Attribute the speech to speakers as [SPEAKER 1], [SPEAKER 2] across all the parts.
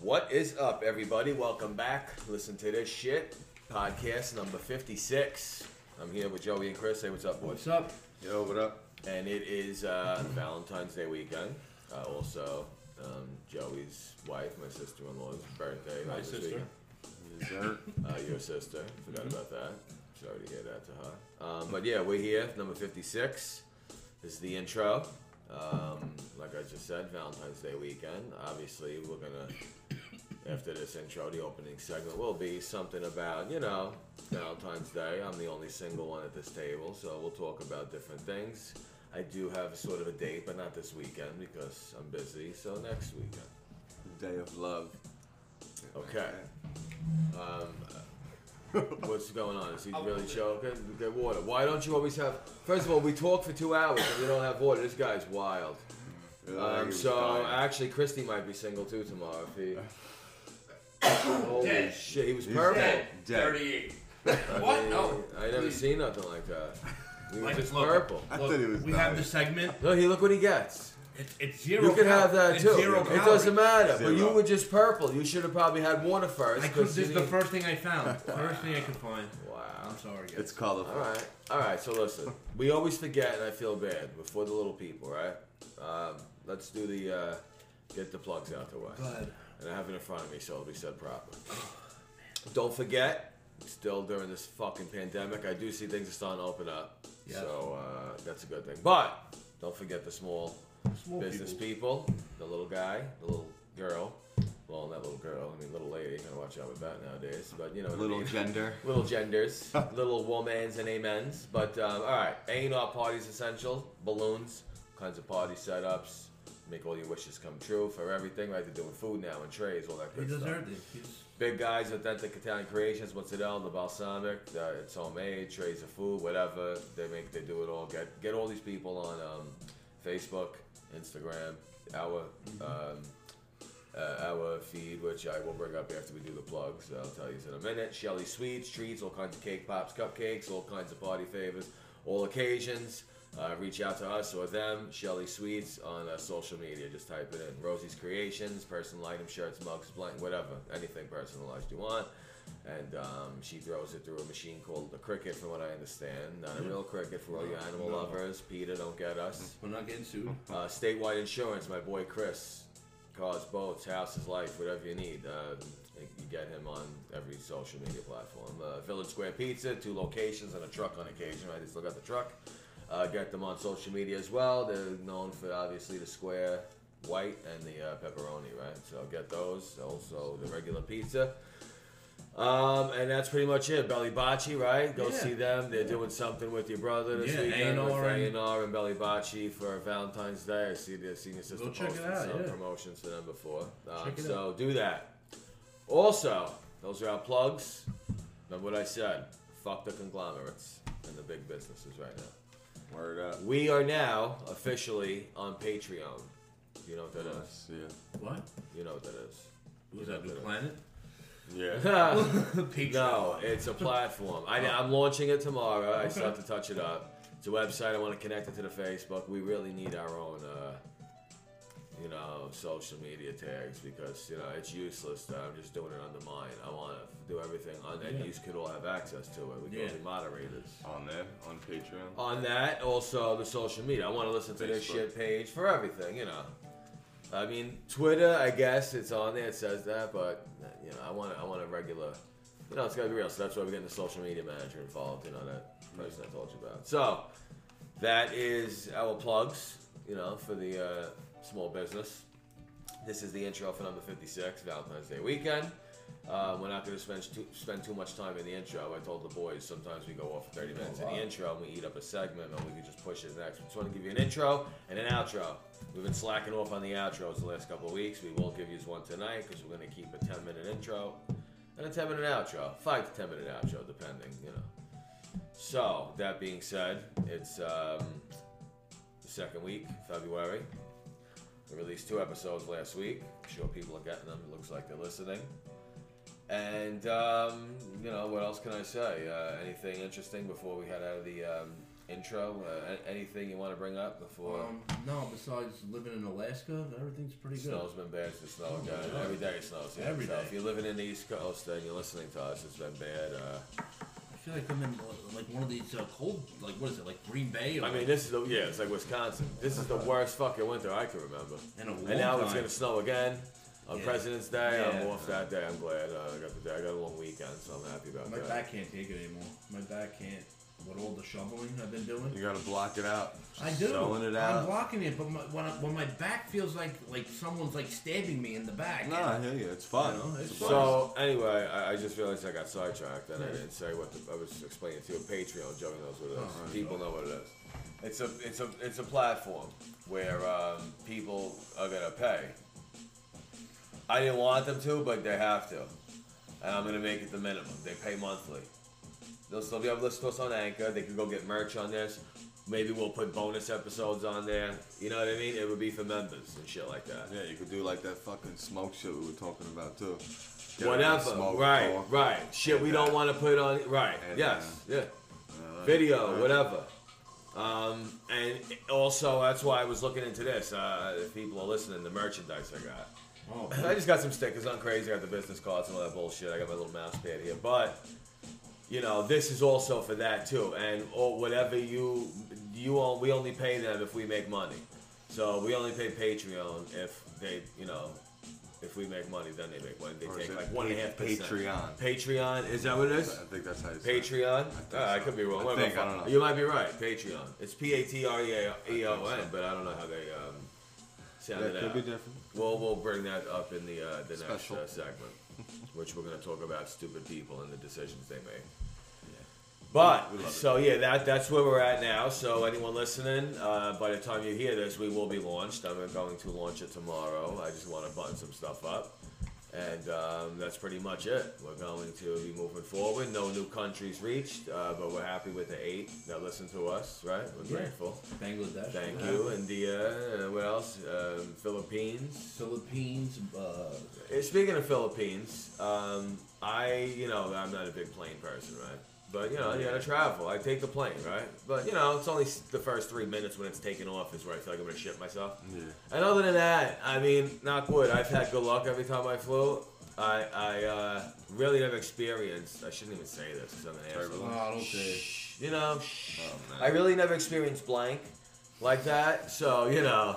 [SPEAKER 1] What is up, everybody? Welcome back. Listen to this shit. Podcast number 56. I'm here with Joey and Chris. Hey, what's up, boys?
[SPEAKER 2] What's up?
[SPEAKER 3] Yo, what up?
[SPEAKER 1] And it is uh, Valentine's Day weekend. Uh, also, um, Joey's wife, my sister in law's birthday.
[SPEAKER 2] My
[SPEAKER 1] this
[SPEAKER 2] sister. Mm-hmm.
[SPEAKER 1] weekend.
[SPEAKER 3] Dessert.
[SPEAKER 1] Uh, your sister. Forgot about that. Sorry to hear that to her. Um, but yeah, we're here, number 56. This is the intro. Um, like I just said, Valentine's Day weekend. Obviously, we're going to, after this intro, the opening segment will be something about, you know, Valentine's Day. I'm the only single one at this table, so we'll talk about different things. I do have sort of a date, but not this weekend because I'm busy, so next weekend.
[SPEAKER 3] Day of love.
[SPEAKER 1] Okay. Um, what's going on? Is he really choking? Get water. Why don't you always have? First of all, we talk for two hours and we don't have water. This guy's wild.
[SPEAKER 3] Yeah, I think
[SPEAKER 1] Um,
[SPEAKER 3] it was
[SPEAKER 1] so
[SPEAKER 3] dying.
[SPEAKER 1] actually, Christy might be single too tomorrow. If he. Holy
[SPEAKER 4] Dead.
[SPEAKER 1] shit! He was
[SPEAKER 3] He's
[SPEAKER 1] purple.
[SPEAKER 4] Dead.
[SPEAKER 3] Dead.
[SPEAKER 4] 38.
[SPEAKER 1] I
[SPEAKER 4] What?
[SPEAKER 1] mean,
[SPEAKER 4] No.
[SPEAKER 1] I never
[SPEAKER 4] Please.
[SPEAKER 1] seen nothing like that. He was
[SPEAKER 2] Like,
[SPEAKER 1] just
[SPEAKER 2] look.
[SPEAKER 1] purple.
[SPEAKER 3] I thought it was
[SPEAKER 2] We have
[SPEAKER 3] dying.
[SPEAKER 2] the segment.
[SPEAKER 1] No, he look what he gets.
[SPEAKER 2] It's, it's zero.
[SPEAKER 1] You could
[SPEAKER 2] cal-
[SPEAKER 1] have that
[SPEAKER 2] it's
[SPEAKER 1] too.
[SPEAKER 2] Zero
[SPEAKER 1] It doesn't matter. But you
[SPEAKER 3] Zero.
[SPEAKER 1] were just purple. You should have probably had water first.
[SPEAKER 2] I could,
[SPEAKER 1] 'cause
[SPEAKER 2] this is
[SPEAKER 1] you
[SPEAKER 2] the
[SPEAKER 1] didn't-
[SPEAKER 2] first thing I found. First thing I could find.
[SPEAKER 1] Wow.
[SPEAKER 2] I'm sorry, guys.
[SPEAKER 3] It's colorful.
[SPEAKER 1] All right, all right. So listen, we always forget, and I feel bad before the little people, right? Um, let's do the uh, get the plugs out the way,
[SPEAKER 2] But
[SPEAKER 1] and I have it in front of me, so it'll be said properly. Don't forget, still during this fucking pandemic, I do see things are starting to open up,
[SPEAKER 2] Yeah.
[SPEAKER 1] so uh, that's a good thing. But don't forget the small
[SPEAKER 2] small
[SPEAKER 1] business
[SPEAKER 2] people.
[SPEAKER 1] people. the little guy, the little girl. Well, not little girl. I mean, little lady. Gotta watch out with that nowadays. But you know, what I
[SPEAKER 3] Little
[SPEAKER 1] mean
[SPEAKER 3] gender.
[SPEAKER 1] little genders, little womans and amens. But um, all right, A&R parties essential, balloons, kinds of party setups, make all your wishes come true for everything. Right, they're doing food now and trays, all that
[SPEAKER 2] He
[SPEAKER 1] good stuff.
[SPEAKER 2] deserved it. He's,
[SPEAKER 1] Big guys, authentic Italian creations, mozzarella, the balsamic, uh, it's homemade, trays of food, whatever they make, they do it all. Get get all these people on um, Facebook, Instagram, our
[SPEAKER 2] Mm-hmm.
[SPEAKER 1] um, uh, our feed, which I will bring up after we do the plugs. I'll tell you in a minute. Shelly Sweets, treats, all kinds of cake pops, cupcakes, all kinds of party favors, all occasions. Uh, reach out to us or them, Shelly Sweets, on uh, social media. Just type it in. Rosie's Creations, personal item, shirts, mugs, blank, whatever. Anything personalized you want. And um, she throws it through a machine called the Cricket, from what I understand. Not a real cricket for all you animal
[SPEAKER 2] No.
[SPEAKER 1] lovers. Peter, don't get us.
[SPEAKER 2] we're not getting sued.
[SPEAKER 1] Uh, statewide insurance, my boy Chris. Cars, boats, houses, life, whatever you need. Uh, you can get him on every social media platform. Uh, Village Square Pizza, two locations, and a truck on occasion. I just look at the truck. Uh, get them on social media as well. They're known for obviously the square white and the uh, pepperoni, right? So get those. Also the regular pizza. Um, and that's pretty much it. Belly Bocce, right? Go
[SPEAKER 2] Yeah.
[SPEAKER 1] see them. They're doing something with your brother this
[SPEAKER 2] Yeah,
[SPEAKER 1] weekend. with
[SPEAKER 2] A&R and-
[SPEAKER 1] R and Belly Bocce for Valentine's Day. I see the senior sister
[SPEAKER 2] Go check it
[SPEAKER 1] posted
[SPEAKER 2] out,
[SPEAKER 1] some
[SPEAKER 2] yeah.
[SPEAKER 1] promotions for them before. Um,
[SPEAKER 2] Check it
[SPEAKER 1] so do that. Also, those are our plugs. Remember what I said. Fuck the conglomerates and the big businesses right now.
[SPEAKER 3] Word up.
[SPEAKER 1] We are now officially on Patreon. You know what that is?
[SPEAKER 3] Yes, yeah.
[SPEAKER 2] What?
[SPEAKER 1] You know what that is.
[SPEAKER 2] Was that New Planet?
[SPEAKER 3] Yeah.
[SPEAKER 1] Planet?
[SPEAKER 2] Patreon.
[SPEAKER 1] Ah. No, it's a platform. I,
[SPEAKER 2] Oh.
[SPEAKER 1] I'm launching it tomorrow. I still have to touch it up. It's a website. I want to connect it to the Facebook. We really need our own, uh, you know, social media tags because you know it's useless. That I'm just doing it under mine. I want to do everything on, and
[SPEAKER 2] Yeah.
[SPEAKER 1] you could all have access to it. We can all
[SPEAKER 2] Yeah.
[SPEAKER 1] be moderators.
[SPEAKER 3] On there, on Patreon.
[SPEAKER 1] On that, also the social media. I want to listen to this
[SPEAKER 3] Facebook.
[SPEAKER 1] shit page for everything. You know, I mean, Twitter. I guess it's on there. It says that, but you know, I want I want a regular. You know, it's gotta be real. So that's why we're getting the social media manager involved. You know, that person I told you about. So that is our plugs. You know, for the uh, small business. This is the intro for number 56, Valentine's Day weekend. Uh, we're not going to spend too, spend too much time in the intro. I told the boys sometimes we go off 30 minutes in the intro and we eat up a segment and we can just push it next. We just want to give you an intro and an outro. We've been slacking off on the outros the last couple of weeks. We will give you one tonight because we're going to keep a 10 minute intro and a 10 minute outro. 5 to 10 minute outro, depending, you know. So, that being said, it's um, the second week, February. We released two episodes last week. I'm sure people are getting them. It looks like they're listening. And, um, you know, what else can I say? Uh, anything interesting before we head out of the um, intro? Uh, a- anything you want to bring up before?
[SPEAKER 2] Um, no, besides living in Alaska, everything's pretty good.
[SPEAKER 1] Snow's been bad. It's been snowing down.
[SPEAKER 2] Yeah.
[SPEAKER 1] Every day it snows. Yeah.
[SPEAKER 2] Every
[SPEAKER 1] so
[SPEAKER 2] day.
[SPEAKER 1] if you're living in the East Coast and you're listening to us, it's been bad. Uh,
[SPEAKER 2] I feel like I'm in uh, like one of these uh, cold, like what is it, like Green Bay? Or,
[SPEAKER 1] I mean, this is the, yeah, it's like Wisconsin. This is the worst fucking winter I can remember.
[SPEAKER 2] in Uh-huh. a long
[SPEAKER 1] And now
[SPEAKER 2] time.
[SPEAKER 1] it's gonna snow again on
[SPEAKER 2] Yeah.
[SPEAKER 1] President's Day. I'm
[SPEAKER 2] Yeah.
[SPEAKER 1] off that day. I'm glad uh, I got the day. I got a long weekend, so I'm happy about
[SPEAKER 2] My
[SPEAKER 1] that.
[SPEAKER 2] back can't take it anymore. My back can't. With all the shoveling I've been doing,
[SPEAKER 3] You gotta block it out.
[SPEAKER 2] I do.
[SPEAKER 3] Selling
[SPEAKER 2] I'm
[SPEAKER 3] it out.
[SPEAKER 2] blocking it, but my, when, I, when my back feels like like someone's like stabbing me in the back.
[SPEAKER 3] no, I hear you. It's fun.
[SPEAKER 2] You know,
[SPEAKER 3] it's
[SPEAKER 2] it's
[SPEAKER 3] a blast.
[SPEAKER 1] So anyway, I, I just realized I got sidetracked and I didn't say what the, I was explaining to you. Patreon, Joey knows what it is.
[SPEAKER 2] Oh, right.
[SPEAKER 1] people know what it is. It's a it's a it's a platform where um, people are gonna pay. I didn't want them to, but they have to, and I'm gonna make it the minimum. They pay monthly. They'll still be able to listen to us on Anchor. They could go get merch on this. Maybe we'll put bonus episodes on there. You know what I mean? It would be for members and shit like that.
[SPEAKER 3] yeah, you could do like that fucking smoke shit we were talking about too. Get out and
[SPEAKER 1] Whatever.
[SPEAKER 3] smoke,
[SPEAKER 1] Right,
[SPEAKER 3] talk.
[SPEAKER 1] right. Shit, we don't want to put on. Right.
[SPEAKER 3] And,
[SPEAKER 1] yes. Yeah.
[SPEAKER 3] Uh,
[SPEAKER 1] Video,
[SPEAKER 3] uh,
[SPEAKER 1] whatever. Um, and also, that's why I was looking into this. Uh, if people are listening, the merchandise I got.
[SPEAKER 2] Oh,
[SPEAKER 1] I just got some stickers. I'm crazy. I got the business cards and all that bullshit. I got my little mouse pad here. But, you know, this is also for that, too. And or whatever you, you all, we only pay them if we make money. So we only pay Patreon if they, you know, if we make money, then they make money. They
[SPEAKER 3] Or is
[SPEAKER 1] take
[SPEAKER 3] it
[SPEAKER 1] like one and a half percent.
[SPEAKER 3] Patreon.
[SPEAKER 1] Patreon, is that what it
[SPEAKER 3] I
[SPEAKER 1] is?
[SPEAKER 3] think that's how you say it.
[SPEAKER 1] Patreon?
[SPEAKER 3] think
[SPEAKER 1] Ah, I
[SPEAKER 3] so.
[SPEAKER 1] could be wrong.
[SPEAKER 3] I
[SPEAKER 1] Whatever
[SPEAKER 3] think,
[SPEAKER 1] the
[SPEAKER 3] I
[SPEAKER 1] fuck.
[SPEAKER 3] don't know.
[SPEAKER 1] You might be right. Patreon. It's P A T R E A E O
[SPEAKER 3] I
[SPEAKER 1] N,
[SPEAKER 3] think so.
[SPEAKER 1] but I don't know how they um, sound
[SPEAKER 3] Yeah,
[SPEAKER 1] it
[SPEAKER 3] it could
[SPEAKER 1] out.
[SPEAKER 3] be different.
[SPEAKER 1] Well, we'll bring that up in the uh, the next
[SPEAKER 3] Special.
[SPEAKER 1] uh, segment, which we're going to talk about stupid people and the decisions they make. But
[SPEAKER 3] We love it.
[SPEAKER 1] so yeah, that that's where we're at now. So anyone listening, uh, by the time you hear this, we will be launched. I'm going to launch it tomorrow. I just want to button some stuff up, and um, that's pretty much it. We're going to be moving forward. No new countries reached, uh, but we're happy with the eight that listen to us. Right, we're
[SPEAKER 2] Yeah.
[SPEAKER 1] grateful.
[SPEAKER 2] Bangladesh.
[SPEAKER 1] Thank
[SPEAKER 2] yeah.
[SPEAKER 1] you, India. Uh, what else? Um, Philippines.
[SPEAKER 2] Philippines. Uh,
[SPEAKER 1] Uh, Speaking of Philippines, um, I you know I'm not a big plane person, right? But you know you gotta travel. I take the plane, right? But you know it's only s- the first three minutes when it's taken off is where I feel like I'm gonna shit myself.
[SPEAKER 3] Yeah.
[SPEAKER 1] And other than that, I mean, knock wood, I've had good luck every time I flew. I I uh, really have experienced. I shouldn't even say this because I'm an asshole.
[SPEAKER 3] Turbulence.
[SPEAKER 2] oh, I don't say.
[SPEAKER 1] Oh, Shh, you know, shh.
[SPEAKER 3] Oh, man.
[SPEAKER 1] I really never experienced blank like that. So you know,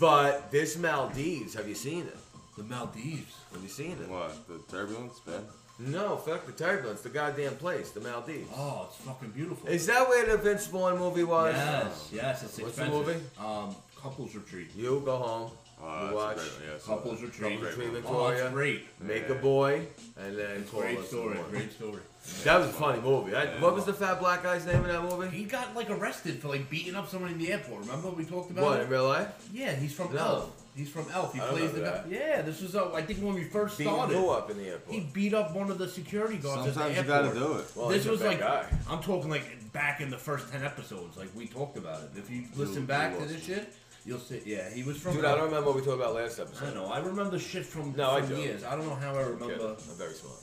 [SPEAKER 1] but this Maldives, have you seen it?
[SPEAKER 2] The Maldives.
[SPEAKER 1] Have you seen it?
[SPEAKER 3] What? The turbulence, man?
[SPEAKER 1] No, fuck the turbulence. The goddamn place, the Maldives.
[SPEAKER 2] Oh, it's fucking beautiful.
[SPEAKER 1] Is that where the Vince Vaughn movie was?
[SPEAKER 2] Yes, yes, it's
[SPEAKER 1] What's the
[SPEAKER 2] expensive.
[SPEAKER 1] movie?
[SPEAKER 2] Um, couples retreat.
[SPEAKER 1] You go home,
[SPEAKER 3] Oh,
[SPEAKER 1] you watch,
[SPEAKER 3] that's a great one. Yeah, I saw
[SPEAKER 2] Couples
[SPEAKER 3] that.
[SPEAKER 2] retreat.
[SPEAKER 3] Great
[SPEAKER 1] Retreat
[SPEAKER 3] one.
[SPEAKER 1] with-
[SPEAKER 2] Oh,
[SPEAKER 1] Victoria.
[SPEAKER 2] it's great.
[SPEAKER 1] make a
[SPEAKER 3] Yeah.
[SPEAKER 1] boy, and then call
[SPEAKER 2] Great
[SPEAKER 1] us
[SPEAKER 2] story.
[SPEAKER 1] tomorrow.
[SPEAKER 2] Great story.
[SPEAKER 1] That was a funny movie. That,
[SPEAKER 3] Yeah.
[SPEAKER 1] What was the fat black guy's name in that movie?
[SPEAKER 2] He got like arrested for like beating up someone in the airport. Remember we talked about
[SPEAKER 1] What
[SPEAKER 2] it?
[SPEAKER 1] in real life?
[SPEAKER 2] Yeah, he's from
[SPEAKER 1] No.
[SPEAKER 2] Elf. He's from Elf. He
[SPEAKER 1] I don't
[SPEAKER 2] plays the
[SPEAKER 1] remember
[SPEAKER 2] guy. Yeah, this was uh, I think when we first
[SPEAKER 1] Beating
[SPEAKER 2] started.
[SPEAKER 1] who up in the airport?
[SPEAKER 2] He beat up one of the security guards. at
[SPEAKER 3] Sometimes
[SPEAKER 2] the
[SPEAKER 3] you gotta
[SPEAKER 2] airport.
[SPEAKER 3] do it.
[SPEAKER 1] Well,
[SPEAKER 2] this
[SPEAKER 1] he's a
[SPEAKER 2] was
[SPEAKER 1] bad
[SPEAKER 2] like
[SPEAKER 1] guy.
[SPEAKER 2] I'm talking like back in the first ten episodes. Like we talked about it. If you listen
[SPEAKER 3] you
[SPEAKER 2] back to
[SPEAKER 3] lost
[SPEAKER 2] this shit, you'll see. Yeah, he was from.
[SPEAKER 1] Dude, I don't remember what we talked about last
[SPEAKER 2] I don't
[SPEAKER 1] episode.
[SPEAKER 2] know. I remember shit from,
[SPEAKER 1] No, I
[SPEAKER 2] from
[SPEAKER 1] do.
[SPEAKER 2] years. I don't know how I
[SPEAKER 1] I'm kidding.
[SPEAKER 2] remember.
[SPEAKER 1] I'm very smart.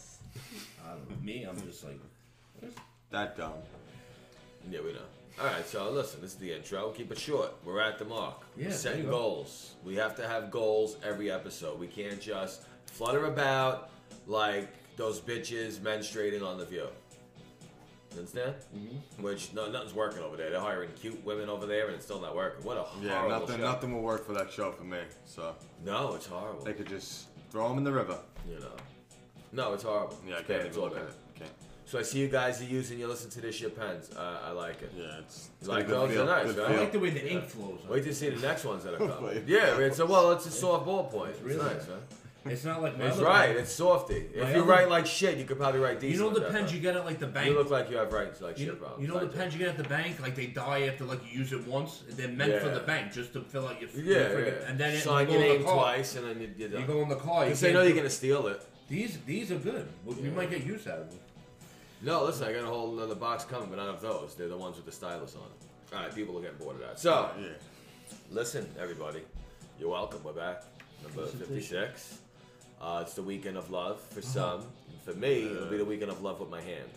[SPEAKER 2] I don't know. Me, I'm just like.
[SPEAKER 3] That dumb.
[SPEAKER 1] Yeah, we know. All right, so listen, this is the intro. Keep it short. We're at the mark.
[SPEAKER 2] Yeah,
[SPEAKER 1] We're setting
[SPEAKER 2] there you go.
[SPEAKER 1] goals. We have to have goals every episode. We can't just flutter about like those bitches menstruating on the view. You understand? Mm-hmm. Which no, nothing's working over there. They're hiring cute women over there, and it's still not working. What a horrible
[SPEAKER 3] Yeah, nothing,
[SPEAKER 1] show.
[SPEAKER 3] nothing will work for that show for me. So
[SPEAKER 1] No, it's horrible.
[SPEAKER 3] they could just throw them in the river.
[SPEAKER 1] you know. No, it's horrible.
[SPEAKER 3] Yeah, I
[SPEAKER 1] It's
[SPEAKER 3] can't
[SPEAKER 1] bad. It's all
[SPEAKER 3] even look at
[SPEAKER 1] bad.
[SPEAKER 3] it. Can't.
[SPEAKER 1] So I see you guys are using. You listen to this shit pens. Uh, I like it.
[SPEAKER 3] Yeah, it's, it's
[SPEAKER 1] like
[SPEAKER 3] got a
[SPEAKER 1] those
[SPEAKER 3] good feel,
[SPEAKER 1] are nice,
[SPEAKER 3] good
[SPEAKER 1] right?
[SPEAKER 2] I
[SPEAKER 3] feel.
[SPEAKER 2] like the way the
[SPEAKER 1] Yeah.
[SPEAKER 2] ink flows. on
[SPEAKER 1] Wait
[SPEAKER 2] it.
[SPEAKER 1] to see the next ones that are coming.
[SPEAKER 3] Wait.
[SPEAKER 1] yeah, it's a well, it's a soft ballpoint. It's,
[SPEAKER 2] really
[SPEAKER 1] nice, huh?
[SPEAKER 2] It's not like my
[SPEAKER 1] It's
[SPEAKER 2] other
[SPEAKER 1] right.
[SPEAKER 2] pen.
[SPEAKER 1] It's softy. If
[SPEAKER 2] My
[SPEAKER 1] you
[SPEAKER 2] other-
[SPEAKER 1] write like shit, you could probably write decent.
[SPEAKER 2] You know the
[SPEAKER 1] with that,
[SPEAKER 2] pens
[SPEAKER 1] huh?
[SPEAKER 2] you get at like the bank.
[SPEAKER 1] You look like you have rights like
[SPEAKER 2] You
[SPEAKER 1] shit
[SPEAKER 2] know,
[SPEAKER 1] problems.
[SPEAKER 2] you know
[SPEAKER 1] I
[SPEAKER 2] the
[SPEAKER 1] do.
[SPEAKER 2] pens you get at the bank, like they die after like you use it once. They're meant for
[SPEAKER 1] Yeah.
[SPEAKER 2] the bank just to fill out your,
[SPEAKER 1] Yeah,
[SPEAKER 2] your friggin-
[SPEAKER 1] yeah.
[SPEAKER 2] and then it,
[SPEAKER 1] sign
[SPEAKER 2] you
[SPEAKER 1] your
[SPEAKER 2] go in
[SPEAKER 1] name
[SPEAKER 2] the car.
[SPEAKER 1] twice, and then you, you're done.
[SPEAKER 2] You go in the car. You
[SPEAKER 1] Because they
[SPEAKER 2] can't
[SPEAKER 1] know you're
[SPEAKER 2] do-
[SPEAKER 1] gonna steal it.
[SPEAKER 2] These these are good. We, we
[SPEAKER 1] Yeah.
[SPEAKER 2] might get use out of them.
[SPEAKER 1] No, listen, I got a whole another box coming, but none of those. They're the ones with the stylus on it. All right, people are getting bored of that. So
[SPEAKER 3] Yeah.
[SPEAKER 1] listen, everybody, you're welcome. We're back, number
[SPEAKER 2] Listen to-
[SPEAKER 1] 56.
[SPEAKER 2] Uh-huh. Uh.
[SPEAKER 1] Uh, it's the weekend of love for some. For me, it'll be the weekend of love with my hand.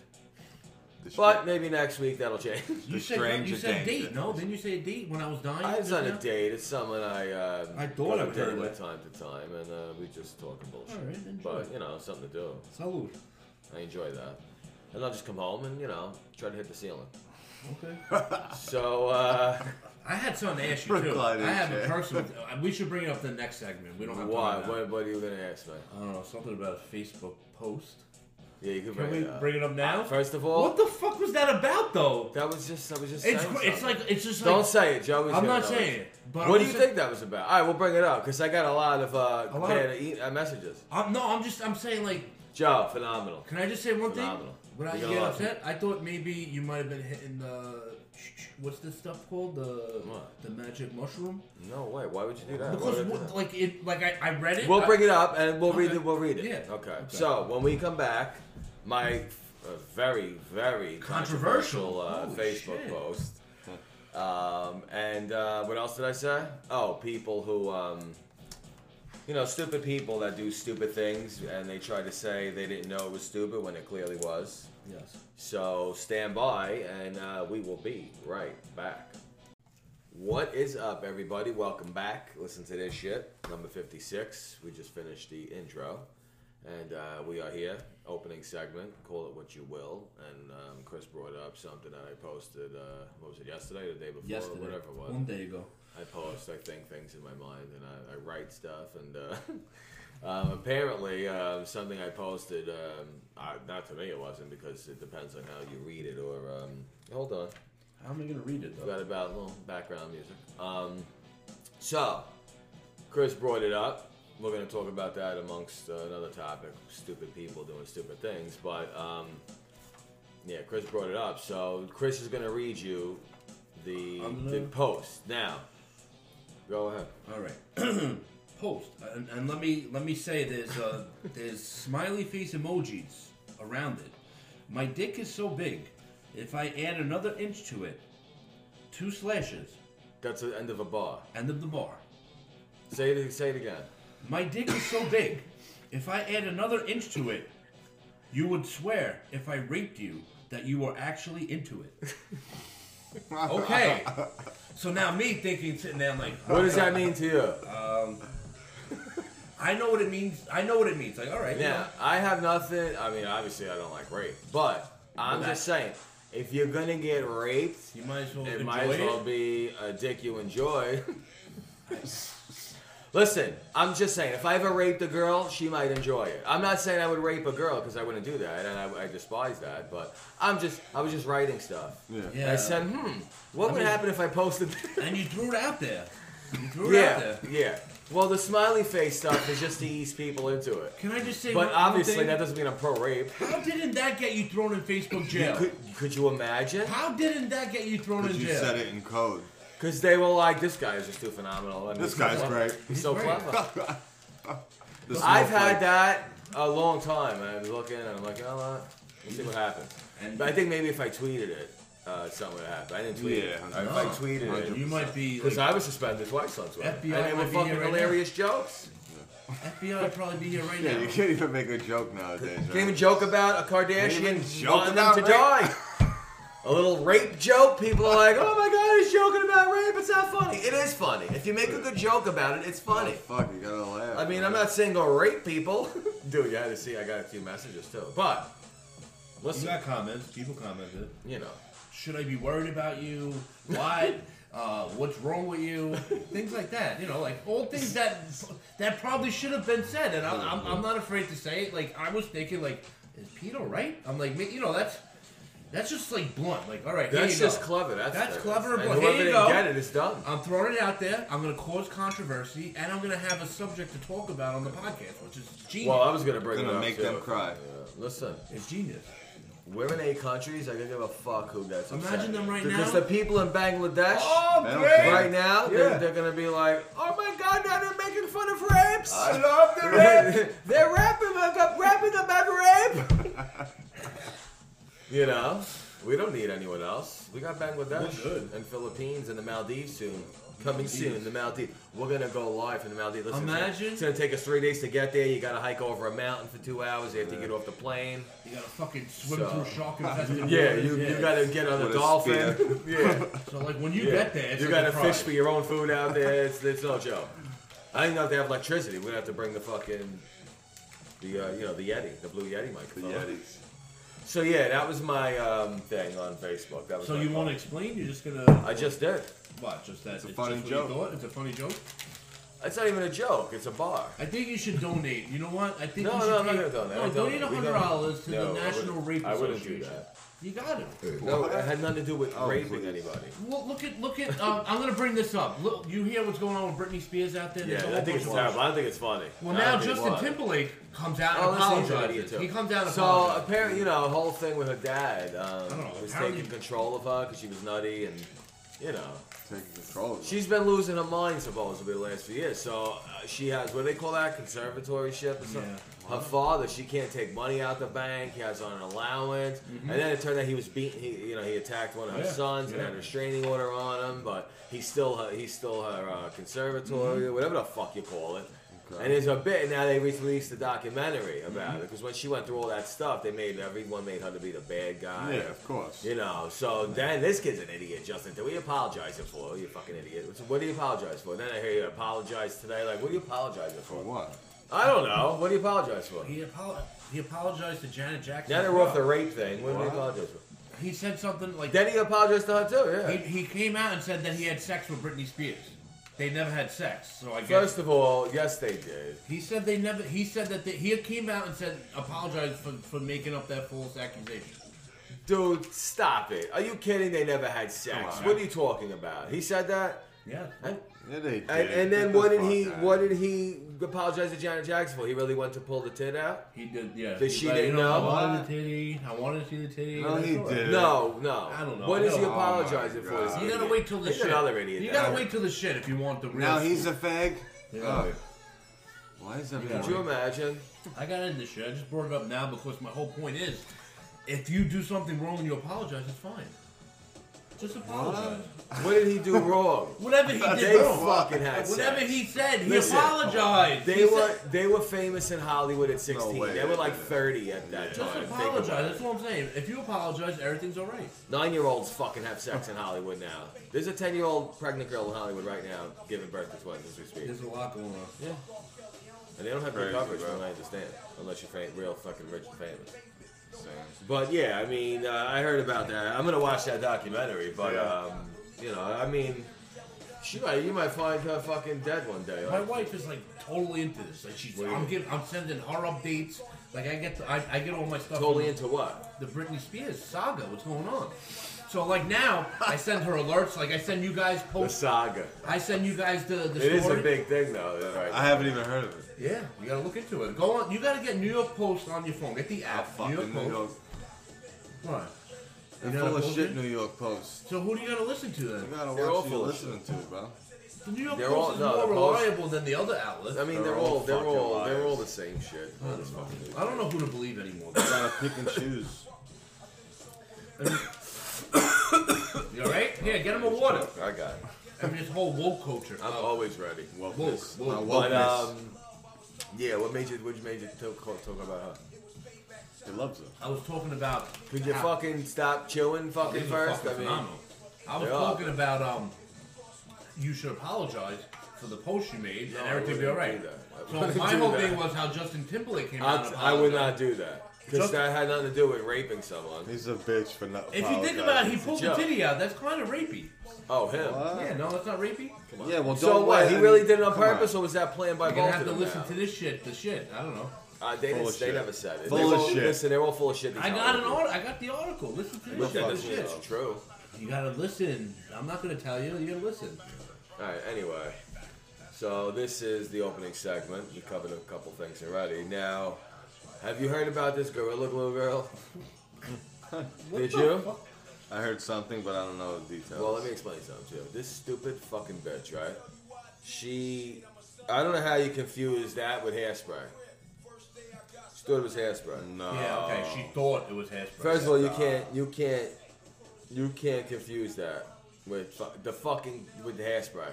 [SPEAKER 3] The
[SPEAKER 1] But
[SPEAKER 3] stra-
[SPEAKER 1] maybe next week that'll change.
[SPEAKER 2] You
[SPEAKER 3] The
[SPEAKER 2] said
[SPEAKER 3] strange
[SPEAKER 2] you said
[SPEAKER 3] danger.
[SPEAKER 2] date. No, didn't you say a date when I was dying?
[SPEAKER 1] I was on a
[SPEAKER 2] just now?
[SPEAKER 1] date. It's someone I um,
[SPEAKER 2] I thought
[SPEAKER 1] go
[SPEAKER 2] I
[SPEAKER 1] to
[SPEAKER 2] heard
[SPEAKER 1] date with
[SPEAKER 2] that.
[SPEAKER 1] time to time, and uh, we just talk and bullshit.
[SPEAKER 2] All right, enjoy.
[SPEAKER 1] But you know, something to do.
[SPEAKER 2] Salud.
[SPEAKER 1] I enjoy that, and I'll just come home and you know try to hit the ceiling.
[SPEAKER 2] Okay.
[SPEAKER 1] So uh,
[SPEAKER 2] I had something to ask you too.
[SPEAKER 3] Brooklyn
[SPEAKER 2] I
[SPEAKER 3] in
[SPEAKER 2] have a
[SPEAKER 3] chat.
[SPEAKER 2] personal. uh, We should bring it up the next segment. We don't have
[SPEAKER 1] why?
[SPEAKER 2] time. now.
[SPEAKER 1] What, what are you gonna ask me?
[SPEAKER 2] I don't know something about a Facebook post.
[SPEAKER 1] Yeah, you can
[SPEAKER 2] Can
[SPEAKER 1] bring
[SPEAKER 2] we
[SPEAKER 1] it up.
[SPEAKER 2] bring it up now?
[SPEAKER 1] First of all,
[SPEAKER 2] What the fuck was that about though?
[SPEAKER 1] that was just I was just.
[SPEAKER 2] It's
[SPEAKER 1] saying
[SPEAKER 2] cr- it's
[SPEAKER 1] something.
[SPEAKER 2] like it's just
[SPEAKER 1] Don't
[SPEAKER 2] like
[SPEAKER 1] say it, Joe.
[SPEAKER 2] I'm not saying it. But
[SPEAKER 1] what do
[SPEAKER 2] I'm
[SPEAKER 1] you
[SPEAKER 2] sa-
[SPEAKER 1] think that was about? All right, we'll bring it up because I got a lot of uh,
[SPEAKER 2] A lot
[SPEAKER 1] fan- e- uh, messages.
[SPEAKER 2] I'm, no, I'm just I'm saying like.
[SPEAKER 1] Joe, phenomenal.
[SPEAKER 2] Can I just say one
[SPEAKER 1] Phenomenal.
[SPEAKER 2] thing? Without
[SPEAKER 1] You're
[SPEAKER 2] you
[SPEAKER 1] gonna love
[SPEAKER 2] get upset, I thought maybe you might have been hitting the what's this stuff called the
[SPEAKER 1] What?
[SPEAKER 2] the magic mushroom.
[SPEAKER 1] No way. Why would you do that? Why would I
[SPEAKER 2] Because
[SPEAKER 1] do
[SPEAKER 2] what-
[SPEAKER 1] that?
[SPEAKER 2] like it, like I, I read it.
[SPEAKER 1] We'll
[SPEAKER 2] I-
[SPEAKER 1] bring it up and we'll read
[SPEAKER 2] Okay.
[SPEAKER 1] it. We'll read it.
[SPEAKER 2] Yeah.
[SPEAKER 1] Okay.
[SPEAKER 2] Okay.
[SPEAKER 1] So when we come back, my uh, very very
[SPEAKER 2] Controversial.
[SPEAKER 1] controversial, uh,
[SPEAKER 2] Holy
[SPEAKER 1] Facebook
[SPEAKER 2] shit.
[SPEAKER 1] post. Um, and uh, what else did I say? Oh, people who, um, you know, stupid people that do stupid things and they try to say they didn't know it was stupid when it clearly was.
[SPEAKER 2] Yes.
[SPEAKER 1] So stand by, and uh, we will be right back. What is up, everybody? Welcome back. Listen to this shit, number 56. We just finished the intro, and uh, we are here. Opening segment, call it what you will. And um, Chris brought up something that I posted, uh, what was it, yesterday or the day before,
[SPEAKER 2] Yesterday.
[SPEAKER 1] or whatever it was.
[SPEAKER 2] One day ago.
[SPEAKER 1] I post, I think things in my mind, and I, I write stuff. And uh, um, apparently, um, something I posted, um, I, not to me, it wasn't because it depends on how you read it. Or um, hold on,
[SPEAKER 2] How am I gonna read it
[SPEAKER 1] I've got about a little background music. Um, so, Chris brought it up. We're going to talk about that amongst uh, another topic: stupid people doing stupid things. But um, yeah, Chris brought it up. So Chris is going to read you the
[SPEAKER 2] I'm
[SPEAKER 1] the
[SPEAKER 2] gonna-
[SPEAKER 1] post now. Go ahead.
[SPEAKER 2] All right. Post and, and let me let me say there's uh, there's smiley face emojis around it. My dick is so big. If I add another inch to it, two slashes,
[SPEAKER 1] That's the end of a bar.
[SPEAKER 2] end of the bar.
[SPEAKER 1] Say it. Say it again.
[SPEAKER 2] My dick is so big. If I add another inch to it, you would swear if I raped you that you were actually into it. Okay. So now me thinking, sitting there, I'm like,
[SPEAKER 1] What does that mean to you?
[SPEAKER 2] I know what it means. I know what it means. Like, all right,
[SPEAKER 1] Yeah, I have nothing. I mean, obviously, I don't like rape, but I'm
[SPEAKER 2] Well,
[SPEAKER 1] just saying, if you're gonna get raped,
[SPEAKER 2] you, know, you might as well
[SPEAKER 1] it
[SPEAKER 2] enjoy
[SPEAKER 1] might as well
[SPEAKER 2] it.
[SPEAKER 1] be a dick you enjoy. Listen, I'm just saying, if I ever raped a girl, she might enjoy it. I'm not saying I would rape a girl because I wouldn't do that, and I, I despise that. But I'm just, I was just writing stuff.
[SPEAKER 3] Yeah.
[SPEAKER 1] And I said, hmm, what would
[SPEAKER 2] mean-
[SPEAKER 1] happen if I posted?
[SPEAKER 2] and you threw it out there. You threw it out
[SPEAKER 1] yeah,
[SPEAKER 2] there.
[SPEAKER 1] yeah. Well, the smiley face stuff is just to ease people into it.
[SPEAKER 2] Can I just say,
[SPEAKER 1] But
[SPEAKER 2] one- one
[SPEAKER 1] obviously,
[SPEAKER 2] thing?
[SPEAKER 1] that doesn't mean I'm pro rape.
[SPEAKER 2] how didn't that get you thrown in Facebook jail?
[SPEAKER 1] Could, could you imagine?
[SPEAKER 2] how didn't that get you thrown in
[SPEAKER 3] Because you
[SPEAKER 2] jail?
[SPEAKER 3] said it in code.
[SPEAKER 1] Because they were like, this guy is just too phenomenal. I mean,
[SPEAKER 3] This
[SPEAKER 1] he's so
[SPEAKER 3] guy's
[SPEAKER 1] clever.
[SPEAKER 3] great.
[SPEAKER 1] He's so
[SPEAKER 2] He's great.
[SPEAKER 1] clever.
[SPEAKER 3] The
[SPEAKER 1] I've
[SPEAKER 3] snowflake.
[SPEAKER 1] had that a long time. I was looking and I'm like, oh, uh, let's see what happens.
[SPEAKER 2] And-
[SPEAKER 1] But I think maybe if I tweeted it, uh, something would happen. I didn't tweet it.
[SPEAKER 3] Yeah,
[SPEAKER 1] Or If I tweeted it.
[SPEAKER 2] You might be.
[SPEAKER 1] Because
[SPEAKER 2] like,
[SPEAKER 1] I was suspended twice on Twitter. and
[SPEAKER 2] FBI
[SPEAKER 1] they were
[SPEAKER 2] might be
[SPEAKER 1] fucking
[SPEAKER 2] here right now.
[SPEAKER 1] hilarious jokes.
[SPEAKER 2] FBI would probably be here right
[SPEAKER 3] Yeah, you
[SPEAKER 2] now.
[SPEAKER 3] can't even make a joke nowadays. Right?
[SPEAKER 1] Can't even joke about a Kardashian
[SPEAKER 3] even joke
[SPEAKER 1] wanting them
[SPEAKER 3] about
[SPEAKER 1] to
[SPEAKER 3] rape.
[SPEAKER 1] die. A little rape joke. People are like, "Oh my God, he's joking about rape. It's not funny. It is funny. If you make a good joke about it, it's
[SPEAKER 3] Oh,
[SPEAKER 1] funny."
[SPEAKER 3] fuck, you gotta laugh.
[SPEAKER 1] I mean, I'm not saying go rape people, dude. You had to see. I got a few messages too, but
[SPEAKER 2] You
[SPEAKER 1] listen,
[SPEAKER 2] got comments. People commented.
[SPEAKER 1] you know,
[SPEAKER 2] should I be worried about you? What? uh, what's wrong with you? Things like that. You know, like all things that that probably should have been said, and I'm, I'm, I'm not afraid to say it. Like I was thinking, like is Pete all right? I'm like, ma- you know, that's that's just like blunt. Like all right, here
[SPEAKER 1] that's
[SPEAKER 2] you
[SPEAKER 1] just
[SPEAKER 2] go.
[SPEAKER 1] clever. That's,
[SPEAKER 2] That's clever,
[SPEAKER 1] And
[SPEAKER 2] but
[SPEAKER 1] whoever
[SPEAKER 2] here you
[SPEAKER 1] didn't
[SPEAKER 2] go.
[SPEAKER 1] get it is dumb.
[SPEAKER 2] I'm throwing it out there. I'm gonna cause controversy, and I'm gonna have a subject to talk about on the podcast, which is genius.
[SPEAKER 1] Well, uh, I was gonna bring
[SPEAKER 3] Gonna
[SPEAKER 1] it up
[SPEAKER 3] make
[SPEAKER 1] too.
[SPEAKER 3] them cry.
[SPEAKER 1] Yeah. Listen,
[SPEAKER 2] it's genius.
[SPEAKER 1] we're in eight countries. I don't give a fuck who gets upset.
[SPEAKER 2] Imagine them right
[SPEAKER 1] Because
[SPEAKER 2] now. Oh,
[SPEAKER 1] the people in Bangladesh.
[SPEAKER 3] They don't Oh, great. care.
[SPEAKER 1] Right now,
[SPEAKER 3] Yeah.
[SPEAKER 1] they're, they're gonna be like, "Oh my God, now they're making fun of rapes."
[SPEAKER 3] love the
[SPEAKER 1] they're rapping, like, rapping about rape. you know, We don't need anyone else. We got Bangladesh
[SPEAKER 2] We're good.
[SPEAKER 1] and Philippines and the Maldives soon. Coming soon, the Maldives. We're gonna go live in the Maldives. Listen, it's gonna-
[SPEAKER 2] Imagine-
[SPEAKER 1] it's gonna take us three days to get there. You gotta hike over a mountain for two hours. You have to get off the plane.
[SPEAKER 2] You gotta fucking swim
[SPEAKER 1] So-
[SPEAKER 2] through shark infested
[SPEAKER 1] Yeah, you, you gotta get on a
[SPEAKER 3] With a
[SPEAKER 1] dolphin. yeah,
[SPEAKER 2] So like when you
[SPEAKER 1] yeah.
[SPEAKER 2] get there, it's
[SPEAKER 1] you
[SPEAKER 2] like a
[SPEAKER 1] gotta
[SPEAKER 2] prize.
[SPEAKER 1] fish for your own food out there. It's, it's no joke. I think not they have electricity. We're gonna have to bring the fucking the uh, you know the Yeti, the blue Yeti
[SPEAKER 3] The
[SPEAKER 1] microphone.
[SPEAKER 3] Yetis.
[SPEAKER 1] So yeah, that was my um, thing on Facebook. That was
[SPEAKER 2] So
[SPEAKER 1] my
[SPEAKER 2] you
[SPEAKER 1] post.
[SPEAKER 2] won't explain? You're just gonna
[SPEAKER 1] I just did.
[SPEAKER 2] what? Just that? It's
[SPEAKER 3] a funny
[SPEAKER 2] just what you
[SPEAKER 3] joke.
[SPEAKER 2] thought? It's a funny joke.
[SPEAKER 1] It's not even a joke. It's a bar.
[SPEAKER 2] I think you should donate. You know what? I think
[SPEAKER 1] No,
[SPEAKER 2] you should
[SPEAKER 1] no, I'm not gonna
[SPEAKER 2] take,
[SPEAKER 1] donate. I
[SPEAKER 2] No, donate
[SPEAKER 1] don't. We
[SPEAKER 2] hundred dollars to
[SPEAKER 1] No, I
[SPEAKER 2] the
[SPEAKER 1] wouldn't-
[SPEAKER 2] National Rape
[SPEAKER 1] I wouldn't do
[SPEAKER 2] Association.
[SPEAKER 1] that.
[SPEAKER 2] You got it.
[SPEAKER 1] No, it had nothing to do with
[SPEAKER 3] Oh,
[SPEAKER 1] raping
[SPEAKER 3] please.
[SPEAKER 1] anybody.
[SPEAKER 2] Well, look at look at. Um, I'm gonna bring this up. Look, you hear what's going on with Britney Spears out there?
[SPEAKER 1] Yeah,
[SPEAKER 2] There's a
[SPEAKER 1] I
[SPEAKER 2] whole
[SPEAKER 1] think it's
[SPEAKER 2] bunch of-
[SPEAKER 1] terrible. I don't think it's funny.
[SPEAKER 2] Well,
[SPEAKER 1] I don't
[SPEAKER 2] now
[SPEAKER 1] think it's
[SPEAKER 2] Justin
[SPEAKER 1] funny.
[SPEAKER 2] Timberlake comes out
[SPEAKER 1] Oh,
[SPEAKER 2] and
[SPEAKER 1] listen, he's an idiot,
[SPEAKER 2] apologizes.
[SPEAKER 1] too.
[SPEAKER 2] He comes out and
[SPEAKER 1] So
[SPEAKER 2] apologizes.
[SPEAKER 1] apparently, you know, the whole thing with her dad um,
[SPEAKER 2] don't know,
[SPEAKER 1] was
[SPEAKER 2] apparently-
[SPEAKER 1] taking control of her because she was nutty, and you know,
[SPEAKER 3] Taking control of it.
[SPEAKER 1] she's been losing her mind supposedly the last few years. So uh, she has what do they call that conservatorship or something. Her father, she can't take money out the bank. He has on an allowance, and then it turned out he was beaten. He, you know, he attacked one of her
[SPEAKER 2] Yeah,
[SPEAKER 1] sons and
[SPEAKER 2] yeah.
[SPEAKER 1] had a restraining order on him. But he's still her, he's still her uh, conservatory, whatever the fuck you call it.
[SPEAKER 3] Okay.
[SPEAKER 1] And there's a bit now. They released the documentary about it because when she went through all that stuff, they made everyone made her to be the bad guy.
[SPEAKER 3] yeah, of course.
[SPEAKER 1] You know, so then this kid's an idiot, Justin. Do we apologize for? You fucking idiot. So What do you apologize for? Then I hear you apologize today. Like, what are you apologizing
[SPEAKER 3] For
[SPEAKER 1] for?
[SPEAKER 3] what?
[SPEAKER 1] I don't know. What do you apologize for?
[SPEAKER 2] he, apo- he apologized to Janet Jackson.
[SPEAKER 1] Now that
[SPEAKER 2] as
[SPEAKER 1] we're off uh, the
[SPEAKER 2] well.
[SPEAKER 1] rape thing, what do you
[SPEAKER 3] What?
[SPEAKER 1] apologize for?
[SPEAKER 2] He said something like
[SPEAKER 1] Then he apologized to her too.
[SPEAKER 2] He,
[SPEAKER 1] Yeah.
[SPEAKER 2] he came out and said that he had sex with Britney Spears. They never had sex, so I guess
[SPEAKER 1] First of all, yes, they did.
[SPEAKER 2] he said they never. He said that they, he came out and said apologized for, for making up that false accusation.
[SPEAKER 1] Dude, stop it. Are you kidding? They never had sex.
[SPEAKER 3] on.
[SPEAKER 1] What are you talking about? He said that.
[SPEAKER 2] Yeah,
[SPEAKER 1] And,
[SPEAKER 3] Yeah, they
[SPEAKER 1] and,
[SPEAKER 3] did.
[SPEAKER 1] and
[SPEAKER 3] Get
[SPEAKER 1] then
[SPEAKER 3] the
[SPEAKER 1] what did
[SPEAKER 3] fuck
[SPEAKER 1] he?
[SPEAKER 3] out.
[SPEAKER 1] What did he apologize to Janet Jackson for? He really went to pull the tit out?
[SPEAKER 2] he did. Yeah,
[SPEAKER 1] That
[SPEAKER 2] He's
[SPEAKER 1] she
[SPEAKER 2] like,
[SPEAKER 1] didn't
[SPEAKER 2] you know,
[SPEAKER 1] know?
[SPEAKER 2] I wanted the titty. I wanted to see the titty.
[SPEAKER 3] No,
[SPEAKER 2] and
[SPEAKER 3] he
[SPEAKER 2] that's all
[SPEAKER 3] didn't.
[SPEAKER 1] No, no.
[SPEAKER 2] I don't know.
[SPEAKER 1] What is he
[SPEAKER 2] Oh my
[SPEAKER 1] apologizing for?
[SPEAKER 3] God.
[SPEAKER 1] This
[SPEAKER 2] You gotta
[SPEAKER 1] idiot?
[SPEAKER 2] wait till the
[SPEAKER 1] He's
[SPEAKER 2] shit.
[SPEAKER 1] another idiot.
[SPEAKER 2] You
[SPEAKER 1] now.
[SPEAKER 2] gotta wait till the shit if you want the real.
[SPEAKER 3] Now he's
[SPEAKER 2] scoop.
[SPEAKER 3] a fag?
[SPEAKER 2] Yeah.
[SPEAKER 3] Oh. Why is everyone?
[SPEAKER 1] Could you imagine?
[SPEAKER 2] I got into shit. I just brought it up now because my whole point is, if you do something wrong and you apologize, it's fine. Just apologize.
[SPEAKER 1] What did he do wrong?
[SPEAKER 2] Whatever he did
[SPEAKER 1] They
[SPEAKER 2] wrong.
[SPEAKER 1] fucking had
[SPEAKER 2] Whatever
[SPEAKER 1] sex.
[SPEAKER 2] he said, he
[SPEAKER 1] Listen,
[SPEAKER 2] apologized.
[SPEAKER 1] They
[SPEAKER 2] He
[SPEAKER 1] were
[SPEAKER 2] said-
[SPEAKER 1] they were famous in Hollywood at 16.
[SPEAKER 3] way.
[SPEAKER 1] they were like 30 at that
[SPEAKER 2] just
[SPEAKER 1] time.
[SPEAKER 2] apologize. That's what I'm saying. If you apologize, everything's all right.
[SPEAKER 1] Nine year olds fucking have sex in Hollywood now. There's a 10 year old pregnant girl in Hollywood right now giving birth to twins as we speak.
[SPEAKER 2] There's a lot going on.
[SPEAKER 1] Yeah. And they don't have
[SPEAKER 3] Crazy,
[SPEAKER 1] good coverage,
[SPEAKER 3] bro.
[SPEAKER 1] from what I understand, unless you're fa- real fucking rich and famous. But yeah, I mean, uh, I heard about that. I'm gonna watch that documentary, but
[SPEAKER 3] Yeah.
[SPEAKER 1] um, you know, I mean, she might, you might find her fucking dead one day.
[SPEAKER 2] My
[SPEAKER 1] Like,
[SPEAKER 2] wife is like totally into this. Like she's,
[SPEAKER 1] What do you
[SPEAKER 2] I'm
[SPEAKER 1] mean?
[SPEAKER 2] giving, I'm sending her updates. Like I get, to, I, I get all my stuff.
[SPEAKER 1] totally
[SPEAKER 2] from
[SPEAKER 1] into what?
[SPEAKER 2] the Britney Spears saga. What's going on? So like now, I send her alerts. Like I send you guys
[SPEAKER 1] The
[SPEAKER 2] posts.
[SPEAKER 1] saga.
[SPEAKER 2] I send you guys the the
[SPEAKER 1] It is a
[SPEAKER 2] story.
[SPEAKER 1] big thing, though. Right?
[SPEAKER 3] I haven't even heard of it.
[SPEAKER 2] Yeah, you gotta look into it. Go on. You gotta get New York Post on your phone. Get the
[SPEAKER 3] Oh,
[SPEAKER 2] app. New York
[SPEAKER 3] fucking
[SPEAKER 2] Post.
[SPEAKER 3] New York.
[SPEAKER 2] Right.
[SPEAKER 3] They're
[SPEAKER 2] You know
[SPEAKER 3] full of
[SPEAKER 2] what I
[SPEAKER 3] shit,
[SPEAKER 2] mean?
[SPEAKER 3] New York Post.
[SPEAKER 2] So who do you gotta listen to then?
[SPEAKER 3] You gotta
[SPEAKER 1] They're all
[SPEAKER 3] watch who you're
[SPEAKER 1] full of
[SPEAKER 3] listening to, bro.
[SPEAKER 2] The New York
[SPEAKER 1] They're
[SPEAKER 2] Post
[SPEAKER 1] all-
[SPEAKER 2] is
[SPEAKER 1] no, the
[SPEAKER 2] more
[SPEAKER 1] Post-
[SPEAKER 2] reliable than the other outlets.
[SPEAKER 1] I mean,
[SPEAKER 3] They're
[SPEAKER 1] they're
[SPEAKER 3] all
[SPEAKER 1] all, they're
[SPEAKER 3] fucking
[SPEAKER 1] all, they're
[SPEAKER 3] liars.
[SPEAKER 1] all the same shit. All this fucking shit.
[SPEAKER 2] I don't know who to believe anymore.
[SPEAKER 3] You gotta pick and choose.
[SPEAKER 2] You all right? Yeah, get him a water.
[SPEAKER 1] I got it.
[SPEAKER 2] I mean, this whole woke culture.
[SPEAKER 1] I'm always ready.
[SPEAKER 3] Wokeness.
[SPEAKER 2] woke.
[SPEAKER 3] Nah,
[SPEAKER 1] But
[SPEAKER 3] wokeness.
[SPEAKER 1] um, yeah. What made you? What made you talk, talk about her?
[SPEAKER 3] he loves her.
[SPEAKER 2] I was talking about.
[SPEAKER 1] Could you
[SPEAKER 2] how-
[SPEAKER 1] fucking stop chewing fucking
[SPEAKER 2] These are
[SPEAKER 1] first?
[SPEAKER 2] fucking
[SPEAKER 1] I mean,
[SPEAKER 2] phenomenal. I was
[SPEAKER 1] they are.
[SPEAKER 2] talking about um, you should apologize for the post you made
[SPEAKER 1] No,
[SPEAKER 2] and
[SPEAKER 1] I
[SPEAKER 2] everything be all
[SPEAKER 1] wouldn't
[SPEAKER 2] right.
[SPEAKER 1] do that. I
[SPEAKER 2] So
[SPEAKER 1] wouldn't
[SPEAKER 2] my
[SPEAKER 1] do
[SPEAKER 2] whole
[SPEAKER 1] that.
[SPEAKER 2] thing was how Justin Timberlake came out.
[SPEAKER 1] I'd-
[SPEAKER 2] and
[SPEAKER 1] I would
[SPEAKER 2] apologized.
[SPEAKER 1] not do that because
[SPEAKER 2] Just-
[SPEAKER 1] that had nothing to do with raping someone.
[SPEAKER 3] He's a bitch for not.
[SPEAKER 2] If you think about it, he
[SPEAKER 3] apologizing.
[SPEAKER 2] pulled the
[SPEAKER 1] joke.
[SPEAKER 2] titty out. That's kind of rapey.
[SPEAKER 1] Oh, him.
[SPEAKER 3] What?
[SPEAKER 2] Yeah, no, that's not rapey.
[SPEAKER 3] Yeah, well,
[SPEAKER 1] So
[SPEAKER 3] don't
[SPEAKER 1] what?
[SPEAKER 3] let
[SPEAKER 1] He
[SPEAKER 3] him-
[SPEAKER 1] really did it on
[SPEAKER 3] come on.
[SPEAKER 1] purpose, or was that planned by
[SPEAKER 2] You're gonna
[SPEAKER 1] both
[SPEAKER 2] have
[SPEAKER 1] of
[SPEAKER 2] to
[SPEAKER 1] them?
[SPEAKER 2] listen
[SPEAKER 1] now?
[SPEAKER 2] to this shit. The shit. I don't know.
[SPEAKER 1] Uh, they,
[SPEAKER 3] Full
[SPEAKER 1] didn't,
[SPEAKER 3] of
[SPEAKER 1] they
[SPEAKER 3] shit.
[SPEAKER 1] never said it.
[SPEAKER 3] Full
[SPEAKER 1] They
[SPEAKER 3] of
[SPEAKER 1] all-
[SPEAKER 3] shit.
[SPEAKER 1] Listen, they're all full of shit. these
[SPEAKER 2] I got an
[SPEAKER 1] Hollywood
[SPEAKER 2] art. I got the article. Listen to
[SPEAKER 1] people.
[SPEAKER 2] this
[SPEAKER 3] Look
[SPEAKER 2] shit.
[SPEAKER 3] fucking
[SPEAKER 1] Fuck
[SPEAKER 2] This
[SPEAKER 1] you,
[SPEAKER 2] shit.
[SPEAKER 1] though. True.
[SPEAKER 2] You gotta listen. I'm not gonna tell you. You gotta listen.
[SPEAKER 1] All right. Anyway, so this is the opening segment. We covered a couple things already. Now, have you heard about this gorilla glue girl? Did you?
[SPEAKER 3] I heard something, but I don't know the details.
[SPEAKER 1] Well, let me explain something to you. This stupid fucking bitch, right? She, I don't know how you confuse that with hairspray. She thought it was hairspray.
[SPEAKER 3] No.
[SPEAKER 2] Yeah. Okay. She thought it was hairspray.
[SPEAKER 1] First of all, you can't, you can't, You can't confuse that with fu- the fucking with the hairspray.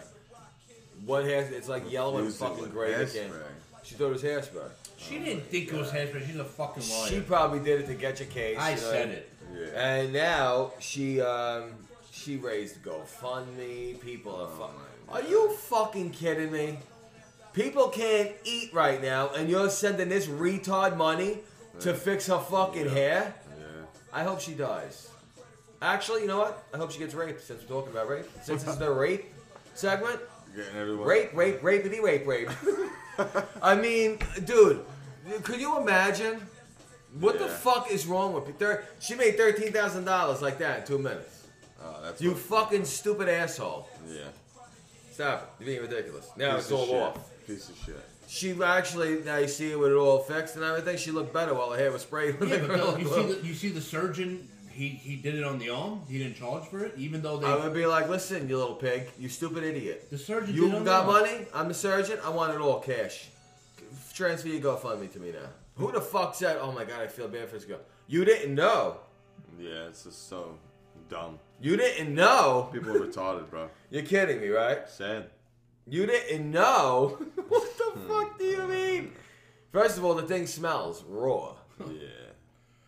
[SPEAKER 1] What hair? It's like yellow and
[SPEAKER 3] Confuse it
[SPEAKER 1] fucking
[SPEAKER 3] with
[SPEAKER 1] gray. They
[SPEAKER 3] hairspray.
[SPEAKER 1] can't- She thought it was hairspray.
[SPEAKER 2] She didn't think it was hairspray. She's a fucking liar.
[SPEAKER 1] She probably did it to get your case.
[SPEAKER 2] I
[SPEAKER 1] you know?
[SPEAKER 2] said it.
[SPEAKER 3] Yeah.
[SPEAKER 1] And now she um she raised GoFundMe. People
[SPEAKER 3] Oh
[SPEAKER 1] are fucking. Are you fucking kidding me? People can't eat right now, and you're sending this retard money to fix her fucking hair.
[SPEAKER 3] Yeah.
[SPEAKER 1] I hope she dies. Actually, you know what? I hope she gets raped since we're talking about rape. Since this is the rape segment,
[SPEAKER 3] Getting everyone.
[SPEAKER 1] rape, rape, rapity, rape, rape. I mean, dude, could you imagine? What the
[SPEAKER 3] Yeah.
[SPEAKER 1] fuck is wrong with people? She made thirteen thousand dollars like that in two minutes.
[SPEAKER 3] Oh, that's
[SPEAKER 1] You
[SPEAKER 3] what-
[SPEAKER 1] fucking stupid asshole!
[SPEAKER 3] Yeah.
[SPEAKER 1] Stop it. You're being ridiculous. Now
[SPEAKER 3] Piece
[SPEAKER 1] it's
[SPEAKER 3] of
[SPEAKER 1] all
[SPEAKER 3] shit.
[SPEAKER 1] off.
[SPEAKER 3] Piece of shit.
[SPEAKER 1] She actually now you see it with it all fixed and everything. She looked better while her hair was sprayed with
[SPEAKER 2] Yeah,
[SPEAKER 1] the
[SPEAKER 2] but no,
[SPEAKER 1] Gorilla
[SPEAKER 2] you,
[SPEAKER 1] Glue.
[SPEAKER 2] see the, you see the surgeon, he, he did it on the arm. He didn't charge for it, even though they.
[SPEAKER 1] I would be like, listen, you little pig, you stupid idiot.
[SPEAKER 2] the surgeon
[SPEAKER 1] You
[SPEAKER 2] did it on
[SPEAKER 1] got
[SPEAKER 2] the arm.
[SPEAKER 1] money? I'm a surgeon. I want it all cash. Transfer your GoFundMe to me now. Who the fuck said, oh my god, I feel bad for this girl? You didn't know.
[SPEAKER 3] Yeah, it's just so dumb.
[SPEAKER 1] You didn't know.
[SPEAKER 3] People are retarded, bro.
[SPEAKER 1] You're kidding me, right?
[SPEAKER 3] Sad.
[SPEAKER 1] You didn't know. what the
[SPEAKER 3] Hmm.
[SPEAKER 1] fuck do you mean? First of all, the thing smells raw.
[SPEAKER 3] Yeah.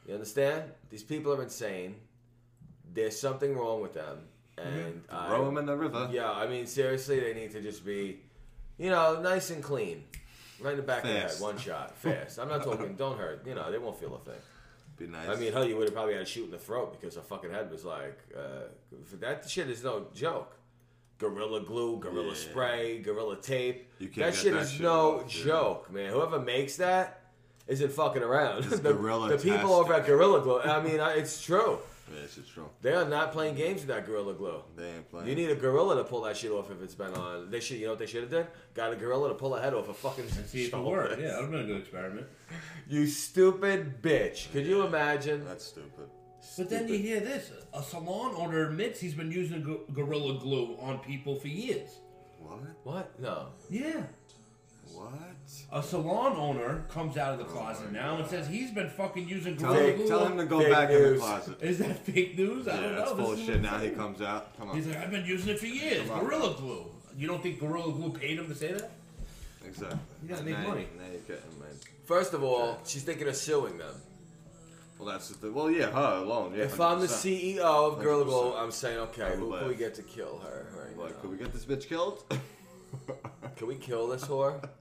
[SPEAKER 1] You understand? These people are insane. There's something wrong with them. And I-
[SPEAKER 3] Mm-hmm. Throw them in the river.
[SPEAKER 1] Yeah, I mean, seriously, they need to just be, you know, nice and clean. Right in the back of the head,
[SPEAKER 3] Fast.
[SPEAKER 1] one shot, fast. I'm not talking, don't hurt. You know, they won't feel a thing.
[SPEAKER 3] Be nice.
[SPEAKER 1] I mean, hell, you would have probably had a shoot in the throat because her fucking head was like, uh, that shit is no joke. Gorilla glue, gorilla
[SPEAKER 3] Yeah.
[SPEAKER 1] spray, gorilla tape.
[SPEAKER 3] You can't
[SPEAKER 1] that
[SPEAKER 3] get
[SPEAKER 1] shit
[SPEAKER 3] that
[SPEAKER 1] is
[SPEAKER 3] shit
[SPEAKER 1] no
[SPEAKER 3] off, yeah.
[SPEAKER 1] joke, man. Whoever makes that isn't fucking around.
[SPEAKER 3] It's
[SPEAKER 1] the,
[SPEAKER 3] gorilla
[SPEAKER 1] the people over at
[SPEAKER 3] tastic.
[SPEAKER 1] Gorilla Glue, I mean, I- it's true.
[SPEAKER 3] yeah, it's just true.
[SPEAKER 1] They are not playing games with that Gorilla Glue.
[SPEAKER 3] They ain't playing.
[SPEAKER 1] You need a gorilla to pull that shit off if it's been on. They should, you know what they should have done? Got a gorilla to pull a head off a fucking.
[SPEAKER 2] See if it
[SPEAKER 1] shoulder.
[SPEAKER 2] worked. Yeah, that would have been a good experiment.
[SPEAKER 1] You stupid bitch. Could you imagine?
[SPEAKER 3] That's stupid.
[SPEAKER 2] But then you hear this a salon owner admits he's been using go- Gorilla Glue on people for years.
[SPEAKER 3] What?
[SPEAKER 1] What? No.
[SPEAKER 2] Yeah.
[SPEAKER 3] What?
[SPEAKER 2] A salon owner comes out of the closet now and says he's been fucking using
[SPEAKER 3] Tell,
[SPEAKER 2] Gorilla
[SPEAKER 3] him,
[SPEAKER 2] Glue.
[SPEAKER 3] tell
[SPEAKER 2] on-
[SPEAKER 3] him to go
[SPEAKER 1] Fake
[SPEAKER 3] back in the
[SPEAKER 1] news.
[SPEAKER 3] closet.
[SPEAKER 2] Is that fake news? I
[SPEAKER 3] Yeah,
[SPEAKER 2] don't
[SPEAKER 3] that's
[SPEAKER 2] know.
[SPEAKER 3] full
[SPEAKER 2] This
[SPEAKER 3] of
[SPEAKER 2] is-
[SPEAKER 3] shit. Now he comes out. Come on.
[SPEAKER 2] He's like, I've been using it for years.
[SPEAKER 3] Come on.
[SPEAKER 2] Gorilla Glue. You don't think Gorilla Glue paid him to say that?
[SPEAKER 3] exactly.
[SPEAKER 2] You gotta make
[SPEAKER 3] Now-
[SPEAKER 2] money.
[SPEAKER 3] Now you're getting made.
[SPEAKER 1] First of all, she's thinking of suing them.
[SPEAKER 3] Well, that's the thing. Well, yeah, her alone. Yeah.
[SPEAKER 1] If I'm the
[SPEAKER 3] 100%.
[SPEAKER 1] CEO of Gorilla Glue,
[SPEAKER 3] 100%.
[SPEAKER 1] I'm saying, okay,
[SPEAKER 3] I
[SPEAKER 1] who
[SPEAKER 3] would
[SPEAKER 1] can we
[SPEAKER 3] laugh.
[SPEAKER 1] get to kill her right
[SPEAKER 3] Like,
[SPEAKER 1] now?
[SPEAKER 3] could we get this bitch killed?
[SPEAKER 1] Can we kill this whore?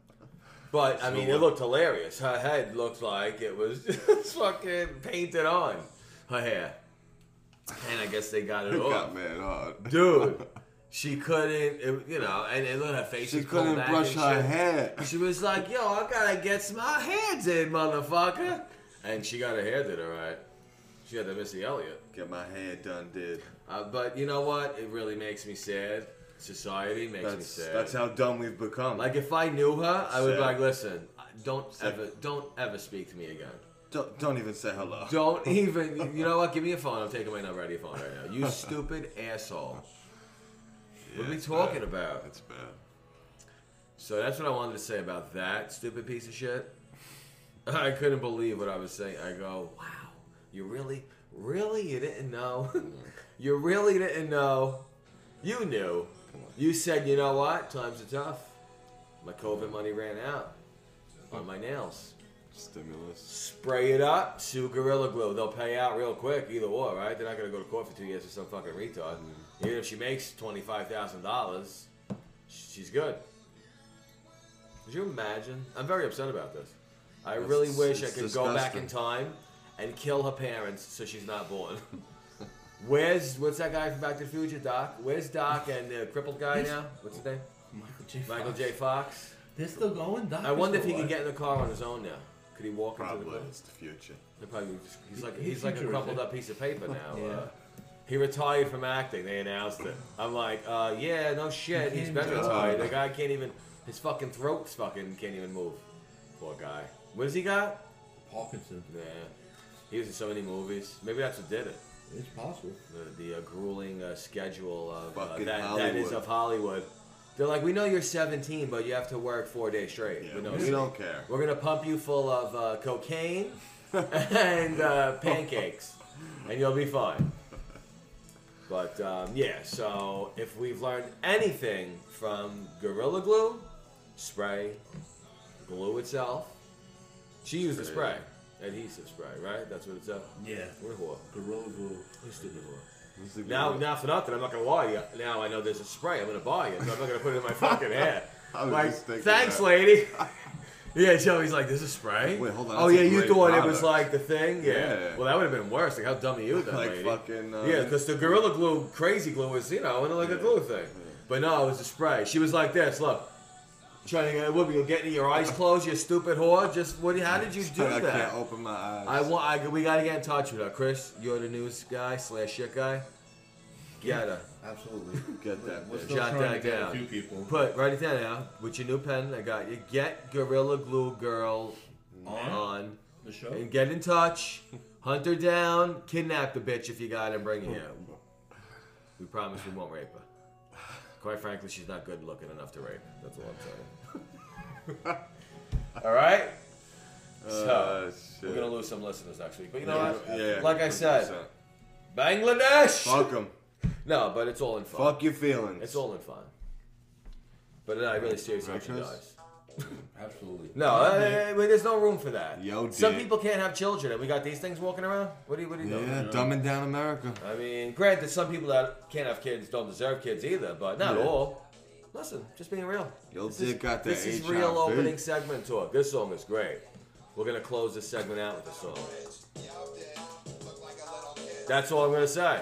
[SPEAKER 1] But I mean,
[SPEAKER 3] So
[SPEAKER 1] it
[SPEAKER 3] what?
[SPEAKER 1] looked hilarious. Her head looked like it was fucking painted on her hair, and I guess they got it
[SPEAKER 3] It
[SPEAKER 1] off.
[SPEAKER 3] got mad hard.
[SPEAKER 1] dude. She couldn't, it, you know, and, and look, her face
[SPEAKER 3] She
[SPEAKER 1] was pulled
[SPEAKER 3] couldn't
[SPEAKER 1] back
[SPEAKER 3] brush
[SPEAKER 1] and
[SPEAKER 3] her
[SPEAKER 1] shit.
[SPEAKER 3] hair.
[SPEAKER 1] She was like, "Yo, I gotta get some my hands in, motherfucker," and she got her hair did all right. She had the Missy Elliott,
[SPEAKER 3] Get my hair done, dude.
[SPEAKER 1] uh, but you know what? It really makes me sad. Society makes me
[SPEAKER 3] That's
[SPEAKER 1] sad.
[SPEAKER 3] that's how dumb we've become.
[SPEAKER 1] like if I knew her, I would be
[SPEAKER 3] Sad.
[SPEAKER 1] like, "Listen, don't
[SPEAKER 3] Sad.
[SPEAKER 1] ever, don't ever speak to me again."
[SPEAKER 3] don't, don't even say hello.
[SPEAKER 1] Don't even. You know what? Give me your phone. I'm taking my number out of your phone right now. You stupid asshole.
[SPEAKER 3] Yeah,
[SPEAKER 1] What are we
[SPEAKER 3] it's
[SPEAKER 1] talking
[SPEAKER 3] bad.
[SPEAKER 1] about?
[SPEAKER 3] That's bad.
[SPEAKER 1] So that's what I wanted to say about that stupid piece of shit. I couldn't believe what I was saying. I go, wow, you really, really, you didn't know? you really didn't know? You knew. You said, you know what? Times are tough. My COVID money ran out on my nails.
[SPEAKER 3] Stimulus.
[SPEAKER 1] Spray it up, sue Gorilla Glue. They'll pay out real quick, either or, right? They're not going to go to court for two years for some fucking retard.
[SPEAKER 3] Mm-hmm.
[SPEAKER 1] Even if she makes $25,000, she's good. Could you imagine? I'm very upset about this. I
[SPEAKER 3] It's-
[SPEAKER 1] really wish I
[SPEAKER 3] it's
[SPEAKER 1] could go back
[SPEAKER 3] disgusting.
[SPEAKER 1] in time and kill her parents so she's not born. Where's, what's that guy from Back to the Future, Doc? Where's Doc and the crippled guy now? What's his name?
[SPEAKER 2] Michael J.
[SPEAKER 1] Michael
[SPEAKER 2] Fox.
[SPEAKER 1] J. Fox.
[SPEAKER 2] They're still going. Doctors
[SPEAKER 1] I wonder if he
[SPEAKER 2] still
[SPEAKER 1] can
[SPEAKER 2] alive.
[SPEAKER 1] get in the car on his own now. Could he walk into the
[SPEAKER 3] Probably
[SPEAKER 1] car?
[SPEAKER 3] it's the future.
[SPEAKER 1] They probably just- he's like
[SPEAKER 2] He-
[SPEAKER 1] he's like a
[SPEAKER 2] future,
[SPEAKER 1] crumpled
[SPEAKER 2] isn't he?
[SPEAKER 1] up piece of paper now.
[SPEAKER 2] Yeah.
[SPEAKER 1] uh, he retired from acting. They announced it. I'm like, uh, yeah, no shit.
[SPEAKER 2] He
[SPEAKER 1] He's
[SPEAKER 2] can't
[SPEAKER 1] been
[SPEAKER 2] do it.
[SPEAKER 1] retired. The guy can't even. His fucking throat's fucking can't even move. Poor guy. What has he got?
[SPEAKER 2] Parkinson.
[SPEAKER 1] Yeah. He was in so many movies. Maybe that's what did it.
[SPEAKER 2] It's possible.
[SPEAKER 1] The, the uh, grueling uh, schedule of uh,
[SPEAKER 3] Fucking
[SPEAKER 1] that, that is
[SPEAKER 3] Hollywood.
[SPEAKER 1] of Hollywood. They're like, we know you're 17, but you have to work four days straight.
[SPEAKER 3] Yeah,
[SPEAKER 1] We know
[SPEAKER 3] we
[SPEAKER 1] it's-
[SPEAKER 3] don't care.
[SPEAKER 1] we're gonna pump you full of uh, cocaine and uh, pancakes, and you'll be fine. But um, yeah, so if we've learned anything from Gorilla Glue, spray, glue itself, she used the spray,
[SPEAKER 3] Spray.
[SPEAKER 1] adhesive spray, right? That's what it's up.
[SPEAKER 2] Yeah.
[SPEAKER 1] We're a whore.
[SPEAKER 2] Gorilla glue.
[SPEAKER 1] We're stupid whore.
[SPEAKER 3] What's the
[SPEAKER 1] Now,
[SPEAKER 3] good-
[SPEAKER 1] now for nothing, I'm not gonna lie to you. Now I know there's a spray. I'm gonna buy it. So I'm not gonna put it in my fucking hair.
[SPEAKER 3] I was
[SPEAKER 1] Like,
[SPEAKER 3] just thinking
[SPEAKER 1] thanks,
[SPEAKER 3] that.
[SPEAKER 1] lady. Yeah, Joey's like, there's a spray.
[SPEAKER 3] Wait, hold on,
[SPEAKER 1] Oh
[SPEAKER 3] that's a
[SPEAKER 1] yeah, you
[SPEAKER 3] great
[SPEAKER 1] thought it was
[SPEAKER 3] product.
[SPEAKER 1] like the thing. Yeah.
[SPEAKER 3] Yeah.
[SPEAKER 1] Well, that would have been worse. Like, how dumb are you, then,
[SPEAKER 3] Like
[SPEAKER 1] lady?
[SPEAKER 3] fucking, uh,
[SPEAKER 1] yeah, because the gorilla glue, crazy glue, is you know, and like a
[SPEAKER 3] Yeah,
[SPEAKER 1] glue thing.
[SPEAKER 3] yeah.
[SPEAKER 1] But no, it was a spray. She was like this. Look. Trying to get what you getting your eyes closed, you stupid whore. Just what? How did you do
[SPEAKER 3] I
[SPEAKER 1] that?
[SPEAKER 3] can't open my eyes.
[SPEAKER 1] I want. I, we gotta get in touch with her, Chris. You're the news guy slash shit guy. Get her.
[SPEAKER 2] Absolutely.
[SPEAKER 3] Get that
[SPEAKER 2] We're
[SPEAKER 3] bitch.
[SPEAKER 2] still
[SPEAKER 1] Jot
[SPEAKER 2] trying
[SPEAKER 1] that
[SPEAKER 2] to get
[SPEAKER 1] down.
[SPEAKER 2] a few people
[SPEAKER 1] Put write it down now with your new pen. I got you. Get Gorilla Glue Girl
[SPEAKER 2] on
[SPEAKER 1] on
[SPEAKER 2] the show.
[SPEAKER 1] and get in touch. Hunt her down. Kidnap the bitch if you got her and bring her here. We promise we won't rape her. Quite frankly, she's not good looking enough to rape. That's all I'm saying. all right.
[SPEAKER 3] Uh,
[SPEAKER 1] So
[SPEAKER 3] shit.
[SPEAKER 1] we're gonna lose some listeners next week, but you know
[SPEAKER 3] yeah,
[SPEAKER 1] what?
[SPEAKER 3] yeah,
[SPEAKER 1] Like I said,
[SPEAKER 3] 100%.
[SPEAKER 1] Bangladesh.
[SPEAKER 3] fuck them.
[SPEAKER 1] No, but it's all in fun.
[SPEAKER 3] Fuck your feelings.
[SPEAKER 1] It's all in fun. But I really seriously hope she
[SPEAKER 3] Breakfast?
[SPEAKER 1] dies.
[SPEAKER 2] Absolutely.
[SPEAKER 1] No, uh, uh, well, there's no room for that.
[SPEAKER 3] Yo,
[SPEAKER 1] Some
[SPEAKER 3] dick.
[SPEAKER 1] people can't have children, and we got these things walking around. What are you, what are you
[SPEAKER 3] Yeah,
[SPEAKER 1] doing?
[SPEAKER 3] dumbing down America.
[SPEAKER 1] I mean, granted, some people that can't have kids don't deserve kids either, but not
[SPEAKER 3] Yeah.
[SPEAKER 1] all. Listen, just being real.
[SPEAKER 3] Yo,
[SPEAKER 1] This is-
[SPEAKER 3] dick got that
[SPEAKER 1] This is
[SPEAKER 3] HIV.
[SPEAKER 1] real opening segment talk. This song is great. We're gonna close this segment out with a song. That's all I'm gonna say.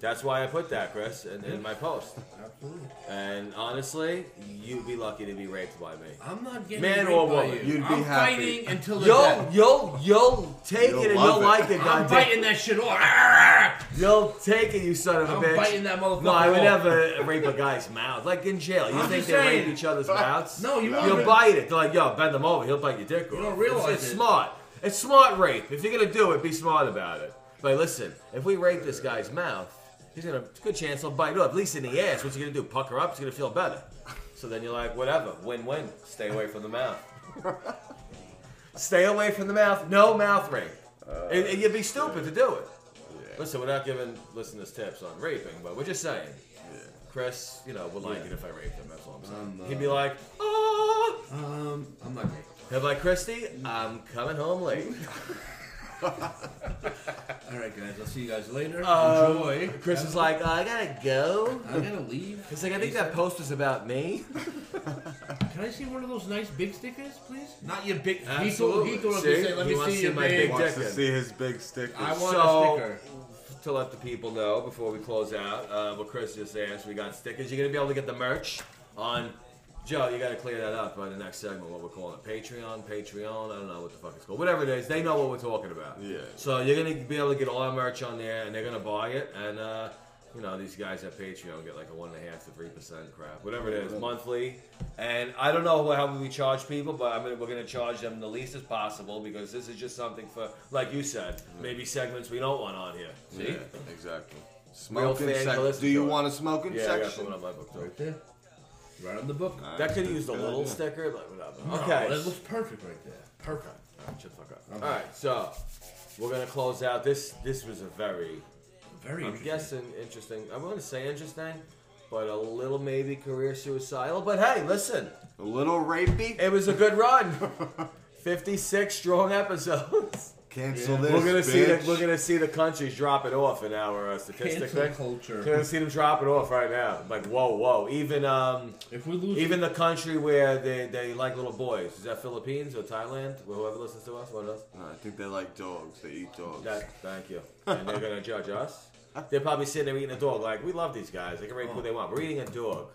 [SPEAKER 1] That's why I put that, Chris, in, in my post.
[SPEAKER 2] Absolutely.
[SPEAKER 1] And honestly, you'd be lucky to be raped by me.
[SPEAKER 2] I'm not getting
[SPEAKER 1] Man
[SPEAKER 2] raped
[SPEAKER 1] or
[SPEAKER 2] by
[SPEAKER 1] woman.
[SPEAKER 2] You.
[SPEAKER 3] You'd be
[SPEAKER 2] I'm
[SPEAKER 3] happy.
[SPEAKER 2] fighting until the
[SPEAKER 1] Yo,
[SPEAKER 2] death.
[SPEAKER 1] yo, yo, take
[SPEAKER 3] You'll
[SPEAKER 1] it and
[SPEAKER 3] love
[SPEAKER 1] you'll
[SPEAKER 3] it.
[SPEAKER 1] like it,
[SPEAKER 2] I'm
[SPEAKER 1] goddamn.
[SPEAKER 2] biting that shit off. Arrgh!
[SPEAKER 1] You'll take it, you son of a
[SPEAKER 2] I'm
[SPEAKER 1] bitch.
[SPEAKER 2] biting that motherfucker
[SPEAKER 1] No, I would
[SPEAKER 2] off.
[SPEAKER 1] never rape a guy's mouth. Like in jail, you
[SPEAKER 2] I'm
[SPEAKER 1] think
[SPEAKER 2] just
[SPEAKER 1] they rape
[SPEAKER 2] saying.
[SPEAKER 1] each other's mouths?
[SPEAKER 2] No, you
[SPEAKER 1] You'll
[SPEAKER 2] won't.
[SPEAKER 1] bite it. They're like, yo, bend them over. He'll bite your dick off.
[SPEAKER 2] don't realize
[SPEAKER 1] it's, it's
[SPEAKER 2] it.
[SPEAKER 1] smart. It's smart rape. If you're gonna do it, be smart about it. But listen, if we rape this guy's mouth, he's gonna good chance he'll bite it up. At least in the ass. What's he gonna do? Pucker up. He's gonna feel better. So then you're like, whatever. Win-win. Stay away from the mouth. Stay away from the mouth. No mouth rape. and, and you'd be stupid to do it. Listen, we're not giving listeners tips on raping, but we're just saying. Chris, you know, would like it if I raped him. That's all I'm saying.
[SPEAKER 2] Um, uh,
[SPEAKER 1] He'd be like, oh.
[SPEAKER 2] Um, I'm not gay.
[SPEAKER 1] He'd be like, Christy, I'm coming home late.
[SPEAKER 2] All right, guys. I'll see you guys later.
[SPEAKER 1] Um,
[SPEAKER 2] Enjoy.
[SPEAKER 1] Chris is like, I gotta go.
[SPEAKER 2] I'm gonna leave.
[SPEAKER 1] He's like, I think that poster's about me.
[SPEAKER 2] Can I see one of those nice big stickers, please? Not your big.
[SPEAKER 1] Absolutely.
[SPEAKER 2] He told, he told
[SPEAKER 1] See?
[SPEAKER 2] us to say, "Let
[SPEAKER 1] He
[SPEAKER 2] me
[SPEAKER 1] wants
[SPEAKER 2] see
[SPEAKER 1] to
[SPEAKER 2] your
[SPEAKER 1] see my
[SPEAKER 2] big."
[SPEAKER 1] big
[SPEAKER 3] Wants to
[SPEAKER 1] dick.
[SPEAKER 3] see his big stickers.
[SPEAKER 2] I want
[SPEAKER 1] So-
[SPEAKER 2] a sticker.
[SPEAKER 1] To let the people know before we close out, uh, what Chris just asked, we got stickers. You're gonna be able to get the merch on. Joe, you gotta clear that up by the next segment. What we're calling it, Patreon, Patreon. I don't know what the fuck it's called. Whatever it is, they know what we're talking about.
[SPEAKER 3] Yeah.
[SPEAKER 1] So you're gonna be able to get all our merch on there, and they're gonna buy it. And uh, you know these guys at Patreon get like a one and a half to three percent crap, whatever it is, monthly. And I don't know how we charge people, but I mean we're gonna charge them the least as possible because this is just something for, like you said, maybe segments we don't want on here. See?
[SPEAKER 3] Yeah, exactly. Smoking
[SPEAKER 1] fan can
[SPEAKER 3] section.
[SPEAKER 1] listen
[SPEAKER 3] Do
[SPEAKER 1] to
[SPEAKER 3] you
[SPEAKER 1] it.
[SPEAKER 3] want a smoking
[SPEAKER 1] Yeah, I got
[SPEAKER 3] section?
[SPEAKER 1] someone on my book too.
[SPEAKER 2] Right there. Right on the book.
[SPEAKER 3] All right,
[SPEAKER 1] That could have used
[SPEAKER 3] that's
[SPEAKER 1] a
[SPEAKER 3] good
[SPEAKER 1] little
[SPEAKER 3] idea.
[SPEAKER 1] sticker, but whatever.
[SPEAKER 2] No,
[SPEAKER 1] Uh, Okay.
[SPEAKER 2] That looks perfect right there. Perfect.
[SPEAKER 1] Alright, shut the fuck up. All right, so we're gonna close out. This this was a very
[SPEAKER 2] Very
[SPEAKER 1] I'm
[SPEAKER 2] interesting.
[SPEAKER 1] guessing interesting. I wouldn't say interesting, but a little maybe career suicidal. But hey, listen,
[SPEAKER 3] A little rapey.
[SPEAKER 1] it was a good run. 56 strong episodes.
[SPEAKER 3] Cancel this.
[SPEAKER 1] we're gonna see the,
[SPEAKER 3] bitch.
[SPEAKER 1] we're gonna see the countries drop it off in our uh, statistic
[SPEAKER 2] Cancel
[SPEAKER 1] thing. We're
[SPEAKER 2] culture.
[SPEAKER 1] gonna see them drop it off right now. Like whoa, whoa. Even um,
[SPEAKER 2] If we lose,
[SPEAKER 1] even the country where they, they like little boys. Is that Philippines or Thailand? Whoever listens to us, one of us.
[SPEAKER 3] No, I think they like dogs. They eat dogs.
[SPEAKER 1] That, thank you. And they're gonna judge us. They're probably sitting there eating a dog. Like we love these guys. They can rape who they want. We're eating a dog.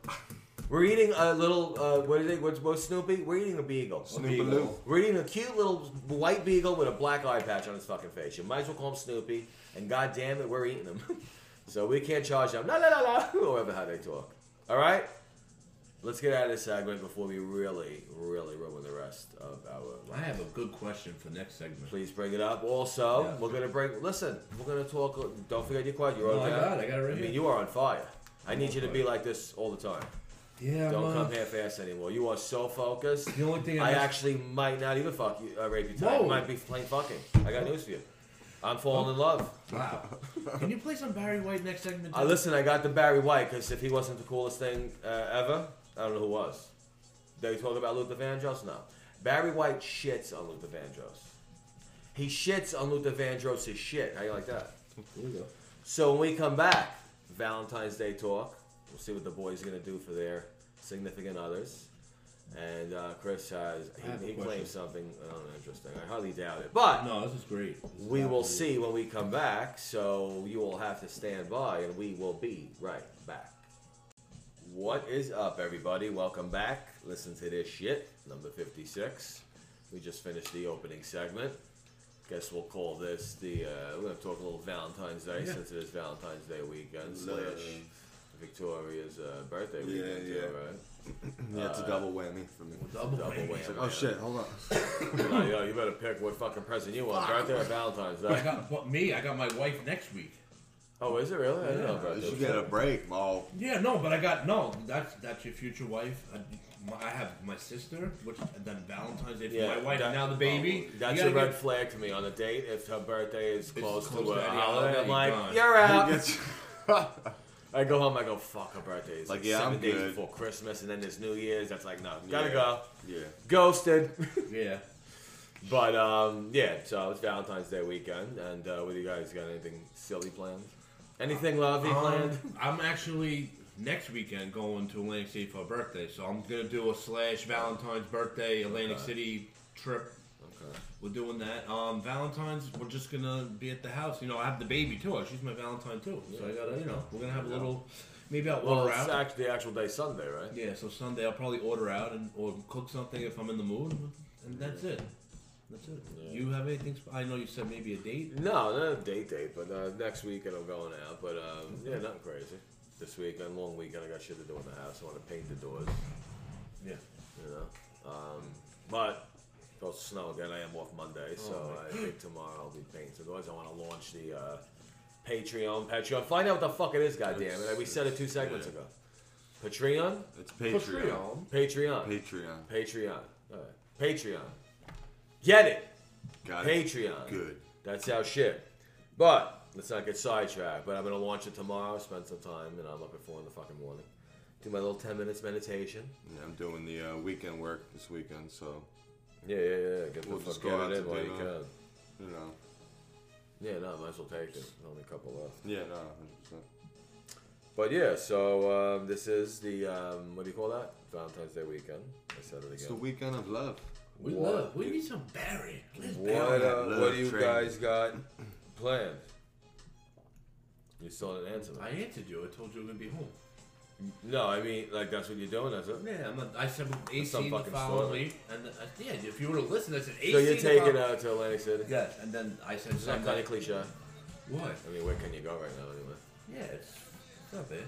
[SPEAKER 1] We're eating a little. Uh, what is it? What's what's Snoopy? We're eating a beagle.
[SPEAKER 3] Snoopaloo.
[SPEAKER 1] We're eating a cute little white beagle with a black eye patch on his fucking face. You might as well call him Snoopy. And god damn it, we're eating him. so we can't charge them. La la la la. Whoever how they talk. All right. Let's get out of this segment before we really, really ruin the rest of our.
[SPEAKER 2] I have a good question for next segment.
[SPEAKER 1] Please bring it up. Also,
[SPEAKER 2] Yeah.
[SPEAKER 1] we're gonna bring. Listen, we're gonna talk. Don't forget your quad. You're
[SPEAKER 2] No,
[SPEAKER 1] on
[SPEAKER 2] I
[SPEAKER 1] fire.
[SPEAKER 2] got it. Oh I got it right
[SPEAKER 1] I mean,
[SPEAKER 2] here.
[SPEAKER 1] you are on fire. I need
[SPEAKER 2] on
[SPEAKER 1] you to be like this all the time.
[SPEAKER 2] Yeah.
[SPEAKER 1] Don't
[SPEAKER 2] I'm, uh,
[SPEAKER 1] come half-assed anymore. You are so focused.
[SPEAKER 2] The only thing
[SPEAKER 1] I
[SPEAKER 2] I miss-
[SPEAKER 1] actually might not even fuck you, uh, rape you tonight.
[SPEAKER 2] Whoa.
[SPEAKER 1] Might be plain fucking. I got news for you. I'm falling in love.
[SPEAKER 2] Wow. Can you play some Barry White next segment?
[SPEAKER 1] Uh, listen, I got the Barry White because if he wasn't the coolest thing uh, ever, I don't know who was. They talk about Luther Vandross? No. Barry White shits on Luther Vandross. He shits on Luther Vandross's shit. How you like that?
[SPEAKER 2] Here we go.
[SPEAKER 1] So when we come back, Valentine's Day talk. We'll see what the boys are gonna do for their significant others. And uh, Chris has
[SPEAKER 2] I have a
[SPEAKER 1] he, he
[SPEAKER 2] question.
[SPEAKER 1] claims something I don't know, interesting. I hardly doubt it, but
[SPEAKER 2] No, this is great. This is
[SPEAKER 1] we will
[SPEAKER 2] absolutely-
[SPEAKER 1] see when we come back. So you will have to stand by, and we will be right back. What is up, everybody? Welcome back. Listen to this shit, number fifty-six. We just finished the opening segment. Guess we'll call this the. Uh, we're gonna talk a little Valentine's Day
[SPEAKER 2] Yeah.
[SPEAKER 1] since it is Valentine's Day weekend
[SPEAKER 3] Love.
[SPEAKER 1] slash Victoria's uh, birthday
[SPEAKER 3] Yeah,
[SPEAKER 1] weekend. too,
[SPEAKER 3] yeah.
[SPEAKER 1] right?
[SPEAKER 3] Yeah, it's a
[SPEAKER 1] Uh,
[SPEAKER 3] double whammy for me.
[SPEAKER 2] Double,
[SPEAKER 1] Double
[SPEAKER 2] whammy.
[SPEAKER 1] whammy.
[SPEAKER 3] Oh shit, hold on.
[SPEAKER 1] Nah, yo, you better pick what fucking present you want,
[SPEAKER 2] Fuck.
[SPEAKER 1] birthday or Valentine's
[SPEAKER 2] I
[SPEAKER 1] Day.
[SPEAKER 2] got what, me. I got my wife next week.
[SPEAKER 1] Oh, is it really? I didn't know
[SPEAKER 2] Yeah,
[SPEAKER 1] about
[SPEAKER 3] You
[SPEAKER 1] this.
[SPEAKER 3] should get a break, Mo.
[SPEAKER 2] Yeah, no, but I got no. That's that's your future wife. I, my- I have my sister, which and then Valentine's Day for my wife,
[SPEAKER 1] that-
[SPEAKER 2] and now the baby. You
[SPEAKER 1] Oh, That's
[SPEAKER 2] gotta
[SPEAKER 1] a red
[SPEAKER 2] get-
[SPEAKER 1] flag to me on a date. If her birthday is close,
[SPEAKER 2] close
[SPEAKER 1] to
[SPEAKER 2] to
[SPEAKER 1] a
[SPEAKER 2] any
[SPEAKER 1] holiday,
[SPEAKER 2] holiday,
[SPEAKER 1] I'm like,
[SPEAKER 2] gone.
[SPEAKER 1] you're
[SPEAKER 3] You
[SPEAKER 1] out.
[SPEAKER 3] get-
[SPEAKER 1] I go home, I go, fuck, her birthday is like,
[SPEAKER 3] Like, yeah,
[SPEAKER 1] seven
[SPEAKER 3] I'm
[SPEAKER 1] days
[SPEAKER 3] good.
[SPEAKER 1] before Christmas, and then there's New Year's. That's like, no, gotta
[SPEAKER 3] Yeah.
[SPEAKER 1] go.
[SPEAKER 3] yeah.
[SPEAKER 1] Ghosted.
[SPEAKER 2] Yeah.
[SPEAKER 1] but um, yeah, so it's Valentine's Day weekend, and uh, what do you guys got? Anything silly planned? Anything lovey planned?
[SPEAKER 2] Um, I'm actually next weekend going to Atlantic City for a birthday, so I'm gonna do a slash Valentine's birthday Atlantic
[SPEAKER 1] Okay.
[SPEAKER 2] City trip.
[SPEAKER 1] Okay.
[SPEAKER 2] We're doing that. Um, Valentine's, we're just gonna be at the house. You know, I have the baby too. She's my Valentine too, so I gotta, you know, we're gonna have a little. Maybe I'll
[SPEAKER 1] Well,
[SPEAKER 2] order
[SPEAKER 1] it's
[SPEAKER 2] out.
[SPEAKER 1] act- the actual day Sunday, right?
[SPEAKER 2] Yeah, so Sunday I'll probably order out and or cook something if I'm in the mood, and that's it. That's it.
[SPEAKER 1] Yeah.
[SPEAKER 2] You have anything? Sp- I know you said maybe a date.
[SPEAKER 1] No, not a date date, but uh, next weekend I'm going out. But um, yeah, nothing crazy. This weekend, long weekend, I got shit to do in the house. I want to paint the doors,
[SPEAKER 2] Yeah.
[SPEAKER 1] you know. Um, but it's supposed to snow again. I am off Monday,
[SPEAKER 3] Oh
[SPEAKER 1] so I think tomorrow I'll be painting some doors. I want to launch the uh, Patreon, Patreon. Find out what the fuck it is, goddamn it! We said it two segments
[SPEAKER 3] yeah.
[SPEAKER 1] ago. Patreon,
[SPEAKER 3] It's Patreon.
[SPEAKER 1] Patreon,
[SPEAKER 3] Patreon.
[SPEAKER 1] Patreon, All right. Patreon. Get it,
[SPEAKER 3] Got it.
[SPEAKER 1] Patreon.
[SPEAKER 3] Good.
[SPEAKER 1] That's our shit. But let's not get sidetracked. But I'm gonna launch it tomorrow. Spend some time, and I'm up at four in the fucking morning. Do my little ten minutes meditation.
[SPEAKER 3] Yeah, I'm doing the uh, weekend work this weekend, so
[SPEAKER 1] Yeah, yeah, yeah. Get
[SPEAKER 3] We'll
[SPEAKER 1] the
[SPEAKER 3] just
[SPEAKER 1] fuck
[SPEAKER 3] go
[SPEAKER 1] out
[SPEAKER 3] out
[SPEAKER 1] of
[SPEAKER 3] to
[SPEAKER 1] while you
[SPEAKER 3] dinner.
[SPEAKER 1] can.
[SPEAKER 3] you know.
[SPEAKER 1] Yeah, no, might as well take it. Only a couple left.
[SPEAKER 3] Yeah, no, 100. percent
[SPEAKER 1] But yeah, so um, this is the um, what do you call that? Valentine's Day weekend. I said it
[SPEAKER 3] It's the
[SPEAKER 1] again.
[SPEAKER 3] weekend of love.
[SPEAKER 2] We
[SPEAKER 1] What?
[SPEAKER 2] love. We need some Barry. Where's
[SPEAKER 1] What,
[SPEAKER 2] Barry?
[SPEAKER 1] uh,
[SPEAKER 3] Love
[SPEAKER 1] what do you
[SPEAKER 3] train.
[SPEAKER 1] guys got planned? You still didn't answer me.
[SPEAKER 2] I answered you. I told you we were gonna be home.
[SPEAKER 1] No, I mean like that's what you're doing, is it?
[SPEAKER 2] Yeah, I'm not, I said AC
[SPEAKER 1] some
[SPEAKER 2] the
[SPEAKER 1] fucking
[SPEAKER 2] following
[SPEAKER 1] story.
[SPEAKER 2] week, and uh, yeah, if you were to listen, I said AC.
[SPEAKER 1] So you're
[SPEAKER 2] the
[SPEAKER 1] taking
[SPEAKER 2] following-
[SPEAKER 1] out to Atlantic City.
[SPEAKER 2] Yes, and then I said
[SPEAKER 1] It's not
[SPEAKER 2] something.
[SPEAKER 1] kind of cliche.
[SPEAKER 2] What?
[SPEAKER 1] I mean, where can you go right now anyway?
[SPEAKER 2] Yeah, it's it's not bad.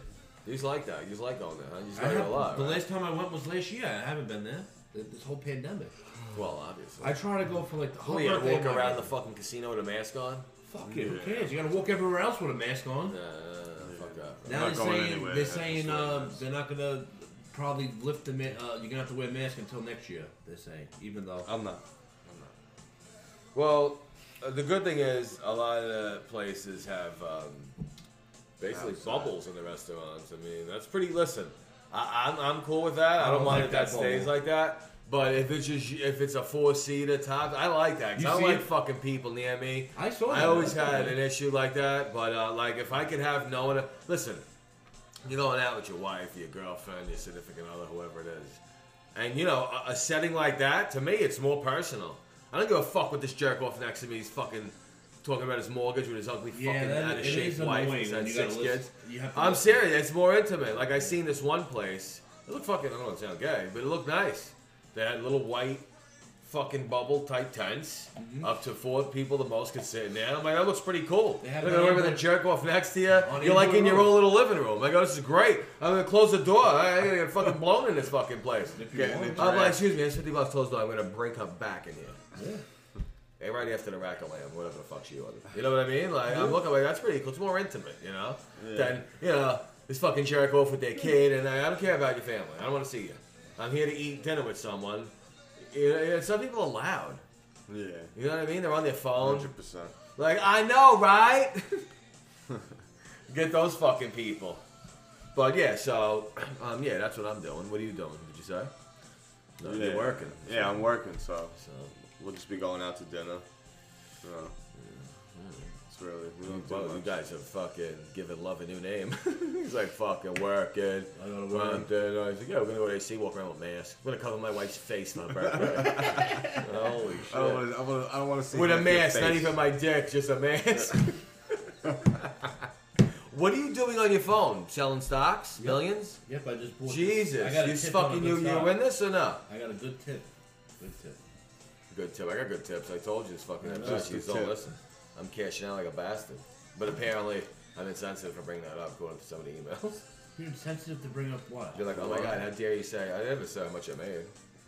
[SPEAKER 1] You just like that. You just like going there, huh? You just
[SPEAKER 2] I
[SPEAKER 1] like it a
[SPEAKER 2] haven't-
[SPEAKER 1] lot.
[SPEAKER 2] the
[SPEAKER 1] right?
[SPEAKER 2] last time I went was last year. I haven't been there. Th- This whole pandemic.
[SPEAKER 1] Well, obviously.
[SPEAKER 2] I try to go for like the whole
[SPEAKER 1] Well, you gotta
[SPEAKER 2] birthday
[SPEAKER 1] walk
[SPEAKER 2] of my
[SPEAKER 1] around
[SPEAKER 2] birthday.
[SPEAKER 1] the fucking casino with a mask on?
[SPEAKER 2] Fuck it, who
[SPEAKER 3] Yeah.
[SPEAKER 2] cares? You gotta walk everywhere else with a mask on.
[SPEAKER 1] Nah, nah, nah, fuck that. bro.
[SPEAKER 2] Now
[SPEAKER 3] not
[SPEAKER 2] they're
[SPEAKER 3] going
[SPEAKER 2] saying,
[SPEAKER 3] anywhere,
[SPEAKER 2] they're,
[SPEAKER 3] that's
[SPEAKER 2] saying
[SPEAKER 3] what it
[SPEAKER 2] uh,
[SPEAKER 3] is.
[SPEAKER 2] they're not gonna probably lift the ma- uh, you're gonna have to wear a mask until next year, they're saying. Even though
[SPEAKER 3] I'm not.
[SPEAKER 1] Well, uh, the good thing is a lot of the places have um, basically
[SPEAKER 3] Outside.
[SPEAKER 1] bubbles in the restaurants. I mean, that's pretty. Listen, I, I'm I'm cool with that. I, don't,
[SPEAKER 2] don't
[SPEAKER 1] mind
[SPEAKER 2] like
[SPEAKER 1] if
[SPEAKER 2] that
[SPEAKER 1] that stays
[SPEAKER 2] bubble.
[SPEAKER 1] like that. But if it's just if it's a four seater top, I like that. 'cause
[SPEAKER 2] You
[SPEAKER 1] I don't
[SPEAKER 2] see
[SPEAKER 1] like
[SPEAKER 2] it?
[SPEAKER 1] fucking people near me.
[SPEAKER 2] I saw
[SPEAKER 1] I
[SPEAKER 2] that.
[SPEAKER 1] always
[SPEAKER 2] That's
[SPEAKER 1] had
[SPEAKER 2] okay.
[SPEAKER 1] an issue like that, but uh, like if I could have no one, listen, you're going out with your wife, your girlfriend, your significant other, whoever it is, and you know a, a setting like that to me, it's more personal. I don't give a fuck what this jerk off next to me is fucking talking about his mortgage with his ugly fucking
[SPEAKER 2] Yeah, that-
[SPEAKER 1] out of
[SPEAKER 2] it
[SPEAKER 1] shape
[SPEAKER 2] is
[SPEAKER 1] wife
[SPEAKER 2] annoying
[SPEAKER 1] who's
[SPEAKER 2] when
[SPEAKER 1] had
[SPEAKER 2] you gotta
[SPEAKER 1] six
[SPEAKER 2] listen-
[SPEAKER 1] kids.
[SPEAKER 2] you have to
[SPEAKER 1] I'm
[SPEAKER 2] listen.
[SPEAKER 1] serious. It's more intimate. Like I seen this one place. It looked fucking. I don't want to sound gay, but it looked nice. They had little white fucking bubble type tents.
[SPEAKER 2] Mm-hmm.
[SPEAKER 1] Up to four people the most could sit in there. I'm like, that looks pretty cool.
[SPEAKER 2] They have
[SPEAKER 1] Look
[SPEAKER 2] it
[SPEAKER 1] at
[SPEAKER 2] on
[SPEAKER 1] whoever the
[SPEAKER 2] each-
[SPEAKER 1] jerk off next to you.
[SPEAKER 2] on
[SPEAKER 1] You're
[SPEAKER 2] each
[SPEAKER 1] like in your
[SPEAKER 2] room.
[SPEAKER 1] own little living room. Like, oh, this is great. I'm gonna close the door. I I get fucking blown in this fucking place.
[SPEAKER 2] If you
[SPEAKER 1] Okay.
[SPEAKER 2] want.
[SPEAKER 1] I'm like, Oh, excuse me, it's 50 bucks closed door. I'm gonna break her back in here. Hey, right after the rack of lamb, whatever the fuck she ordered. You know what I mean? Like, I'm looking like that's pretty cool. It's more intimate, you know.
[SPEAKER 3] Yeah.
[SPEAKER 1] Than you know this fucking jerk off with their kid, and I, I don't care about your family. I don't want to see you. I'm here to eat dinner with someone. You know, some people are loud.
[SPEAKER 3] Yeah.
[SPEAKER 1] You know what I mean? They're on their phone.
[SPEAKER 3] 100%.
[SPEAKER 1] Like, I know, right? Get those fucking people. But yeah, so um, yeah, that's what I'm doing. What are you doing? Did you say? No,
[SPEAKER 3] yeah.
[SPEAKER 1] You're working.
[SPEAKER 3] Yeah, I'm working, so
[SPEAKER 1] So
[SPEAKER 3] we'll just be going out to dinner. You know. It's really, we don't do
[SPEAKER 1] well, you
[SPEAKER 3] much.
[SPEAKER 1] guys have fucking given love a new name. He's like fucking working.
[SPEAKER 2] I gotta
[SPEAKER 1] Well,
[SPEAKER 2] work.
[SPEAKER 1] I'm dead. I was like, yeah, we're gonna go to AC, walk around with masks. I'm gonna cover my wife's face for my birthday. Holy shit.
[SPEAKER 3] I don't want to. I, wanna, I don't want to see.
[SPEAKER 1] With a
[SPEAKER 3] half your
[SPEAKER 1] mask, not
[SPEAKER 3] face.
[SPEAKER 1] even my dick, just a mask. what are you doing on your phone? Selling stocks? Millions?
[SPEAKER 2] Yep, I just bought.
[SPEAKER 1] Jesus,
[SPEAKER 2] I got a
[SPEAKER 1] you
[SPEAKER 2] tip on a
[SPEAKER 1] fucking
[SPEAKER 2] good
[SPEAKER 1] you, you
[SPEAKER 2] stock.
[SPEAKER 1] win this or no?
[SPEAKER 2] I got a good tip. Good tip.
[SPEAKER 1] Good tip. I got good tips. I told you this fucking
[SPEAKER 2] Yeah,
[SPEAKER 1] episode.
[SPEAKER 3] that's
[SPEAKER 1] You
[SPEAKER 3] the
[SPEAKER 1] don't
[SPEAKER 3] tip.
[SPEAKER 1] listen. I'm cashing out like a bastard. But apparently, I'm insensitive for bringing that up, going to so many emails.
[SPEAKER 2] You're insensitive Hmm, to bring up what?
[SPEAKER 1] You're like, oh my god, how dare you say I never said how much I made.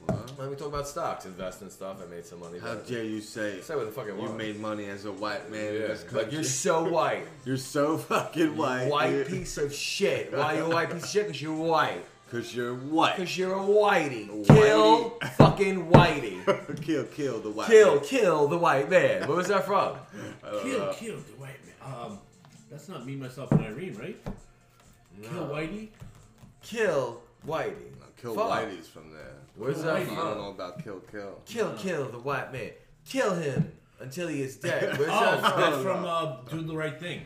[SPEAKER 3] What?
[SPEAKER 1] When we talk about stocks, investing stuff, I made some money.
[SPEAKER 3] How
[SPEAKER 1] but-
[SPEAKER 3] dare you say
[SPEAKER 1] Say what the fuck I
[SPEAKER 3] you
[SPEAKER 1] want.
[SPEAKER 3] made money as a white man in
[SPEAKER 1] Yeah,
[SPEAKER 3] this country?
[SPEAKER 1] like you're so white.
[SPEAKER 3] You're so fucking white.
[SPEAKER 1] White piece of shit. Why you a white piece of shit? Because you're white.
[SPEAKER 3] Because you're white.
[SPEAKER 1] Because you're a whitey.
[SPEAKER 3] Whitey.
[SPEAKER 1] Kill fucking whitey.
[SPEAKER 3] kill, kill the white.
[SPEAKER 1] Kill,
[SPEAKER 3] man.
[SPEAKER 1] kill the white man. What was that from? uh,
[SPEAKER 2] Kill, kill the white man. Um, that's not me, myself, and Irene, right? Kill Whitey.
[SPEAKER 1] Kill whitey.
[SPEAKER 3] Kill
[SPEAKER 1] Fuck.
[SPEAKER 3] whitey's from there.
[SPEAKER 1] Where's
[SPEAKER 2] Kill
[SPEAKER 1] that
[SPEAKER 2] whitey.
[SPEAKER 3] I
[SPEAKER 1] from?
[SPEAKER 3] don't know about kill, kill.
[SPEAKER 1] Kill, kill the white man. Kill him until he is dead. Where's
[SPEAKER 2] Oh,
[SPEAKER 1] that from?
[SPEAKER 2] that's from uh, Do the Right Thing.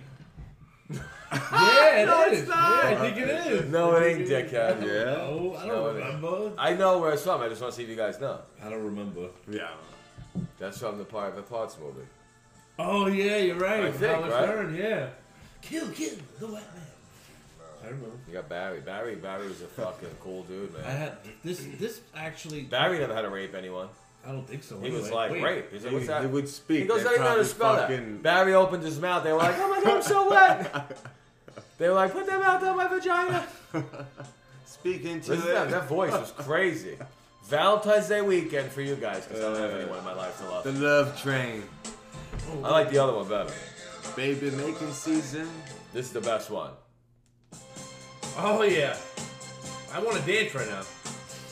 [SPEAKER 2] yeah, it
[SPEAKER 1] No, it's
[SPEAKER 2] is.
[SPEAKER 1] not.
[SPEAKER 2] Yeah, I think it is.
[SPEAKER 1] No,
[SPEAKER 2] I
[SPEAKER 1] it
[SPEAKER 2] think
[SPEAKER 1] ain't,
[SPEAKER 2] is.
[SPEAKER 1] dickhead.
[SPEAKER 3] Yeah.
[SPEAKER 2] No, I
[SPEAKER 1] No,
[SPEAKER 2] don't
[SPEAKER 1] it
[SPEAKER 2] remember.
[SPEAKER 1] I know where it's from. I just want to see if you guys know.
[SPEAKER 2] I don't remember.
[SPEAKER 3] Yeah.
[SPEAKER 1] That's from the part of the parts movie.
[SPEAKER 2] Oh yeah, you're right.
[SPEAKER 1] I think,
[SPEAKER 2] Howard
[SPEAKER 1] right?
[SPEAKER 2] Stern, yeah. Kill, kill the white man. I remember.
[SPEAKER 1] You got Barry. Barry, Barry was a fucking cool dude, man.
[SPEAKER 2] I had this. This actually,
[SPEAKER 1] Barry never had to rape anyone.
[SPEAKER 2] I don't think so.
[SPEAKER 1] He was
[SPEAKER 2] anyway.
[SPEAKER 1] like,
[SPEAKER 2] Wait.
[SPEAKER 1] rape. He's like, what's
[SPEAKER 3] They-
[SPEAKER 1] that?
[SPEAKER 3] They would speak.
[SPEAKER 1] He goes,
[SPEAKER 3] They'd
[SPEAKER 1] I didn't know how to
[SPEAKER 3] probably
[SPEAKER 1] spell
[SPEAKER 3] fucking-
[SPEAKER 1] that. Barry opened his mouth. They were like, oh my god, I'm so wet. they were like, put that mouth on my vagina.
[SPEAKER 3] Speak into
[SPEAKER 1] Listen to that.
[SPEAKER 3] it.
[SPEAKER 1] That voice was crazy. Valentine's Day weekend for you guys because I don't have anyone in my life to
[SPEAKER 3] The
[SPEAKER 1] love.
[SPEAKER 3] love train.
[SPEAKER 1] I like the other one better.
[SPEAKER 3] Baby making season.
[SPEAKER 1] This is the best one.
[SPEAKER 2] Oh yeah. I want to dance right now.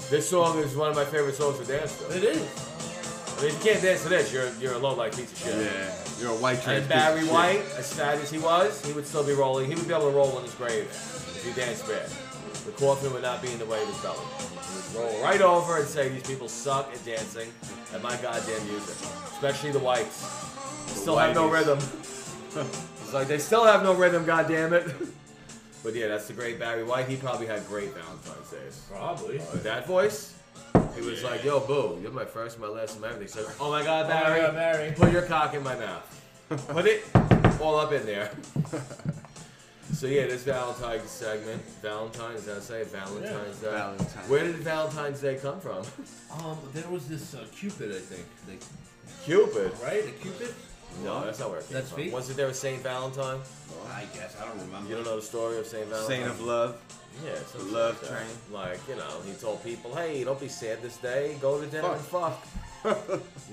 [SPEAKER 1] This song is one of my favorite songs to dance to.
[SPEAKER 2] It is.
[SPEAKER 1] I mean, if you can't dance to this, you're you're a low life piece of shit.
[SPEAKER 3] Yeah. You're a white train.
[SPEAKER 1] And Barry White, as sad as he was, he would still be rolling. He would be able to roll in his grave if he danced bad. The coffin would not be in the way of his belly. He would roll right over and say, "These people suck at dancing at my goddamn music, especially the whites. They still have no
[SPEAKER 3] whiteys.
[SPEAKER 1] rhythm." It's like they still have no rhythm, goddamn it. But yeah, that's the great Barry White. He probably had great Valentine's days.
[SPEAKER 2] Probably.
[SPEAKER 1] But that voice, he was like, "Yo, boo, you're my first, my last, and my everything." So, oh my God, Barry,
[SPEAKER 2] God, Barry."
[SPEAKER 1] put your cock in my mouth, put it all up in there. so yeah, this Valentine's segment, Valentine's, did I say Valentine's Day?
[SPEAKER 3] Valentine's.
[SPEAKER 1] Where did Valentine's Day come from?
[SPEAKER 2] Um, there was this uh, Cupid, I think. Like,
[SPEAKER 1] Cupid.
[SPEAKER 2] right? A Cupid?
[SPEAKER 1] No, that's not where it came
[SPEAKER 2] That's
[SPEAKER 1] from.
[SPEAKER 2] me?
[SPEAKER 1] Wasn't there a Saint Valentine?
[SPEAKER 2] I guess I don't remember.
[SPEAKER 1] You don't know the story of Saint Valentine?
[SPEAKER 3] Saint of love.
[SPEAKER 1] Yeah, it's some
[SPEAKER 3] Love
[SPEAKER 1] shit like
[SPEAKER 3] train.
[SPEAKER 1] that. Like, you know, he told people, hey, don't be sad this day. Go to dinner and fuck.
[SPEAKER 2] Yeah.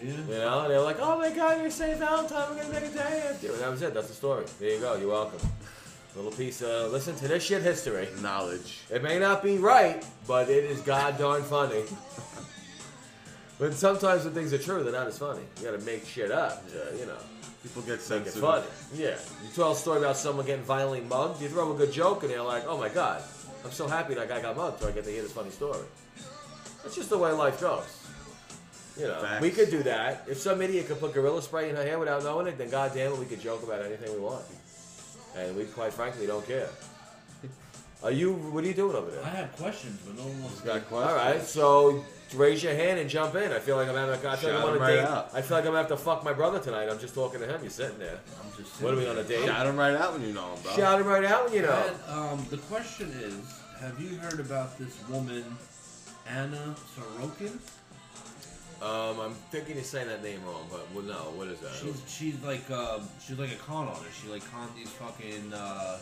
[SPEAKER 1] you know, and they're like, oh my god, you're Saint Valentine. We're going to make a day after you. And that was it. That's the story. There you go. You're welcome. Little piece of, listen to this shit history.
[SPEAKER 3] Knowledge.
[SPEAKER 1] It may not be right, but it is god darn funny. But sometimes when things are true, they're not as funny. You gotta make shit up, to, you know,
[SPEAKER 3] People get
[SPEAKER 1] make it
[SPEAKER 3] sensitive.
[SPEAKER 1] funny. Yeah. You tell a story about someone getting violently mugged, you throw a good joke, and they're like, oh my god, I'm so happy that guy got mugged, so I get to hear this funny story. That's just the way life goes. You know,
[SPEAKER 3] Facts.
[SPEAKER 1] we could do that. If some idiot could put gorilla spray in her hair without knowing it, then god damn it, we could joke about anything we want. And we quite frankly don't care. Are you, what are you doing over there?
[SPEAKER 2] I have questions, but no one wants to.
[SPEAKER 3] Got questions?
[SPEAKER 1] All right, so raise your hand and jump in. I feel like I'm having a. I feel like I'm
[SPEAKER 3] Shout
[SPEAKER 1] on a
[SPEAKER 3] him right
[SPEAKER 1] date.
[SPEAKER 3] out.
[SPEAKER 1] I feel like I'm gonna have to fuck my brother tonight. I'm just talking to him. You're sitting there.
[SPEAKER 2] I'm just
[SPEAKER 1] What are we
[SPEAKER 2] sitting
[SPEAKER 1] on a
[SPEAKER 2] there.
[SPEAKER 1] date?
[SPEAKER 3] Shout 'em right out when you know 'em, bro.
[SPEAKER 1] Shout him right out when you know.
[SPEAKER 2] But, um, the question is, have you heard about this woman, Anna Sorokin?
[SPEAKER 1] Um, I'm thinking you're saying that name wrong, but well, no. What is that?
[SPEAKER 2] She's she's like um, she's like a con artist. She like conned these fucking uh,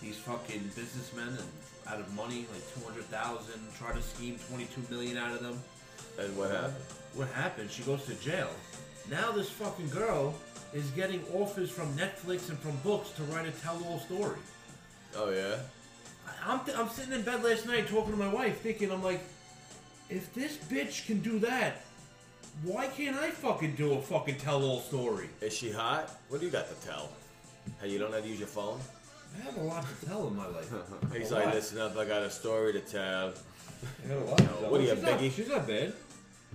[SPEAKER 2] these fucking businessmen and out of money like two hundred thousand. Tried to scheme twenty two million out of them.
[SPEAKER 1] and what happened?
[SPEAKER 2] What happened? She goes to jail. Now this fucking girl is getting offers from Netflix and from books to write a tell-all story.
[SPEAKER 1] Oh yeah.
[SPEAKER 2] I'm, th- I'm sitting in bed last night talking to my wife, thinking, I'm like, if this bitch can do that, why can't I fucking do a fucking tell-all story?
[SPEAKER 1] Is she hot? What do you got to tell? Hey, you don't know how to use your phone?
[SPEAKER 2] I have a lot to tell in my life.
[SPEAKER 1] He's
[SPEAKER 2] A
[SPEAKER 1] like,
[SPEAKER 2] lot.
[SPEAKER 1] listen up, I got a story to tell.
[SPEAKER 2] I got a lot to tell.
[SPEAKER 1] what do you
[SPEAKER 2] she's
[SPEAKER 1] have,
[SPEAKER 2] not-
[SPEAKER 1] Biggie?
[SPEAKER 2] She's not bad.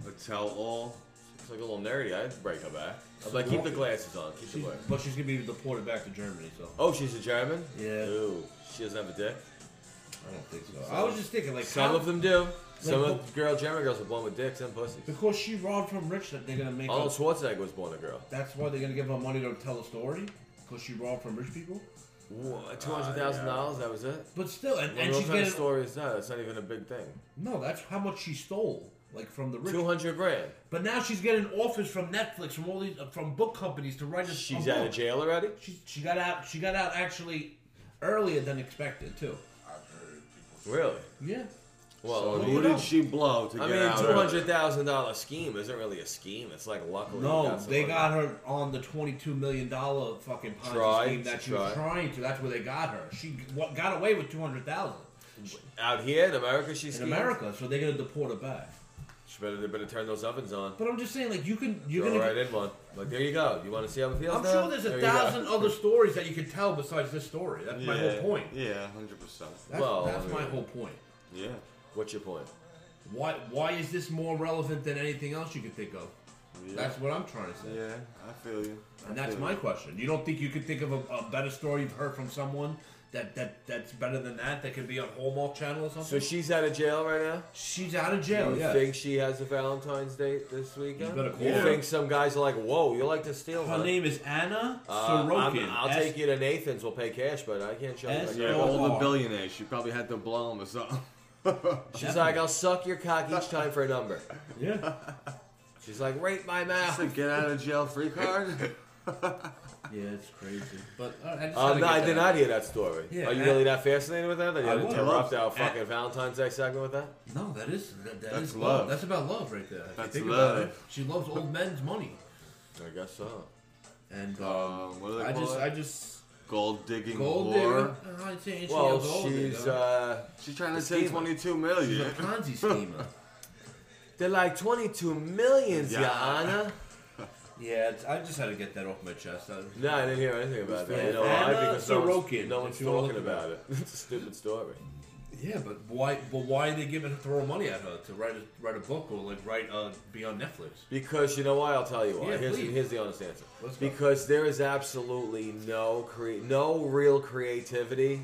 [SPEAKER 3] A tell-all.
[SPEAKER 1] It's like a little nerdy. I'd break her back. I'm like, keep the glasses on. Keep the
[SPEAKER 2] She's,
[SPEAKER 1] glasses.
[SPEAKER 2] but she's gonna be deported back to Germany, so
[SPEAKER 1] Oh, she's a German?
[SPEAKER 2] Yeah.
[SPEAKER 1] Ooh, she doesn't have a dick?
[SPEAKER 2] I don't think so. I was just thinking, like,
[SPEAKER 1] Some
[SPEAKER 2] how-
[SPEAKER 1] of them do. Some
[SPEAKER 2] Like,
[SPEAKER 1] of the girl German girls are born with dicks and pussies.
[SPEAKER 2] because she robbed from rich, that they're gonna make.
[SPEAKER 1] Arnold
[SPEAKER 2] Her,
[SPEAKER 1] Schwarzenegger was born a girl.
[SPEAKER 2] that's why they're gonna give her money to tell a story, because she robbed from rich people.
[SPEAKER 1] What? Two hundred thousand dollars? That was it?
[SPEAKER 2] But still, Oh, and,
[SPEAKER 1] What
[SPEAKER 2] and
[SPEAKER 1] what
[SPEAKER 2] she's
[SPEAKER 1] kind
[SPEAKER 2] getting
[SPEAKER 1] of story is that? That's not even a big thing.
[SPEAKER 2] no. That's how much she stole, like from the rich.
[SPEAKER 1] Two hundred grand.
[SPEAKER 2] But now she's getting offers from Netflix, from all these, uh, from book companies to write a. a
[SPEAKER 1] She's
[SPEAKER 2] book.
[SPEAKER 1] out of jail already.
[SPEAKER 2] She, she got out. She got out actually earlier than expected too.
[SPEAKER 4] I've heard people.
[SPEAKER 1] Really?
[SPEAKER 2] Yeah.
[SPEAKER 1] Well,
[SPEAKER 3] So
[SPEAKER 1] I
[SPEAKER 3] who
[SPEAKER 1] mean,
[SPEAKER 2] know.
[SPEAKER 3] did she blow to
[SPEAKER 1] I
[SPEAKER 3] get
[SPEAKER 1] mean,
[SPEAKER 3] out?
[SPEAKER 1] two
[SPEAKER 3] early?
[SPEAKER 1] hundred thousand dollar scheme isn't really a scheme. It's like luckily.
[SPEAKER 2] No, they
[SPEAKER 1] someone-
[SPEAKER 2] got her on the twenty-two million dollar fucking Ponzi
[SPEAKER 1] Tried
[SPEAKER 2] scheme
[SPEAKER 1] to
[SPEAKER 2] that she was
[SPEAKER 1] try.
[SPEAKER 2] trying to. That's where they got her. She wa- got away with two hundred thousand
[SPEAKER 1] out here in America. She's
[SPEAKER 2] in America, so they're gonna deport her back.
[SPEAKER 1] She better they better turn those ovens on.
[SPEAKER 2] But I'm just saying, like you can, you're
[SPEAKER 1] Throw
[SPEAKER 2] gonna.
[SPEAKER 1] right in one. Like there you go. You want to see how it feels?
[SPEAKER 2] I'm
[SPEAKER 1] now?
[SPEAKER 2] sure there's
[SPEAKER 1] There
[SPEAKER 2] a
[SPEAKER 1] you go.
[SPEAKER 2] thousand other stories that you could tell besides this story. That's my whole point.
[SPEAKER 3] Yeah, hundred percent.
[SPEAKER 2] That's,
[SPEAKER 1] Well,
[SPEAKER 2] that's
[SPEAKER 1] I mean-
[SPEAKER 2] my whole point.
[SPEAKER 3] Yeah.
[SPEAKER 1] What's your point?
[SPEAKER 2] Why why is this more relevant than anything else you could think of?
[SPEAKER 3] Yeah.
[SPEAKER 2] That's what I'm trying to say.
[SPEAKER 3] yeah, I feel you. I
[SPEAKER 2] And that's
[SPEAKER 3] feel
[SPEAKER 2] my
[SPEAKER 3] you.
[SPEAKER 2] question. You don't think you could think of a, a better story you've heard from someone that, that that's better than that? That could be on Hallmark Channel or
[SPEAKER 1] So
[SPEAKER 2] something.
[SPEAKER 1] she's out of jail right now.
[SPEAKER 2] she's out of jail.
[SPEAKER 1] You
[SPEAKER 2] Yeah.
[SPEAKER 1] think she has a Valentine's date this weekend?
[SPEAKER 2] You better call
[SPEAKER 1] You
[SPEAKER 2] her.
[SPEAKER 1] think some guys are like, "Whoa, you like to steal?"
[SPEAKER 2] Her
[SPEAKER 1] huh?"
[SPEAKER 2] name is Anna
[SPEAKER 1] Uh,
[SPEAKER 2] Sorokin.
[SPEAKER 1] I'm- I'll
[SPEAKER 2] S-
[SPEAKER 1] take you to Nathan's. We'll pay cash, but I can't show you.
[SPEAKER 2] S-
[SPEAKER 1] Like,
[SPEAKER 3] Yeah,
[SPEAKER 2] Oh,
[SPEAKER 3] all the
[SPEAKER 2] oh.
[SPEAKER 3] billionaires. She probably had to blow them or something.
[SPEAKER 1] She's like, I'll suck your cock each time for a number.
[SPEAKER 2] Yeah.
[SPEAKER 1] She's like, rape my
[SPEAKER 3] Just a
[SPEAKER 1] mouth.
[SPEAKER 3] get out of jail free card.
[SPEAKER 2] Yeah, it's crazy. But all right, I, just
[SPEAKER 1] Um, no,
[SPEAKER 2] gotta get
[SPEAKER 1] I
[SPEAKER 2] that
[SPEAKER 1] did
[SPEAKER 2] out.
[SPEAKER 1] not hear that story.
[SPEAKER 2] Yeah,
[SPEAKER 1] Are you
[SPEAKER 2] I-
[SPEAKER 1] really that fascinated with that? That you
[SPEAKER 2] I
[SPEAKER 1] had to
[SPEAKER 2] was.
[SPEAKER 1] interrupt our
[SPEAKER 3] I-
[SPEAKER 1] fucking Valentine's Day segment with that?
[SPEAKER 2] No, that is that, that
[SPEAKER 3] That's
[SPEAKER 2] is love.
[SPEAKER 3] love.
[SPEAKER 2] That's about love right there. If you
[SPEAKER 3] That's
[SPEAKER 2] think about
[SPEAKER 3] love.
[SPEAKER 2] it, She loves old men's money.
[SPEAKER 1] I guess so.
[SPEAKER 2] And uh,
[SPEAKER 3] um, what do they
[SPEAKER 4] I
[SPEAKER 3] call
[SPEAKER 4] just,
[SPEAKER 3] it?
[SPEAKER 4] I just,
[SPEAKER 3] gold digging
[SPEAKER 2] gold digger.
[SPEAKER 3] whore.
[SPEAKER 2] Uh, I'd say she
[SPEAKER 1] Well,
[SPEAKER 2] a gold
[SPEAKER 1] she's.
[SPEAKER 2] digger.
[SPEAKER 1] Uh,
[SPEAKER 3] She's trying to
[SPEAKER 1] Schema.
[SPEAKER 3] take 22
[SPEAKER 2] she's a
[SPEAKER 3] million.
[SPEAKER 2] Ponzi schemer.
[SPEAKER 1] they're like 22 millions,
[SPEAKER 3] Yeah.
[SPEAKER 1] Your Honor.
[SPEAKER 2] yeah, it's, I just had to get that off my chest. I,
[SPEAKER 1] No, I didn't hear anything about that. You know why?
[SPEAKER 2] Anna
[SPEAKER 1] Because no one's,
[SPEAKER 2] Sorokin,
[SPEAKER 1] no one's
[SPEAKER 2] if you wanna
[SPEAKER 1] talking
[SPEAKER 2] look it up.
[SPEAKER 1] about it. It's a stupid story.
[SPEAKER 2] Yeah, but why? But why are they giving throwing money at her to write a, write a book or like write uh, be on Netflix?
[SPEAKER 1] Because you know why? I'll tell you why.
[SPEAKER 2] Yeah,
[SPEAKER 1] here's,
[SPEAKER 2] please.
[SPEAKER 1] here's the honest answer.
[SPEAKER 2] Let's go.
[SPEAKER 1] because there is absolutely no cre- no real creativity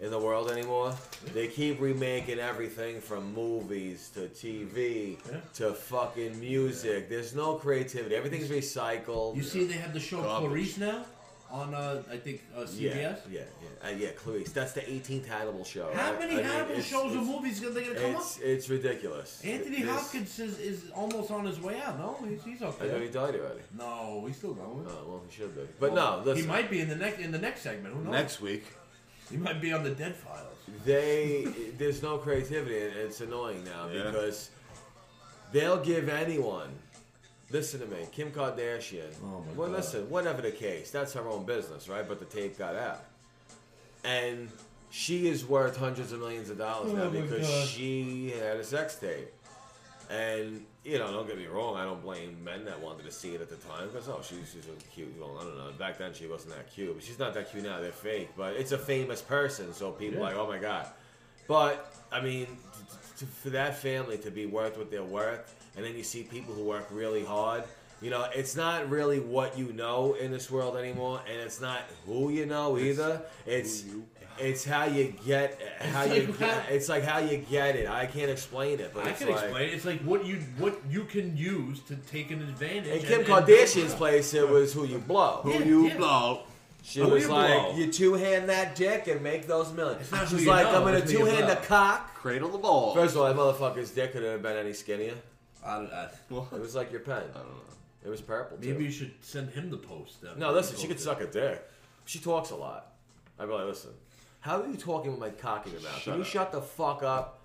[SPEAKER 1] in the world anymore. They keep remaking everything from movies to TV
[SPEAKER 2] Yeah.
[SPEAKER 1] to fucking music. There's no creativity. Everything's recycled.
[SPEAKER 2] You see, they have the show
[SPEAKER 3] Garbage.
[SPEAKER 2] Clarice now on uh, I think uh, CBS.
[SPEAKER 1] yeah, yeah, yeah, uh, yeah, Clarice. That's the 18th Hannibal show.
[SPEAKER 2] How
[SPEAKER 1] I-
[SPEAKER 2] many
[SPEAKER 1] I mean,
[SPEAKER 2] Hannibal
[SPEAKER 1] it's-
[SPEAKER 2] shows or
[SPEAKER 1] it's-
[SPEAKER 2] movies are they gonna come up?
[SPEAKER 1] It's, it's ridiculous.
[SPEAKER 2] Anthony
[SPEAKER 1] This-
[SPEAKER 2] Hopkins is, is almost on his way out. No, he's he's
[SPEAKER 1] I thought he
[SPEAKER 2] okay.
[SPEAKER 1] died already.
[SPEAKER 2] No, he's still going.
[SPEAKER 1] Oh, well, he should be. But no, listen.
[SPEAKER 2] he might be in the next in the next segment. Who knows?
[SPEAKER 3] Next week.
[SPEAKER 2] He might be on the Dead Files.
[SPEAKER 1] they there's no creativity and it's annoying now
[SPEAKER 3] Yeah.
[SPEAKER 1] because they'll give anyone listen to me kim kardashian
[SPEAKER 2] Oh my
[SPEAKER 1] well
[SPEAKER 2] God.
[SPEAKER 1] listen whatever the case that's her own business right but the tape got out and she is worth hundreds of millions of dollars now
[SPEAKER 2] Oh my
[SPEAKER 1] because
[SPEAKER 2] God.
[SPEAKER 1] she had a sex tape and you know, don't get me wrong. I don't blame men that wanted to see it at the time because oh, she's she's a cute. Well, I don't know. Back then, she wasn't that cute, but she's not that cute now. They're fake, but it's a famous person, so people
[SPEAKER 2] Yeah.
[SPEAKER 1] are like, oh my god. But I mean, t- t- t- for that family to be worth what they're worth, and then you see people who work really hard. You know, it's not really what you know in this world anymore, and it's not who you know either. It's
[SPEAKER 3] who you-
[SPEAKER 1] it's how you get how you
[SPEAKER 2] like
[SPEAKER 1] get,
[SPEAKER 2] how-
[SPEAKER 1] it's like how you get it. I can't explain it, but
[SPEAKER 2] I
[SPEAKER 1] it's
[SPEAKER 2] can
[SPEAKER 1] like,
[SPEAKER 2] explain. It's like what you what you can use to take an
[SPEAKER 1] In
[SPEAKER 2] advantage.
[SPEAKER 1] Kim
[SPEAKER 2] and- and-
[SPEAKER 1] Kardashian's place, it was who you blow.
[SPEAKER 3] Who
[SPEAKER 2] Yeah,
[SPEAKER 3] you
[SPEAKER 2] yeah.
[SPEAKER 3] blow?
[SPEAKER 1] She
[SPEAKER 2] Who
[SPEAKER 1] was
[SPEAKER 2] you
[SPEAKER 1] like,
[SPEAKER 2] blow.
[SPEAKER 1] you two hand that dick and make those millions.
[SPEAKER 2] It's not who
[SPEAKER 1] She's
[SPEAKER 2] you
[SPEAKER 1] like,
[SPEAKER 2] know,
[SPEAKER 1] I'm gonna
[SPEAKER 2] it's who
[SPEAKER 1] two
[SPEAKER 2] you
[SPEAKER 1] hand the
[SPEAKER 2] blow."
[SPEAKER 1] cock.
[SPEAKER 3] Cradle the ball.
[SPEAKER 1] First of all, that motherfucker's dick couldn't have been any skinnier.
[SPEAKER 2] I, I,
[SPEAKER 3] What?
[SPEAKER 1] It was like your pen.
[SPEAKER 3] I don't know.
[SPEAKER 1] It was purple. Too.
[SPEAKER 2] Maybe you should send him the post. Then.
[SPEAKER 1] No, listen, she could suck a dick. She talks a lot. I'd be like, listen, how are you talking with my cock in your mouth?
[SPEAKER 3] Shut
[SPEAKER 1] Can you
[SPEAKER 3] up.
[SPEAKER 1] shut the fuck up?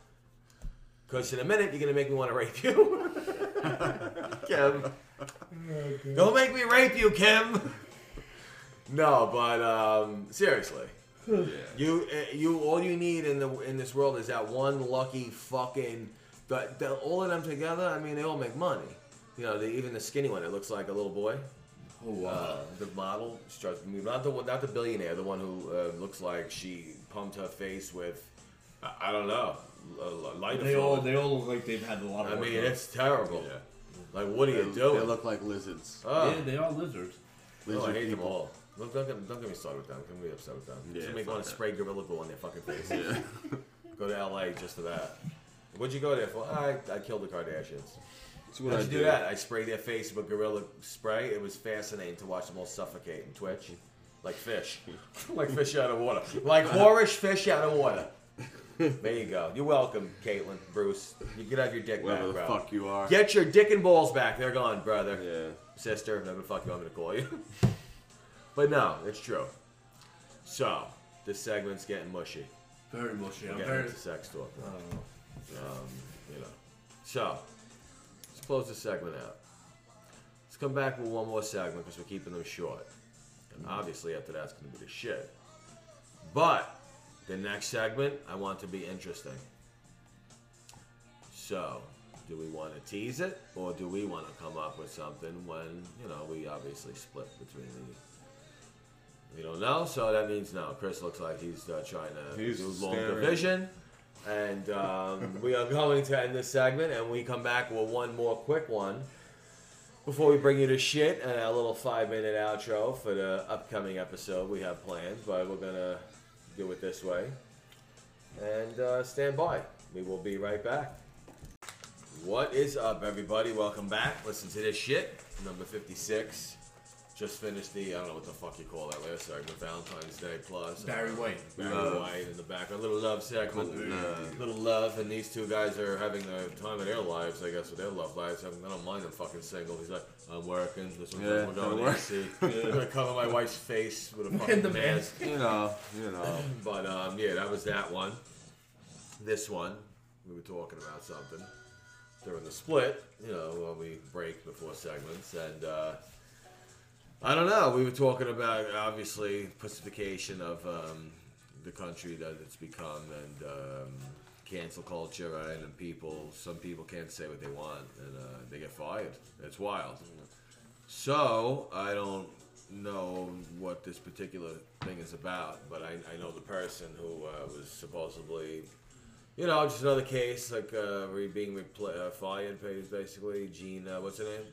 [SPEAKER 1] Because in a minute, you're going to make me want to rape you. Kim. Don't make me rape you, Kim. No, but um, seriously.
[SPEAKER 3] Yeah.
[SPEAKER 1] You, uh, you, all you need in the in this world is that one lucky fucking. The, the, all of them together, I mean, they all make money. You know, the, even the skinny one, it looks like a little boy.
[SPEAKER 2] Oh wow.
[SPEAKER 1] Uh, the model, she tries to move- not the one- not the billionaire, the one who uh, looks like she pumped her face with, I, I don't know, a, a lighter
[SPEAKER 2] they all
[SPEAKER 1] fluid.
[SPEAKER 2] they all look like they've had a lot of.
[SPEAKER 1] I
[SPEAKER 2] work
[SPEAKER 1] mean,
[SPEAKER 2] done.
[SPEAKER 1] it's terrible.
[SPEAKER 3] Yeah.
[SPEAKER 1] Like, what are
[SPEAKER 3] They,
[SPEAKER 1] you doing?
[SPEAKER 3] they look like lizards.
[SPEAKER 1] oh,
[SPEAKER 2] yeah, they all lizards.
[SPEAKER 1] oh,
[SPEAKER 3] Lizard
[SPEAKER 1] I hate them
[SPEAKER 3] people.
[SPEAKER 1] all. Look, don't, get, don't get me started with them. Don't get me upset with them.
[SPEAKER 3] Yeah,
[SPEAKER 1] Just make
[SPEAKER 3] fuck
[SPEAKER 1] want to
[SPEAKER 3] that.
[SPEAKER 1] spray Gorilla Glue on their fucking face.
[SPEAKER 3] Yeah.
[SPEAKER 1] Go to LA just for that. What'd you go there for? I, I killed the Kardashians.
[SPEAKER 3] That's
[SPEAKER 1] How'd you do that? I sprayed their face with gorilla spray. It was fascinating to watch them all suffocate and twitch, like fish, like fish out of water, like whorish fish out of water. There you go. You're welcome, Caitlin, Bruce. You can have your dick
[SPEAKER 3] Whatever the
[SPEAKER 1] back, bro.
[SPEAKER 3] fuck you are.
[SPEAKER 1] Get your dick and balls back. They're gone, brother,
[SPEAKER 3] Yeah.
[SPEAKER 1] sister. Whatever the fuck you want me to call you. but no, it's true. So this segment's getting mushy.
[SPEAKER 2] Very mushy. I'm
[SPEAKER 1] Getting
[SPEAKER 2] very.
[SPEAKER 1] into sex talk. now.
[SPEAKER 2] I don't know.
[SPEAKER 1] Um, you know. So, let's close this segment out. Let's come back with one more segment because we're keeping them short. And obviously, after that's going to be the shit. But, the next segment, I want to be interesting. So, do we want to tease it or do we want to come up with something when, you know, we obviously split between the. We don't know, so that means no. Chris looks like he's uh, trying to
[SPEAKER 3] He's
[SPEAKER 1] do long
[SPEAKER 3] staring.
[SPEAKER 1] division. And um, we are going to end this segment, and we come back with one more quick one before we bring you to shit and a little five minute outro for the upcoming episode we have planned, but we're gonna do it this way. And uh, stand by, we will be right back. What is up, everybody? Welcome back. Listen to this shit, number 56. Just finished the, I don't know what the fuck you call that last segment, Valentine's Day plus.
[SPEAKER 2] Barry White.
[SPEAKER 1] Barry
[SPEAKER 3] Love.
[SPEAKER 1] White in the back. A little love segment.
[SPEAKER 3] Couple love.
[SPEAKER 1] Little love, and these two guys are having the time of their lives, I guess, with their love lives. I mean, I don't mind them fucking single. He's like, I'm working. This one's
[SPEAKER 3] Yeah,
[SPEAKER 1] going
[SPEAKER 3] gotta
[SPEAKER 1] to
[SPEAKER 3] work.
[SPEAKER 1] AC. I'm going to cover my wife's face with a
[SPEAKER 2] the
[SPEAKER 1] fucking
[SPEAKER 2] mask.
[SPEAKER 1] mask.
[SPEAKER 3] You know, you know.
[SPEAKER 1] But um, yeah, that was that one. This one, we were talking about something during the split. You know, when we break before segments, and uh, I don't know. We were talking about obviously pacification of um, the country that it's become, and um, cancel culture, right? And people, some people can't say what they want, and uh, they get fired. It's wild. So I don't know what this particular thing is about, but I, I know the person who uh, was supposedly, you know, just another case like uh, re- being repl- uh, fired, basically. Gene, uh, what's her name?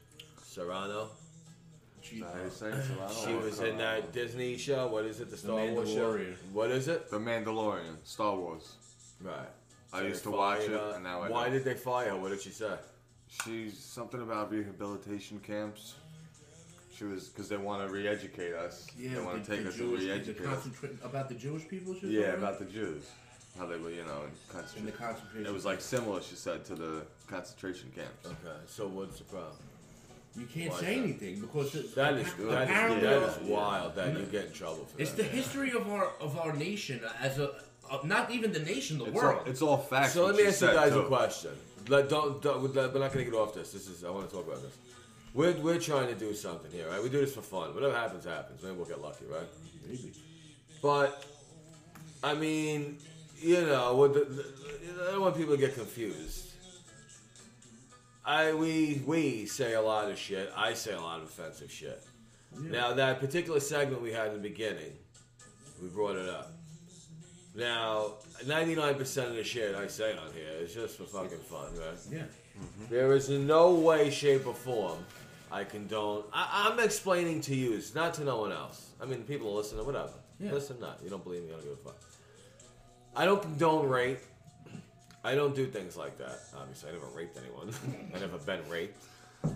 [SPEAKER 1] Serrano.
[SPEAKER 2] Jeez.
[SPEAKER 3] I was saying, so I don't
[SPEAKER 1] She
[SPEAKER 3] wanna
[SPEAKER 1] was
[SPEAKER 3] come
[SPEAKER 1] in
[SPEAKER 3] out.
[SPEAKER 1] that Disney show. What is it? The Star
[SPEAKER 2] The
[SPEAKER 1] Wars show.
[SPEAKER 2] Mandalorian.
[SPEAKER 1] What is it?
[SPEAKER 3] The Mandalorian, Star Wars.
[SPEAKER 1] Right.
[SPEAKER 3] I
[SPEAKER 1] So
[SPEAKER 3] used
[SPEAKER 1] they
[SPEAKER 3] to watch
[SPEAKER 1] fired
[SPEAKER 3] it,
[SPEAKER 1] her.
[SPEAKER 3] and now I
[SPEAKER 1] Why
[SPEAKER 3] don't.
[SPEAKER 1] did they fire her? What did she say?
[SPEAKER 3] She's something about rehabilitation camps. She was because they want to re-educate us.
[SPEAKER 2] Yeah,
[SPEAKER 3] they want
[SPEAKER 2] the-
[SPEAKER 3] to take
[SPEAKER 2] the
[SPEAKER 3] us and
[SPEAKER 2] Jewish, the
[SPEAKER 3] re-educate us.
[SPEAKER 2] concentra- about the Jewish people. she was
[SPEAKER 3] Yeah,
[SPEAKER 2] talking
[SPEAKER 3] about the Jews, how they were, you know, in
[SPEAKER 2] in the
[SPEAKER 3] concentration.
[SPEAKER 2] concentration.
[SPEAKER 3] It was like similar, she said, to the concentration camps.
[SPEAKER 1] Okay. So what's the problem?
[SPEAKER 2] you can't
[SPEAKER 1] Why
[SPEAKER 2] say
[SPEAKER 1] is that?
[SPEAKER 2] anything because it,
[SPEAKER 1] That is
[SPEAKER 2] appa-
[SPEAKER 1] that is,
[SPEAKER 2] apparently-
[SPEAKER 1] that is wild that you get in trouble for
[SPEAKER 2] It's
[SPEAKER 1] that.
[SPEAKER 2] the history of our of our nation as a of not even the nation, the
[SPEAKER 3] It's all,
[SPEAKER 2] world.
[SPEAKER 3] it's all facts.
[SPEAKER 1] So let
[SPEAKER 3] what
[SPEAKER 1] me
[SPEAKER 3] she
[SPEAKER 1] ask you
[SPEAKER 3] said,
[SPEAKER 1] guys
[SPEAKER 3] too.
[SPEAKER 1] a question. Let, don't, don't, we're not going to get off this. This is I want to talk about this. We're, we're trying to do something here, right? We do this for fun. Whatever happens, happens. Maybe we'll get lucky, right?
[SPEAKER 2] Maybe.
[SPEAKER 1] But I mean, you know, with the, the, I don't want people to get confused. I we we say a lot of shit. I say a lot of offensive shit. Now that particular segment we had in the beginning, we brought it up. Now, 99% of the shit I say on here is just for fucking fun, right?
[SPEAKER 2] Yeah.
[SPEAKER 1] There is in no way, shape, or form I condone. I, I'm explaining to you, it's not to no one else. I mean, people are listening, whatever.
[SPEAKER 2] Yeah.
[SPEAKER 1] Listen, not. You don't believe me, I don't give a fuck. I don't condone rape. I don't do things like that. Obviously, I never raped anyone. I never been raped.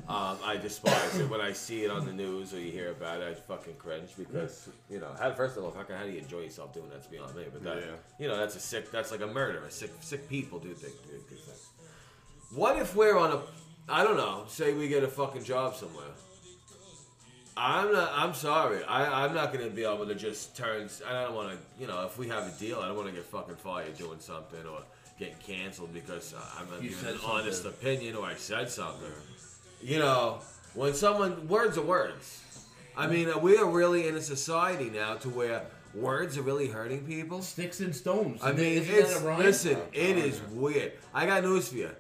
[SPEAKER 1] Um, I despise it when I see it on the news or you hear about it. I fucking cringe because you know. How, first of all, fucking how do you enjoy yourself doing that? To be honest, with you? but that,
[SPEAKER 3] Yeah.
[SPEAKER 1] you know, that's a sick. That's like a murder. A sick, sick people do things. Do things like what if we're on a, I don't know, say we get a fucking job somewhere. I'm not. I'm sorry. I, I'm not gonna be able to just turn. I don't want to. You know, if we have a deal, I don't want to get fucking fired doing something or getting canceled because I'm not
[SPEAKER 2] You
[SPEAKER 1] giving
[SPEAKER 2] said
[SPEAKER 1] an honest
[SPEAKER 2] something.
[SPEAKER 1] opinion or I said something. You know, when someone words are words. I mean, we are really in a society now to where words are really hurting people.
[SPEAKER 2] Sticks and stones.
[SPEAKER 1] I
[SPEAKER 2] Isn't
[SPEAKER 1] mean,
[SPEAKER 2] that- isn't
[SPEAKER 1] it's,
[SPEAKER 2] that a rhyme?
[SPEAKER 1] listen, it is weird. I got news for you.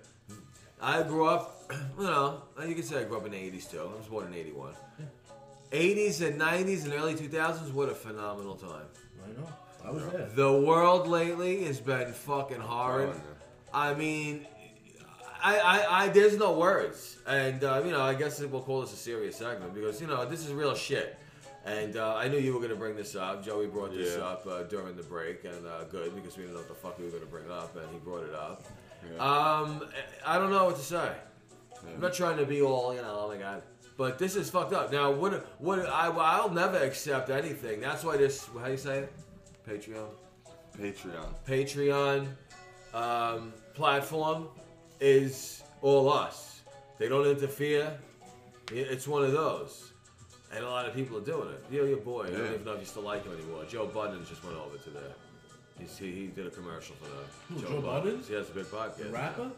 [SPEAKER 1] I grew up you know, you could say I grew up in the 80s too. I was born in 81. 80s and 90s and early 2000s, what a phenomenal time.
[SPEAKER 2] I know. I was there.
[SPEAKER 1] The world lately has been fucking
[SPEAKER 3] Oh,
[SPEAKER 1] hard.
[SPEAKER 3] no.
[SPEAKER 1] I mean, I, I, I, there's no words, and uh, you know, I guess we'll call this a serious segment because you know this is real shit. And uh, I knew you were gonna bring this up. Joey brought this
[SPEAKER 3] Yeah.
[SPEAKER 1] up uh, during the break, and uh, good because we didn't know what the fuck we were gonna bring up, and he brought it up.
[SPEAKER 3] Yeah.
[SPEAKER 1] Um, I don't know what to say.
[SPEAKER 3] Yeah.
[SPEAKER 1] I'm not trying to be all you know. Oh my god. But this is fucked up. Now, what? What? I, I'll never accept anything. That's why this. How do you say it? Patreon.
[SPEAKER 3] Patreon.
[SPEAKER 1] Patreon um, platform is all us. They don't interfere. I- It's one of those. And a lot of people are doing it. You know, your boy, I
[SPEAKER 3] Yeah.
[SPEAKER 1] don't even know if you still like him anymore. Joe Budden just went over to there. He's, he, he did a commercial for that.
[SPEAKER 2] Who, Joe Budden?
[SPEAKER 1] He has a big podcast.
[SPEAKER 2] Rapper?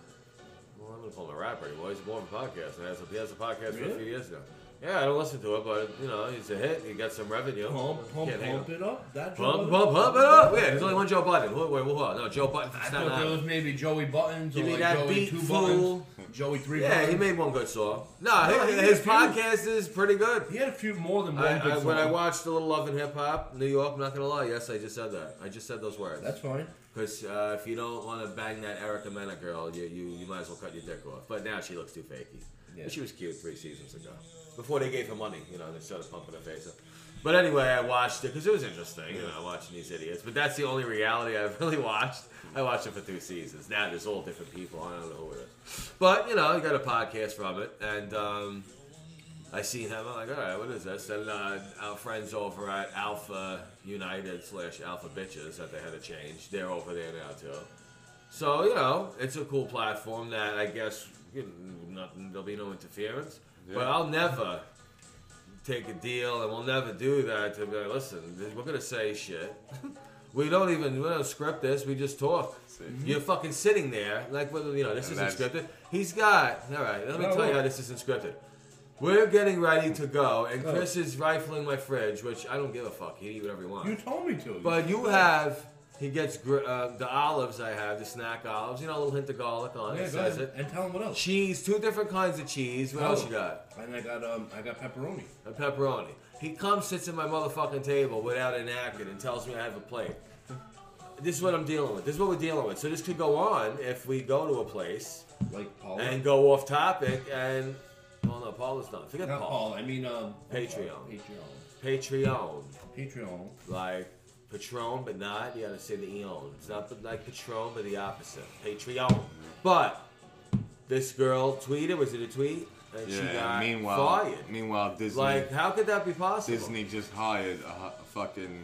[SPEAKER 1] Well, I'm going to call him a rapper anymore. He's more of a podcast. And has a, he has a podcast for a
[SPEAKER 2] Really?
[SPEAKER 1] few years now. Yeah, I don't listen to it, but, you know, he's a hit. He got some revenue.
[SPEAKER 2] Pump, pump,
[SPEAKER 1] Can't hang
[SPEAKER 2] pump it up. That
[SPEAKER 1] Pump,
[SPEAKER 2] Joe
[SPEAKER 1] pump,
[SPEAKER 2] Budden?
[SPEAKER 1] pump it up! Yeah, there's only one Joe Button. Wait, wait, wait, wait. No, Joe Button from
[SPEAKER 2] I
[SPEAKER 1] Staten
[SPEAKER 2] thought there
[SPEAKER 1] Island.
[SPEAKER 2] was maybe Joey Buttons
[SPEAKER 1] You
[SPEAKER 2] or
[SPEAKER 1] mean
[SPEAKER 2] like
[SPEAKER 1] that
[SPEAKER 2] Joey
[SPEAKER 1] beat
[SPEAKER 2] Two
[SPEAKER 1] fool?
[SPEAKER 2] Buttons, Joey Three
[SPEAKER 1] Yeah,
[SPEAKER 2] Buttons.
[SPEAKER 1] he made one good song. No,
[SPEAKER 2] Yeah,
[SPEAKER 1] his,
[SPEAKER 2] Oh, he
[SPEAKER 1] his
[SPEAKER 2] did.
[SPEAKER 1] podcast is pretty good.
[SPEAKER 2] He had a few more than one.
[SPEAKER 1] I,
[SPEAKER 2] good
[SPEAKER 1] I, when I
[SPEAKER 2] song.
[SPEAKER 1] watched a little Love and Hip Hop, New York, I'm not gonna lie. Yes, I just said that. I just said those words.
[SPEAKER 2] That's fine.
[SPEAKER 1] Because uh, if you don't want to bang that Erica Mena girl, you, you you might as well cut your dick off. But now she looks too fakey.
[SPEAKER 2] Yeah.
[SPEAKER 1] But She was cute three seasons ago. Before they gave her money, you know, they started pumping her face up. But anyway, I watched it because it was interesting, you know, watching these idiots. But that's the only reality I've really watched. I watched it for two seasons. Now there's all different people. I don't know who it is. But, you know, I got a podcast from it. And um, I seen him. I'm like, all right, what is this? And uh, our friends over at Alpha United slash Alpha Bitches that they had to change, they're over there now, too. So you know, it's a cool platform that I guess you know, nothing, there'll be no interference. But
[SPEAKER 3] Yeah.
[SPEAKER 1] I'll never take a deal, and we'll never do that. To be like, listen, th- we're gonna say shit. we don't even we don't script this. We just talk. Mm-hmm.
[SPEAKER 3] See.
[SPEAKER 1] You're fucking sitting there like, well, you know, this
[SPEAKER 3] And
[SPEAKER 1] isn't
[SPEAKER 3] that's-
[SPEAKER 1] scripted. He's got all right. Let me
[SPEAKER 2] No,
[SPEAKER 1] tell you
[SPEAKER 2] look.
[SPEAKER 1] how this isn't scripted. We're getting ready to go, and
[SPEAKER 2] Oh.
[SPEAKER 1] Chris is rifling my fridge, which I don't give a fuck. He can eat whatever he wants.
[SPEAKER 2] You told me to.
[SPEAKER 1] But you have. He gets gr- uh, the olives I have, the snack olives. You know, a little hint of garlic on
[SPEAKER 2] yeah,
[SPEAKER 1] it.
[SPEAKER 2] go
[SPEAKER 1] Says
[SPEAKER 2] ahead. Oh.
[SPEAKER 1] it.
[SPEAKER 2] and tell him what else.
[SPEAKER 1] Cheese, two different kinds of cheese. What else you got?
[SPEAKER 2] And I got um, I got pepperoni.
[SPEAKER 1] A pepperoni. He comes, sits at my motherfucking table without a napkin, and tells me I have a plate. This is what I'm dealing with. This is what we're dealing with. So this could go on if we go to a place
[SPEAKER 2] Like Paul.
[SPEAKER 1] and go off topic. And well, no, Paul is not. Forget
[SPEAKER 2] not
[SPEAKER 1] Paul.
[SPEAKER 2] Paul. I mean um,
[SPEAKER 1] Patreon.
[SPEAKER 2] Patreon.
[SPEAKER 1] Patreon,
[SPEAKER 2] Patreon.
[SPEAKER 1] like Patron, but not. You gotta say the eon. It's not the, like Patron, but the opposite. Patreon. But this girl tweeted. Was it a tweet? And she
[SPEAKER 3] Yeah.
[SPEAKER 1] got
[SPEAKER 3] Meanwhile,
[SPEAKER 1] fired.
[SPEAKER 3] meanwhile, Disney,
[SPEAKER 1] Like, how could that be possible?
[SPEAKER 3] Disney just hired a, hu- a fucking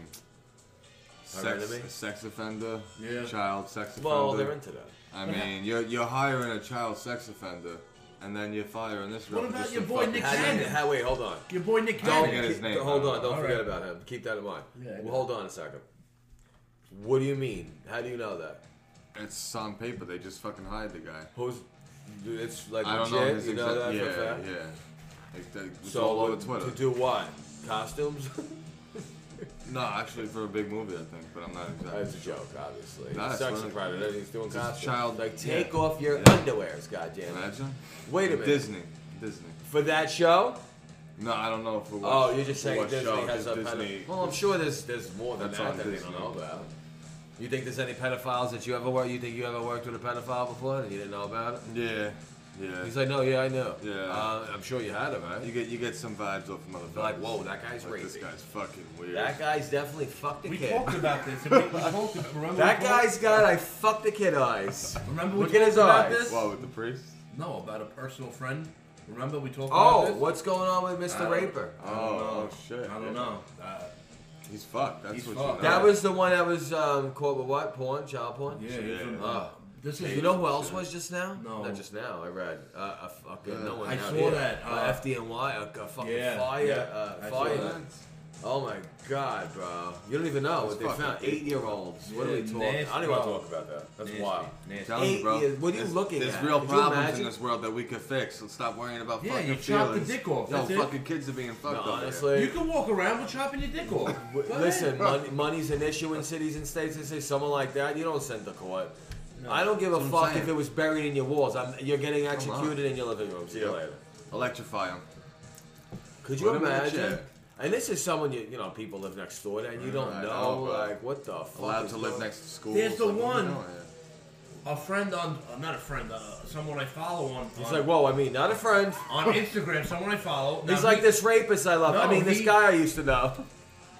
[SPEAKER 3] sex,
[SPEAKER 1] Enemy?
[SPEAKER 3] a sex offender,
[SPEAKER 2] Yeah.
[SPEAKER 3] child sex offender.
[SPEAKER 1] Well, they're into that.
[SPEAKER 3] I mean, you're you're hiring a child sex offender, and then you're firing this.
[SPEAKER 2] What
[SPEAKER 3] rep
[SPEAKER 2] about
[SPEAKER 3] just
[SPEAKER 2] your
[SPEAKER 3] to
[SPEAKER 2] boy
[SPEAKER 3] fucking-
[SPEAKER 2] Nick
[SPEAKER 1] How,
[SPEAKER 2] Cannon?
[SPEAKER 1] how, wait, hold on.
[SPEAKER 2] Your boy Nick
[SPEAKER 3] Don't
[SPEAKER 2] Cannon.
[SPEAKER 3] get his name.
[SPEAKER 1] Hold on, don't
[SPEAKER 2] All
[SPEAKER 1] forget
[SPEAKER 2] right.
[SPEAKER 1] about him. Keep that in mind.
[SPEAKER 2] Yeah, I
[SPEAKER 1] well,
[SPEAKER 2] know.
[SPEAKER 1] hold on a second. What do you mean? How do you know that?
[SPEAKER 3] It's on paper. They just fucking hired the guy.
[SPEAKER 1] Who's? It's like
[SPEAKER 3] I don't
[SPEAKER 1] legit.
[SPEAKER 3] know his
[SPEAKER 1] you know
[SPEAKER 3] exact.
[SPEAKER 1] that
[SPEAKER 3] yeah,
[SPEAKER 1] for a fact.
[SPEAKER 3] yeah. Like, that- It's
[SPEAKER 1] So
[SPEAKER 3] all over
[SPEAKER 1] what-
[SPEAKER 3] Twitter.
[SPEAKER 1] to do what? Costumes?
[SPEAKER 3] no, actually, for a big movie, I think, but I'm not exactly.
[SPEAKER 1] That's a joke, obviously.
[SPEAKER 3] Nah,
[SPEAKER 1] He's
[SPEAKER 3] it's
[SPEAKER 1] sex
[SPEAKER 3] funny.
[SPEAKER 1] deprived. He's doing
[SPEAKER 3] It's a
[SPEAKER 1] costumes.
[SPEAKER 3] child-
[SPEAKER 1] like, take off your underwears, goddammit.
[SPEAKER 3] Imagine.
[SPEAKER 1] Wait a minute.
[SPEAKER 3] Disney. Disney.
[SPEAKER 1] For that show?
[SPEAKER 3] No, I don't know for what.
[SPEAKER 1] Oh, you're just
[SPEAKER 3] for
[SPEAKER 1] saying
[SPEAKER 3] what
[SPEAKER 1] Disney
[SPEAKER 3] show,
[SPEAKER 1] has
[SPEAKER 3] just
[SPEAKER 1] a
[SPEAKER 3] Disney.
[SPEAKER 1] pedophile. Well, I'm sure there's there's more than
[SPEAKER 3] That's
[SPEAKER 1] that
[SPEAKER 3] on
[SPEAKER 1] that they
[SPEAKER 3] Disney.
[SPEAKER 1] don't know about. You think there's any pedophiles that you ever worked? You think you ever worked with a pedophile before and you didn't know about it?
[SPEAKER 3] Yeah, yeah.
[SPEAKER 1] He's like, no, yeah, I know.
[SPEAKER 3] Yeah.
[SPEAKER 1] uh, I'm sure you had him, right?
[SPEAKER 3] you get you get some vibes off motherfuckers.
[SPEAKER 1] Like, whoa, that guy's
[SPEAKER 3] Like, This
[SPEAKER 1] crazy.
[SPEAKER 3] guy's fucking weird.
[SPEAKER 1] That guy's definitely fucked a
[SPEAKER 2] We
[SPEAKER 1] kid.
[SPEAKER 2] talked about this. and We, we talked about, remember
[SPEAKER 1] That
[SPEAKER 2] we talked-
[SPEAKER 1] guy's got I fucked a kid eyes.
[SPEAKER 2] Remember we
[SPEAKER 1] Look at his
[SPEAKER 2] talked about
[SPEAKER 1] eyes.
[SPEAKER 2] this?
[SPEAKER 3] What with the priest?
[SPEAKER 2] No, about a personal friend. Remember we talked about
[SPEAKER 1] Oh,
[SPEAKER 2] this?
[SPEAKER 1] what's going on with
[SPEAKER 2] I
[SPEAKER 1] Mr.
[SPEAKER 2] don't-
[SPEAKER 1] Raper?
[SPEAKER 3] Oh,
[SPEAKER 2] know.
[SPEAKER 3] oh shit.
[SPEAKER 2] I don't know. Uh,
[SPEAKER 3] He's fucked. That's
[SPEAKER 2] He's
[SPEAKER 3] what
[SPEAKER 2] fucked.
[SPEAKER 3] you know.
[SPEAKER 1] That was the one that was um, caught with what? Porn? Child porn?
[SPEAKER 2] Uh, yeah, he's
[SPEAKER 3] Yeah.
[SPEAKER 2] from-
[SPEAKER 1] Oh.
[SPEAKER 2] this is
[SPEAKER 1] You know who else was just now?
[SPEAKER 2] No.
[SPEAKER 1] Not just now. I read. Uh, a fucking no
[SPEAKER 3] Yeah.
[SPEAKER 1] one.
[SPEAKER 2] I
[SPEAKER 1] out
[SPEAKER 2] saw
[SPEAKER 1] here.
[SPEAKER 2] that,
[SPEAKER 1] Uh,
[SPEAKER 2] uh,
[SPEAKER 1] FDNY. A, a fucking
[SPEAKER 2] Yeah,
[SPEAKER 1] fire.
[SPEAKER 2] yeah,
[SPEAKER 1] Uh,
[SPEAKER 2] I saw
[SPEAKER 1] fire.
[SPEAKER 2] that.
[SPEAKER 1] Oh my god, bro! You don't even know
[SPEAKER 3] That's
[SPEAKER 1] what they
[SPEAKER 3] fucking
[SPEAKER 1] found. Eight-year-olds. What are we
[SPEAKER 2] Yeah,
[SPEAKER 1] talking?
[SPEAKER 2] nasty,
[SPEAKER 1] I don't even want to
[SPEAKER 2] bro.
[SPEAKER 1] talk about that. That's
[SPEAKER 2] Nasty,
[SPEAKER 1] wild.
[SPEAKER 2] nasty.
[SPEAKER 3] Telling you,
[SPEAKER 1] Eight
[SPEAKER 3] bro.
[SPEAKER 1] years- what are you
[SPEAKER 3] there's-
[SPEAKER 1] looking
[SPEAKER 3] There's
[SPEAKER 1] at?
[SPEAKER 3] real
[SPEAKER 1] Could you
[SPEAKER 3] problems in
[SPEAKER 1] imagine?
[SPEAKER 3] this world that we could fix. Let's stop worrying about
[SPEAKER 2] Yeah,
[SPEAKER 3] fucking
[SPEAKER 2] you chop the
[SPEAKER 3] feelings.
[SPEAKER 2] dick off,
[SPEAKER 3] Yo,
[SPEAKER 2] that's it.
[SPEAKER 3] fucking kids are being
[SPEAKER 1] No,
[SPEAKER 3] fucked up.
[SPEAKER 1] honestly.
[SPEAKER 2] You can walk around with chopping your dick off.
[SPEAKER 1] W-
[SPEAKER 2] Go ahead.
[SPEAKER 1] Listen, money, money's an issue in cities and states. They say someone like that, you don't send to court. I don't give a
[SPEAKER 3] That's what I'm
[SPEAKER 1] fuck if
[SPEAKER 3] saying.
[SPEAKER 1] it was buried in your walls. I'm, you're getting executed in your living room. See you
[SPEAKER 3] Yep.
[SPEAKER 1] later.
[SPEAKER 3] Electrify them.
[SPEAKER 1] Could you
[SPEAKER 3] Put 'em in a
[SPEAKER 1] imagine?
[SPEAKER 3] chair.
[SPEAKER 1] And this is someone you you know people live next door to, and you don't
[SPEAKER 3] I
[SPEAKER 1] know
[SPEAKER 3] know, but-
[SPEAKER 1] like what the fuck
[SPEAKER 3] Allowed
[SPEAKER 1] is
[SPEAKER 3] to live
[SPEAKER 1] going-
[SPEAKER 3] next to school.
[SPEAKER 2] There's the
[SPEAKER 3] Like, what are
[SPEAKER 2] one.
[SPEAKER 3] we doing here?
[SPEAKER 2] A friend on, uh, not a friend, uh, someone I follow on.
[SPEAKER 1] It's
[SPEAKER 2] on,
[SPEAKER 1] like whoa. I mean, not a friend.
[SPEAKER 2] on Instagram, someone I follow.
[SPEAKER 1] He's
[SPEAKER 2] Now,
[SPEAKER 1] like
[SPEAKER 2] he-
[SPEAKER 1] this rapist I love. I
[SPEAKER 2] No,
[SPEAKER 1] mean, this
[SPEAKER 2] he-
[SPEAKER 1] guy I used to know.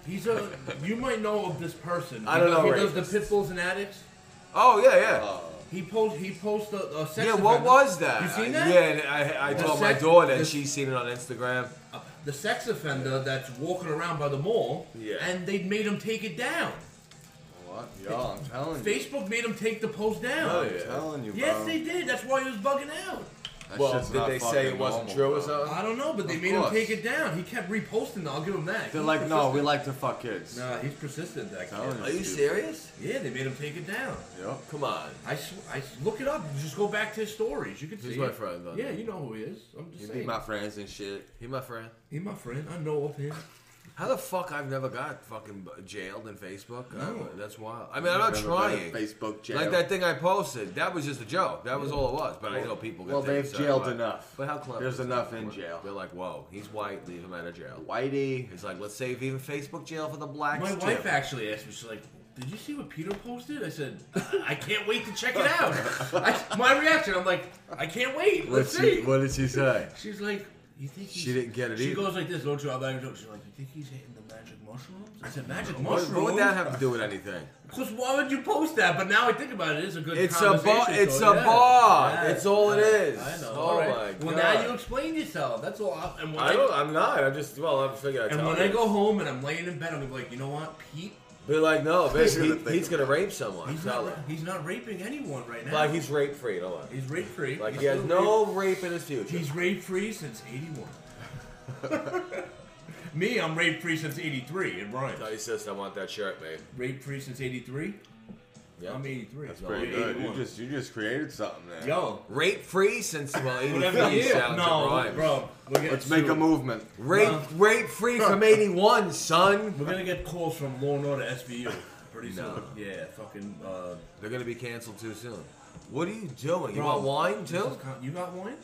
[SPEAKER 2] He's a. You might know of this person.
[SPEAKER 1] I don't
[SPEAKER 2] He-
[SPEAKER 1] know
[SPEAKER 2] He does the
[SPEAKER 1] rapists.
[SPEAKER 2] pit bulls and addicts.
[SPEAKER 1] Oh yeah, yeah.
[SPEAKER 2] He posts. He posts a, a sex.
[SPEAKER 1] yeah, what
[SPEAKER 2] offender-
[SPEAKER 1] was that?
[SPEAKER 2] You seen
[SPEAKER 1] I-
[SPEAKER 2] that?
[SPEAKER 1] Yeah, and I, I
[SPEAKER 2] The
[SPEAKER 1] told my
[SPEAKER 2] sex-
[SPEAKER 1] daughter, and
[SPEAKER 2] the-
[SPEAKER 1] she's seen it on Instagram.
[SPEAKER 2] Uh, the sex offender that's walking around by the mall.
[SPEAKER 1] Yeah.
[SPEAKER 2] And they made him take it down.
[SPEAKER 3] What? Yo, I'm telling you.
[SPEAKER 2] Facebook made him take the post down.
[SPEAKER 1] Oh,
[SPEAKER 3] I'm
[SPEAKER 1] yeah.
[SPEAKER 3] telling you, bro.
[SPEAKER 2] Yes, they did. That's why he was bugging out.
[SPEAKER 3] That
[SPEAKER 1] Well,
[SPEAKER 3] shit's
[SPEAKER 1] did
[SPEAKER 3] not
[SPEAKER 1] they say
[SPEAKER 3] fucking
[SPEAKER 1] it wasn't
[SPEAKER 3] normal,
[SPEAKER 1] true or
[SPEAKER 3] bro.
[SPEAKER 1] something?
[SPEAKER 2] I don't know, but they
[SPEAKER 3] Of
[SPEAKER 2] made
[SPEAKER 3] course.
[SPEAKER 2] him take it down. He kept reposting. it. I'll give him that.
[SPEAKER 3] They're
[SPEAKER 2] He's
[SPEAKER 3] like, no,
[SPEAKER 2] persistent.
[SPEAKER 3] we like to fuck kids.
[SPEAKER 2] Nah, he's persistent. That
[SPEAKER 3] Telling
[SPEAKER 2] kid.
[SPEAKER 1] Are you
[SPEAKER 3] Dude.
[SPEAKER 1] serious?
[SPEAKER 2] Yeah, they made him take it down.
[SPEAKER 3] Yep.
[SPEAKER 1] Come on.
[SPEAKER 2] I, sw- I s- look it up. Just go back to his stories. You can see.
[SPEAKER 1] He's my
[SPEAKER 2] it.
[SPEAKER 1] friend. on
[SPEAKER 2] Yeah,
[SPEAKER 1] there.
[SPEAKER 2] you know who he is. I'm just
[SPEAKER 3] You be
[SPEAKER 2] saying.
[SPEAKER 3] my friends and shit.
[SPEAKER 1] He my friend.
[SPEAKER 2] He's my friend. I know of him.
[SPEAKER 1] How the fuck I've never got fucking b- jailed in Facebook? I
[SPEAKER 2] No.
[SPEAKER 1] don't- that's wild. I mean, I'm not
[SPEAKER 3] Never been in
[SPEAKER 1] trying.
[SPEAKER 3] Facebook jail.
[SPEAKER 1] Like that thing I posted, that was just a joke. That was all it was. But I know people. can
[SPEAKER 3] Well,
[SPEAKER 1] take it
[SPEAKER 3] they've
[SPEAKER 1] certain
[SPEAKER 3] jailed
[SPEAKER 1] way.
[SPEAKER 3] enough.
[SPEAKER 1] But how clever?
[SPEAKER 3] There's
[SPEAKER 1] is that?
[SPEAKER 3] enough in jail.
[SPEAKER 1] They're like, whoa, he's white. Leave him out of jail.
[SPEAKER 3] Whitey.
[SPEAKER 1] It's like, let's save even Facebook jail for the blacks.
[SPEAKER 2] My
[SPEAKER 1] too.
[SPEAKER 2] wife actually asked me. She's like, "Did you see what Peter posted?" I said, "I, I can't wait to check it out." I, my reaction. I'm like, "I can't wait. Let's
[SPEAKER 3] What's
[SPEAKER 2] see."
[SPEAKER 3] she, what did she say?
[SPEAKER 2] She's like, "You think?" He's,
[SPEAKER 1] She didn't get it
[SPEAKER 2] She
[SPEAKER 1] either.
[SPEAKER 2] goes like this. Don't you? I'm not even joking. She's like, "You think he's hitting the magic mushrooms?" I said, "Magic
[SPEAKER 1] What,
[SPEAKER 2] mushrooms."
[SPEAKER 1] what would that have to do with anything?
[SPEAKER 2] Because why would you post that? But now I think about it, it's a good.
[SPEAKER 1] It's a
[SPEAKER 2] conversation
[SPEAKER 1] bar- it's
[SPEAKER 2] tool.
[SPEAKER 1] a
[SPEAKER 2] Yeah.
[SPEAKER 1] bar.
[SPEAKER 2] Yeah,
[SPEAKER 1] It's all it
[SPEAKER 2] yeah.
[SPEAKER 1] is.
[SPEAKER 2] I know.
[SPEAKER 1] Oh
[SPEAKER 2] all right.
[SPEAKER 1] my God.
[SPEAKER 2] Well, now you explain yourself. That's all. I, and when I,
[SPEAKER 1] I don't. I'm not. I'm just. Well, I'm figuring.
[SPEAKER 2] and when I go home and I'm laying in bed, I'm gonna be like, you know what, Pete?
[SPEAKER 1] be like, no,
[SPEAKER 3] He's gonna
[SPEAKER 1] basically,
[SPEAKER 3] think
[SPEAKER 1] he's gonna rape someone.
[SPEAKER 2] He's
[SPEAKER 1] Tell
[SPEAKER 2] not.
[SPEAKER 1] him.
[SPEAKER 2] He's not raping anyone right now.
[SPEAKER 1] Like he's rape free. Don't lie.
[SPEAKER 2] he's rape free.
[SPEAKER 1] Like
[SPEAKER 2] he's
[SPEAKER 1] he has no
[SPEAKER 2] still
[SPEAKER 1] rape in his
[SPEAKER 2] rape-
[SPEAKER 1] future.
[SPEAKER 2] He's rape free since '81. Me, I'm rape free since '83. And Brian,
[SPEAKER 1] Tell your sister I want that shirt, babe.
[SPEAKER 2] rape free since '83.
[SPEAKER 1] Yeah.
[SPEAKER 2] I'm '83.
[SPEAKER 3] That's
[SPEAKER 1] No,
[SPEAKER 3] pretty good. You
[SPEAKER 2] 81.
[SPEAKER 3] just you just created something there.
[SPEAKER 2] Yo,
[SPEAKER 1] Rape free since well, 83
[SPEAKER 2] whatever year.
[SPEAKER 1] sounds
[SPEAKER 2] No,
[SPEAKER 1] right.
[SPEAKER 2] bro. we're getting
[SPEAKER 3] Let's make a
[SPEAKER 2] sued.
[SPEAKER 3] movement.
[SPEAKER 1] Rape,
[SPEAKER 2] No.
[SPEAKER 1] rape free from '81, son.
[SPEAKER 2] We're gonna get calls from Law and Order SVU pretty soon.
[SPEAKER 1] No.
[SPEAKER 2] Yeah, fucking. Uh,
[SPEAKER 1] They're gonna be canceled too soon. What are you doing? You
[SPEAKER 2] Bro,
[SPEAKER 1] want wine
[SPEAKER 2] this
[SPEAKER 1] too?
[SPEAKER 2] is con- you got wine?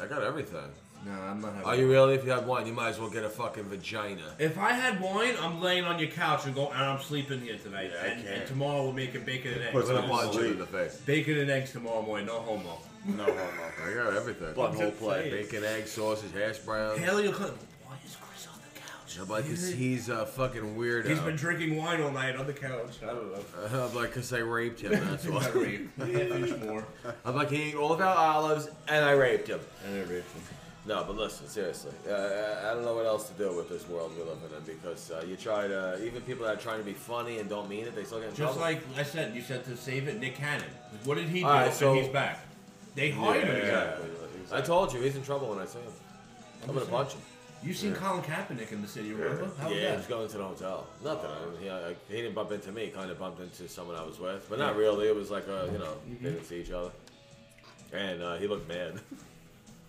[SPEAKER 1] I got everything.
[SPEAKER 2] Nah, I'm not having.
[SPEAKER 1] Are you really? If you have wine, you might as well get a fucking vagina.
[SPEAKER 2] If I had wine, I'm laying on your couch and go, and I'm sleeping here tonight.
[SPEAKER 3] Yeah, I
[SPEAKER 2] and, and
[SPEAKER 3] can't.
[SPEAKER 2] tomorrow we're making bacon and eggs.
[SPEAKER 3] puts
[SPEAKER 1] Put a
[SPEAKER 3] Please.
[SPEAKER 1] punch in the face.
[SPEAKER 2] Bacon and eggs tomorrow morning. No homo.
[SPEAKER 3] No homo.
[SPEAKER 1] I got everything.
[SPEAKER 2] But
[SPEAKER 1] The whole
[SPEAKER 2] to
[SPEAKER 1] plate.
[SPEAKER 2] say-
[SPEAKER 1] Bacon, egg, sausage, hash browns.
[SPEAKER 2] Haley, will come- why is Chris on the couch?
[SPEAKER 1] I'm like, 'cause
[SPEAKER 2] He's
[SPEAKER 1] he's a fucking weirdo.
[SPEAKER 2] been drinking wine all night on the couch. I don't know.
[SPEAKER 1] I'm like, 'cause I raped him, that's
[SPEAKER 2] I
[SPEAKER 1] why.
[SPEAKER 2] raped. Yeah, inch more.
[SPEAKER 1] I'm like, he ate all of our olives, and I raped him.
[SPEAKER 2] And I raped him.
[SPEAKER 1] No, but listen, seriously. Uh, I- I don't know what else to do with this world we live in because uh, you try to, even people that are trying to be funny and don't mean it, they still get in
[SPEAKER 2] Just
[SPEAKER 1] trouble.
[SPEAKER 2] like I said, you said to save it, Nick Cannon. What did he do?
[SPEAKER 1] All right,
[SPEAKER 2] when
[SPEAKER 1] so-
[SPEAKER 2] he's back. They hired him.
[SPEAKER 1] Exactly. I told you, he's in trouble when I see him. I'm, gonna
[SPEAKER 2] just
[SPEAKER 1] punch him.
[SPEAKER 2] You seen Colin Kaepernick in the city, remember? How was
[SPEAKER 1] yeah, he was
[SPEAKER 2] that?
[SPEAKER 1] going to the hotel. Nothing. I mean, he, I, he didn't bump into me. Kind of bumped into someone I was with, but not really. It was like a, you know,
[SPEAKER 2] Mm-hmm.
[SPEAKER 1] they didn't see each other, and uh, he looked mad.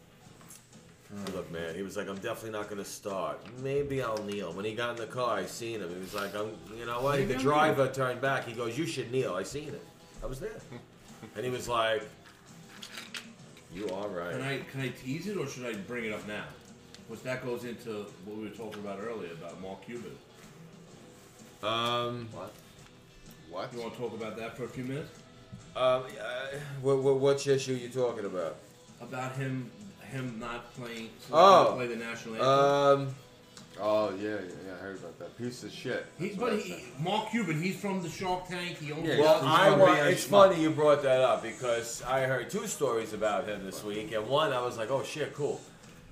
[SPEAKER 1] he looked mad. He was like, "I'm definitely not gonna start. Maybe I'll kneel." When he got in the car, I seen him. He was like, "I'm, you know what?"
[SPEAKER 2] Maybe
[SPEAKER 1] The
[SPEAKER 2] I'll
[SPEAKER 1] driver turned back. He goes, "You should kneel." I seen it. I was there, and he was like, "You are right."
[SPEAKER 2] Can I can I tease it or should I bring it up now? Because that goes into what we were talking about earlier about Mark Cuban.
[SPEAKER 1] um.
[SPEAKER 3] What? What?
[SPEAKER 2] You want to talk about that for a few minutes?
[SPEAKER 1] Um, what, what, which issue you talking about?
[SPEAKER 2] About him him not playing
[SPEAKER 1] Oh.
[SPEAKER 2] not play the national anthem.
[SPEAKER 1] Um,
[SPEAKER 3] Oh yeah, yeah, yeah. I heard about that piece of shit.
[SPEAKER 2] he,
[SPEAKER 3] That's what
[SPEAKER 2] but
[SPEAKER 3] I
[SPEAKER 2] he,
[SPEAKER 3] said.
[SPEAKER 2] Mark Cuban, he's from the Shark Tank. He owns
[SPEAKER 3] Yeah,
[SPEAKER 2] the
[SPEAKER 1] well,
[SPEAKER 3] he's
[SPEAKER 1] I
[SPEAKER 3] from
[SPEAKER 1] want,
[SPEAKER 3] Rio
[SPEAKER 1] it's
[SPEAKER 3] Smart.
[SPEAKER 1] funny you brought that up because I heard two stories about him this week, and one I was like, oh shit, cool.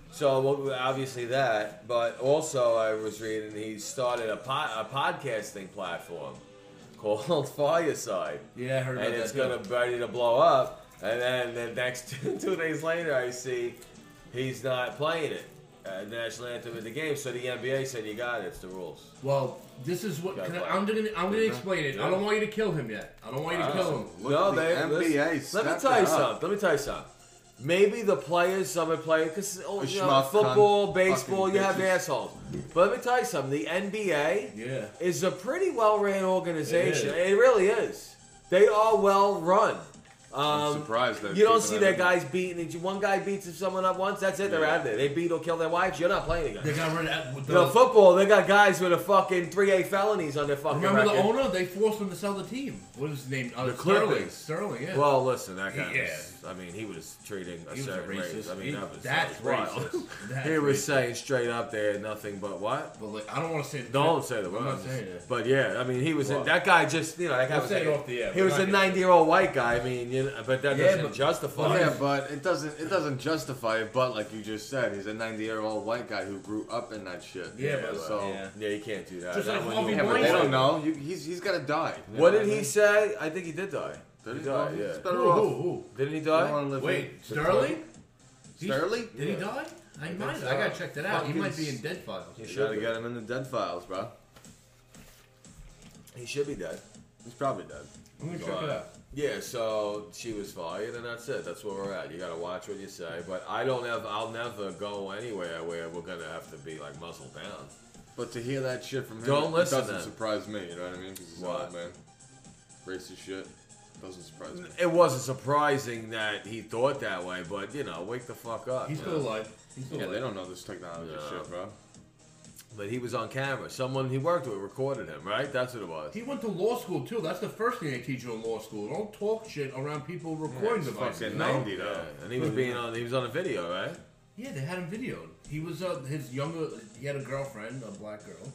[SPEAKER 1] So well, obviously that, but also I was reading he started a, po- a podcasting platform called Fireside,
[SPEAKER 2] yeah, I heard
[SPEAKER 1] and
[SPEAKER 2] about that.
[SPEAKER 1] it's
[SPEAKER 2] too.
[SPEAKER 1] gonna ready to blow up. And then the next two days later, I see he's not playing it. Uh, national anthem at the game, so the NBA said you got it. It's the rules.
[SPEAKER 2] Well, this is what
[SPEAKER 1] Got
[SPEAKER 2] can I,
[SPEAKER 1] black.
[SPEAKER 2] I'm gonna I'm gonna explain it.
[SPEAKER 1] Yeah.
[SPEAKER 2] I don't want you to kill him yet. I don't want you to kill him.
[SPEAKER 3] Oh, Look at the NBA
[SPEAKER 1] listen, Let me
[SPEAKER 3] stepped
[SPEAKER 1] tell you
[SPEAKER 3] it up.
[SPEAKER 1] something. Let me tell you something. Maybe the players, some are playing because
[SPEAKER 3] A
[SPEAKER 1] you know,
[SPEAKER 3] schmuck
[SPEAKER 1] football,
[SPEAKER 3] cunt,
[SPEAKER 1] baseball,
[SPEAKER 3] fucking
[SPEAKER 1] you have
[SPEAKER 3] bitches.
[SPEAKER 1] assholes. But let me tell you something. The NBA
[SPEAKER 2] Yeah.
[SPEAKER 1] is a pretty well-ran organization.
[SPEAKER 2] It
[SPEAKER 1] It, really is. They are well run.
[SPEAKER 3] I'm
[SPEAKER 1] Um,
[SPEAKER 3] surprised that
[SPEAKER 1] you don't
[SPEAKER 3] people
[SPEAKER 1] see that
[SPEAKER 3] haven't-
[SPEAKER 1] guys beating. One guy beats someone up once. That's it. They're
[SPEAKER 3] Yeah.
[SPEAKER 1] out of there. They beat or kill their wives. You're not playing again.
[SPEAKER 2] They got rid of with the,
[SPEAKER 1] You know, football. They got guys with a fucking three A felonies on their fucking
[SPEAKER 2] Remember the
[SPEAKER 1] record.
[SPEAKER 2] owner? They forced him to sell the team. What is his name? Uh,
[SPEAKER 1] The
[SPEAKER 2] Sterling.
[SPEAKER 1] Clippers.
[SPEAKER 2] Sterling. Yeah.
[SPEAKER 1] Well, listen, that guy.
[SPEAKER 2] Yeah.
[SPEAKER 1] Was, I mean, he was treating a
[SPEAKER 2] he was a
[SPEAKER 1] certain race.
[SPEAKER 2] racist.
[SPEAKER 1] I mean,
[SPEAKER 2] He-
[SPEAKER 1] that was
[SPEAKER 2] that's
[SPEAKER 1] that was wild.
[SPEAKER 2] racist. That's
[SPEAKER 1] he was
[SPEAKER 2] racist.
[SPEAKER 1] saying straight up there, nothing but what?
[SPEAKER 2] But like, I don't want to say. the
[SPEAKER 1] Don't
[SPEAKER 2] shit.
[SPEAKER 1] say the
[SPEAKER 2] I'm
[SPEAKER 1] word.
[SPEAKER 2] not saying it.
[SPEAKER 1] But yeah, I mean, he was
[SPEAKER 2] What?
[SPEAKER 1] that guy. Just you know, that guy
[SPEAKER 2] We'll
[SPEAKER 1] was
[SPEAKER 2] say it
[SPEAKER 1] like-
[SPEAKER 2] off the air.
[SPEAKER 1] He
[SPEAKER 2] We're
[SPEAKER 1] was
[SPEAKER 2] not
[SPEAKER 1] a
[SPEAKER 2] gonna-
[SPEAKER 1] ninety-year-old white guy. I mean, you know, but that
[SPEAKER 2] Yeah,
[SPEAKER 1] doesn't
[SPEAKER 2] but-
[SPEAKER 1] justify.
[SPEAKER 3] Oh, Yeah,
[SPEAKER 1] it.
[SPEAKER 3] but it doesn't it doesn't justify it. But like you just said, he's a 90 year old white guy who grew up in that shit.
[SPEAKER 2] Yeah, but
[SPEAKER 3] so
[SPEAKER 2] yeah.
[SPEAKER 1] yeah, you can't do that.
[SPEAKER 2] Just
[SPEAKER 1] That one
[SPEAKER 2] like Harvey
[SPEAKER 1] you-
[SPEAKER 3] yeah, but they
[SPEAKER 2] Weinstein.
[SPEAKER 3] don't know. You, he's he's gotta die. You
[SPEAKER 1] What
[SPEAKER 3] know
[SPEAKER 1] did
[SPEAKER 3] I
[SPEAKER 1] he
[SPEAKER 3] mean?
[SPEAKER 1] say? I think he did die.
[SPEAKER 3] Did he
[SPEAKER 1] die?
[SPEAKER 3] die? He's
[SPEAKER 1] Yeah.
[SPEAKER 3] better
[SPEAKER 2] Who,
[SPEAKER 3] off.
[SPEAKER 2] who, who?
[SPEAKER 1] Didn't he
[SPEAKER 3] They don't wanna
[SPEAKER 1] die?
[SPEAKER 3] live in-
[SPEAKER 2] Wait, Sterling? He's-
[SPEAKER 3] Sterling?
[SPEAKER 2] Did he uh,
[SPEAKER 1] Yeah.
[SPEAKER 2] die? I,
[SPEAKER 1] think
[SPEAKER 2] might.
[SPEAKER 1] so.
[SPEAKER 2] I gotta check that out. He
[SPEAKER 3] Fucking
[SPEAKER 2] might be in
[SPEAKER 3] s-
[SPEAKER 2] dead files.
[SPEAKER 1] He
[SPEAKER 3] You
[SPEAKER 1] should
[SPEAKER 3] gotta
[SPEAKER 1] be.
[SPEAKER 3] get him in the dead files, bro.
[SPEAKER 1] He should be dead.
[SPEAKER 3] He's probably dead.
[SPEAKER 2] I'm gonna check
[SPEAKER 1] But,
[SPEAKER 2] it out.
[SPEAKER 1] Yeah, so she was fired, and that's it. That's where we're at. You gotta watch what you say. But I don't have. I'll never go anywhere where we're gonna have to be like muzzle down.
[SPEAKER 3] But to hear that shit from him,
[SPEAKER 1] Don't
[SPEAKER 3] it
[SPEAKER 1] listen
[SPEAKER 3] doesn't
[SPEAKER 1] then.
[SPEAKER 3] surprise me. You know what I mean? 'Cause he's an
[SPEAKER 1] What?
[SPEAKER 3] old man. Racist shit. Doesn't surprise me.
[SPEAKER 1] It wasn't surprising that he thought that way, but you know, wake the fuck up.
[SPEAKER 2] He's
[SPEAKER 1] you
[SPEAKER 2] still
[SPEAKER 1] know?
[SPEAKER 2] alive. He's still
[SPEAKER 3] Yeah, they
[SPEAKER 2] alive.
[SPEAKER 3] don't know this technology
[SPEAKER 1] No.
[SPEAKER 3] shit, bro.
[SPEAKER 1] But he was on camera. Someone he worked with recorded him, right? That's what it was.
[SPEAKER 2] He went to law school too. That's the first thing they teach you in law school. Don't talk shit around people recording
[SPEAKER 3] it's
[SPEAKER 2] devices.
[SPEAKER 3] fucking
[SPEAKER 2] no?
[SPEAKER 3] ninety.
[SPEAKER 1] Yeah, and he was being on. He was on a video, right?
[SPEAKER 2] Yeah, they had him videoed. He was uh, his younger. He had a girlfriend, a black girl,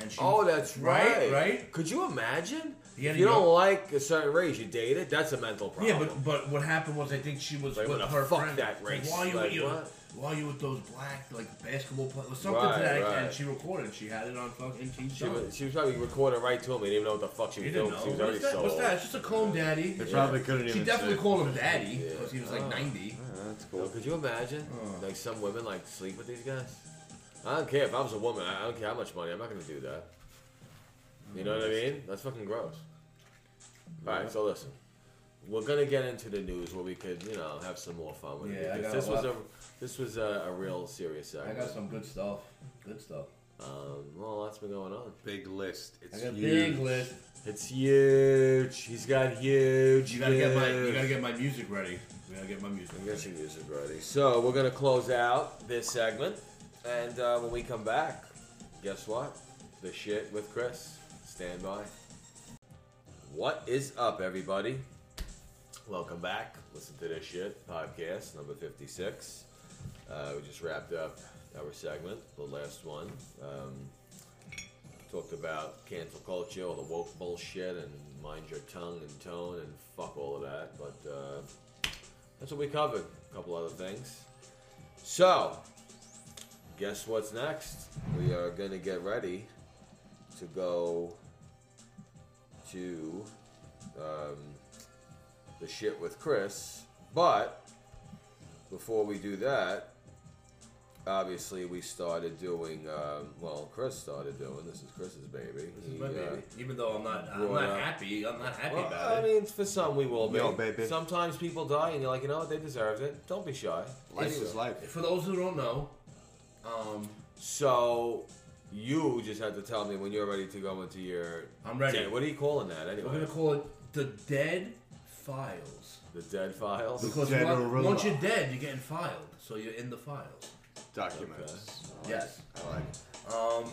[SPEAKER 2] and she.
[SPEAKER 1] Oh, that's right.
[SPEAKER 2] Right, right.
[SPEAKER 1] Could you imagine?
[SPEAKER 2] He
[SPEAKER 1] If
[SPEAKER 2] had a
[SPEAKER 1] you don't
[SPEAKER 2] young-
[SPEAKER 1] like a certain race, you date it. That's a mental problem.
[SPEAKER 2] Yeah, but but what happened was I think she was
[SPEAKER 1] Like,
[SPEAKER 2] with
[SPEAKER 1] what the
[SPEAKER 2] her
[SPEAKER 1] fuck
[SPEAKER 2] friend.
[SPEAKER 1] that
[SPEAKER 2] Like,
[SPEAKER 1] race?
[SPEAKER 2] Why you
[SPEAKER 1] Like,
[SPEAKER 2] you
[SPEAKER 1] what?
[SPEAKER 2] why you with those black like basketball players or something
[SPEAKER 1] Right,
[SPEAKER 2] to that
[SPEAKER 1] right.
[SPEAKER 2] and she recorded. it. She had it on fucking TV.
[SPEAKER 1] She was, she was probably recording right to him. He didn't even know what the fuck she
[SPEAKER 2] He
[SPEAKER 1] was
[SPEAKER 2] didn't
[SPEAKER 1] doing.
[SPEAKER 2] know.
[SPEAKER 1] She was already
[SPEAKER 2] What's that?
[SPEAKER 1] so
[SPEAKER 2] What's
[SPEAKER 1] old.
[SPEAKER 2] that? It's just a clone daddy.
[SPEAKER 3] They probably couldn't even.
[SPEAKER 2] She definitely
[SPEAKER 3] say.
[SPEAKER 2] called him daddy
[SPEAKER 1] Yeah.
[SPEAKER 2] because he was like
[SPEAKER 1] Oh.
[SPEAKER 2] 90.
[SPEAKER 3] Yeah, that's
[SPEAKER 1] Yo,
[SPEAKER 3] cool.
[SPEAKER 1] could you imagine?
[SPEAKER 2] Ugh.
[SPEAKER 1] Like some women like sleep with these guys. I don't care if I was a woman. I I don't care how much money. I'm not gonna do that. You know what I mean? That's fucking gross. All right, so listen, we're gonna get into the news where we could, you know, have some more fun with
[SPEAKER 2] Yeah, I
[SPEAKER 1] it. because
[SPEAKER 2] got
[SPEAKER 1] This
[SPEAKER 2] a
[SPEAKER 1] was a
[SPEAKER 2] lot.
[SPEAKER 1] this was a, a real serious
[SPEAKER 2] I
[SPEAKER 1] segment.
[SPEAKER 2] got some good stuff. Good stuff.
[SPEAKER 1] Um, well, that's been going on.
[SPEAKER 3] Big list.
[SPEAKER 2] I
[SPEAKER 3] It's
[SPEAKER 2] got a
[SPEAKER 3] huge.
[SPEAKER 2] big list.
[SPEAKER 1] It's huge. He's got huge.
[SPEAKER 2] You gotta get my you
[SPEAKER 1] lips.
[SPEAKER 2] gotta get my music ready. You gotta get my music.
[SPEAKER 1] I'm
[SPEAKER 2] ready.
[SPEAKER 1] getting music ready. So we're gonna close out this segment, and uh, when we come back, guess what? The shit with Chris. Stand by. What is up, everybody? Welcome back. Listen to this shit podcast number fifty-six. Uh, we just wrapped up our segment, the last one. Um, talked about cancel culture, all the woke bullshit, and mind your tongue and tone, and fuck all of that. But uh, that's what we covered. A couple other things. So, guess what's next? We are going to get ready to go to um, the shit with Chris. But before we do that, obviously we started doing, um, well, Chris started doing, this is Chris's baby.
[SPEAKER 2] This is
[SPEAKER 1] He,
[SPEAKER 2] my
[SPEAKER 1] uh,
[SPEAKER 2] baby. Even though I'm not I'm
[SPEAKER 1] Well,
[SPEAKER 2] not
[SPEAKER 1] uh,
[SPEAKER 2] happy. I'm not happy
[SPEAKER 1] well,
[SPEAKER 2] about
[SPEAKER 1] I
[SPEAKER 2] it.
[SPEAKER 1] mean, for some we will be.
[SPEAKER 3] Yo, baby.
[SPEAKER 1] Sometimes people die, and you're like, you know what, they deserved it. Don't be shy.
[SPEAKER 3] Life
[SPEAKER 1] Anyway.
[SPEAKER 3] is life.
[SPEAKER 2] For those who don't know, um,
[SPEAKER 1] So you just have to tell me when you're ready to go into your.
[SPEAKER 2] I'm ready.
[SPEAKER 1] Yeah, what are you calling that
[SPEAKER 2] we're
[SPEAKER 1] anyway?
[SPEAKER 2] gonna call it the Dead Files
[SPEAKER 1] the dead files.
[SPEAKER 2] because
[SPEAKER 3] Dead
[SPEAKER 2] on-
[SPEAKER 3] Gorilla.
[SPEAKER 2] once you're dead, you're getting filed, so you're in the files.
[SPEAKER 3] Documents.
[SPEAKER 2] Yes.
[SPEAKER 3] I like it.
[SPEAKER 2] Um,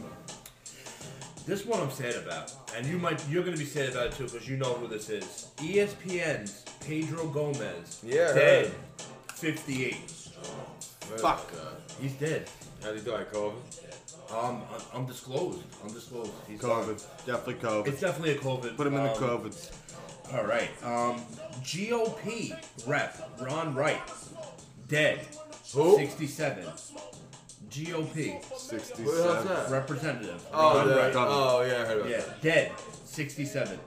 [SPEAKER 2] this one I'm sad about, and you might you're gonna be sad about it too because you know who this is. E ESPN's Pedro Gomez.
[SPEAKER 1] Yeah, I
[SPEAKER 2] Dead.
[SPEAKER 1] heard.
[SPEAKER 2] 58.
[SPEAKER 1] Where is
[SPEAKER 3] Fuck.
[SPEAKER 1] it, uh,
[SPEAKER 2] He's dead.
[SPEAKER 1] How do you do, I COVID?
[SPEAKER 2] Um, un- undisclosed. Undisclosed. He's
[SPEAKER 3] COVID. Definitely COVID.
[SPEAKER 2] It's definitely a COVID.
[SPEAKER 3] Put him in the
[SPEAKER 2] um,
[SPEAKER 3] COVID.
[SPEAKER 2] All right. Um, GOP rep Ron Wright, dead,
[SPEAKER 1] Who?
[SPEAKER 2] 67. GOP
[SPEAKER 3] 67.
[SPEAKER 1] What the hell's that?
[SPEAKER 2] representative.
[SPEAKER 1] Oh,
[SPEAKER 2] Ron
[SPEAKER 1] the,
[SPEAKER 2] Wright.
[SPEAKER 3] Right.
[SPEAKER 1] oh yeah, I heard about
[SPEAKER 2] Yeah,
[SPEAKER 1] that.
[SPEAKER 2] dead, 67.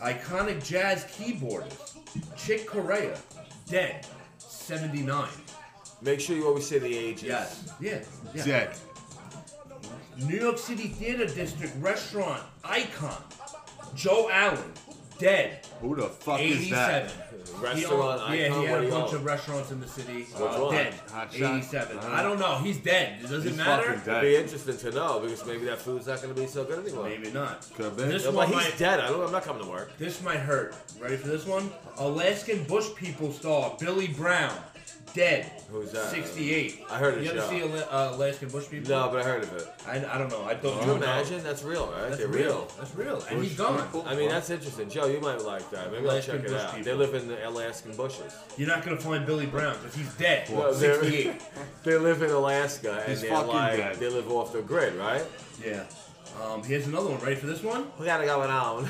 [SPEAKER 2] Iconic jazz keyboardist Chick Corea, dead, 79.
[SPEAKER 1] Make sure you always say the ages.
[SPEAKER 2] Yes. Yeah. yeah.
[SPEAKER 3] Dead.
[SPEAKER 2] New York City Theater District restaurant icon Joe Allen, dead.
[SPEAKER 3] Who the fuck is that?
[SPEAKER 2] Eighty-seven. He
[SPEAKER 1] Restaurant
[SPEAKER 2] owned- yeah,
[SPEAKER 1] icon, what
[SPEAKER 2] he had
[SPEAKER 1] do
[SPEAKER 2] a
[SPEAKER 1] you
[SPEAKER 2] bunch
[SPEAKER 1] own?
[SPEAKER 2] of restaurants in the city.
[SPEAKER 1] Which
[SPEAKER 2] uh,
[SPEAKER 1] one? Uh-huh.
[SPEAKER 2] Dead.
[SPEAKER 3] Hot Shot?
[SPEAKER 2] Eighty-seven.
[SPEAKER 3] I don't
[SPEAKER 2] I don't know. He's dead. It doesn't
[SPEAKER 3] He's
[SPEAKER 2] matter.
[SPEAKER 3] fucking
[SPEAKER 1] It'd be
[SPEAKER 3] dead.
[SPEAKER 1] interesting to know because maybe that food's not going to be so good anymore.
[SPEAKER 2] Maybe not.
[SPEAKER 3] Could be.
[SPEAKER 2] This
[SPEAKER 1] Yeah,
[SPEAKER 2] one
[SPEAKER 1] but he's
[SPEAKER 2] might.
[SPEAKER 1] dead. I don't, I'm not coming to work.
[SPEAKER 2] This might hurt. Ready for this one? Alaskan bush people star Billy Brown, dead.
[SPEAKER 1] Who's that?
[SPEAKER 2] Sixty-eight.
[SPEAKER 1] I heard it,
[SPEAKER 2] You ever
[SPEAKER 1] yeah.
[SPEAKER 2] see Ala- uh, Alaskan bush people?
[SPEAKER 1] No, but I heard of it. Oh,
[SPEAKER 2] I, I don't know. I don't.
[SPEAKER 1] Can
[SPEAKER 2] know.
[SPEAKER 1] you imagine? That's real, right?
[SPEAKER 2] That's
[SPEAKER 1] They're
[SPEAKER 2] real.
[SPEAKER 1] real.
[SPEAKER 2] That's real. And
[SPEAKER 3] Bush
[SPEAKER 2] he's gone.
[SPEAKER 3] people?
[SPEAKER 1] I mean, that's interesting. Joe, you might like that. Maybe I'll
[SPEAKER 2] Alaskan
[SPEAKER 1] check it
[SPEAKER 2] bush
[SPEAKER 1] out.
[SPEAKER 2] people.
[SPEAKER 1] They live in the Alaskan bushes.
[SPEAKER 2] You're not gonna find Billy Brown because he's dead.
[SPEAKER 1] Well, there-
[SPEAKER 2] Sixty-eight.
[SPEAKER 1] They live in Alaska and
[SPEAKER 3] He's
[SPEAKER 1] they're
[SPEAKER 3] fucking
[SPEAKER 1] like,
[SPEAKER 3] dead.
[SPEAKER 1] they live off the grid, right?
[SPEAKER 2] yeah. Um, here's another one. Ready for this one?
[SPEAKER 1] We gotta go on.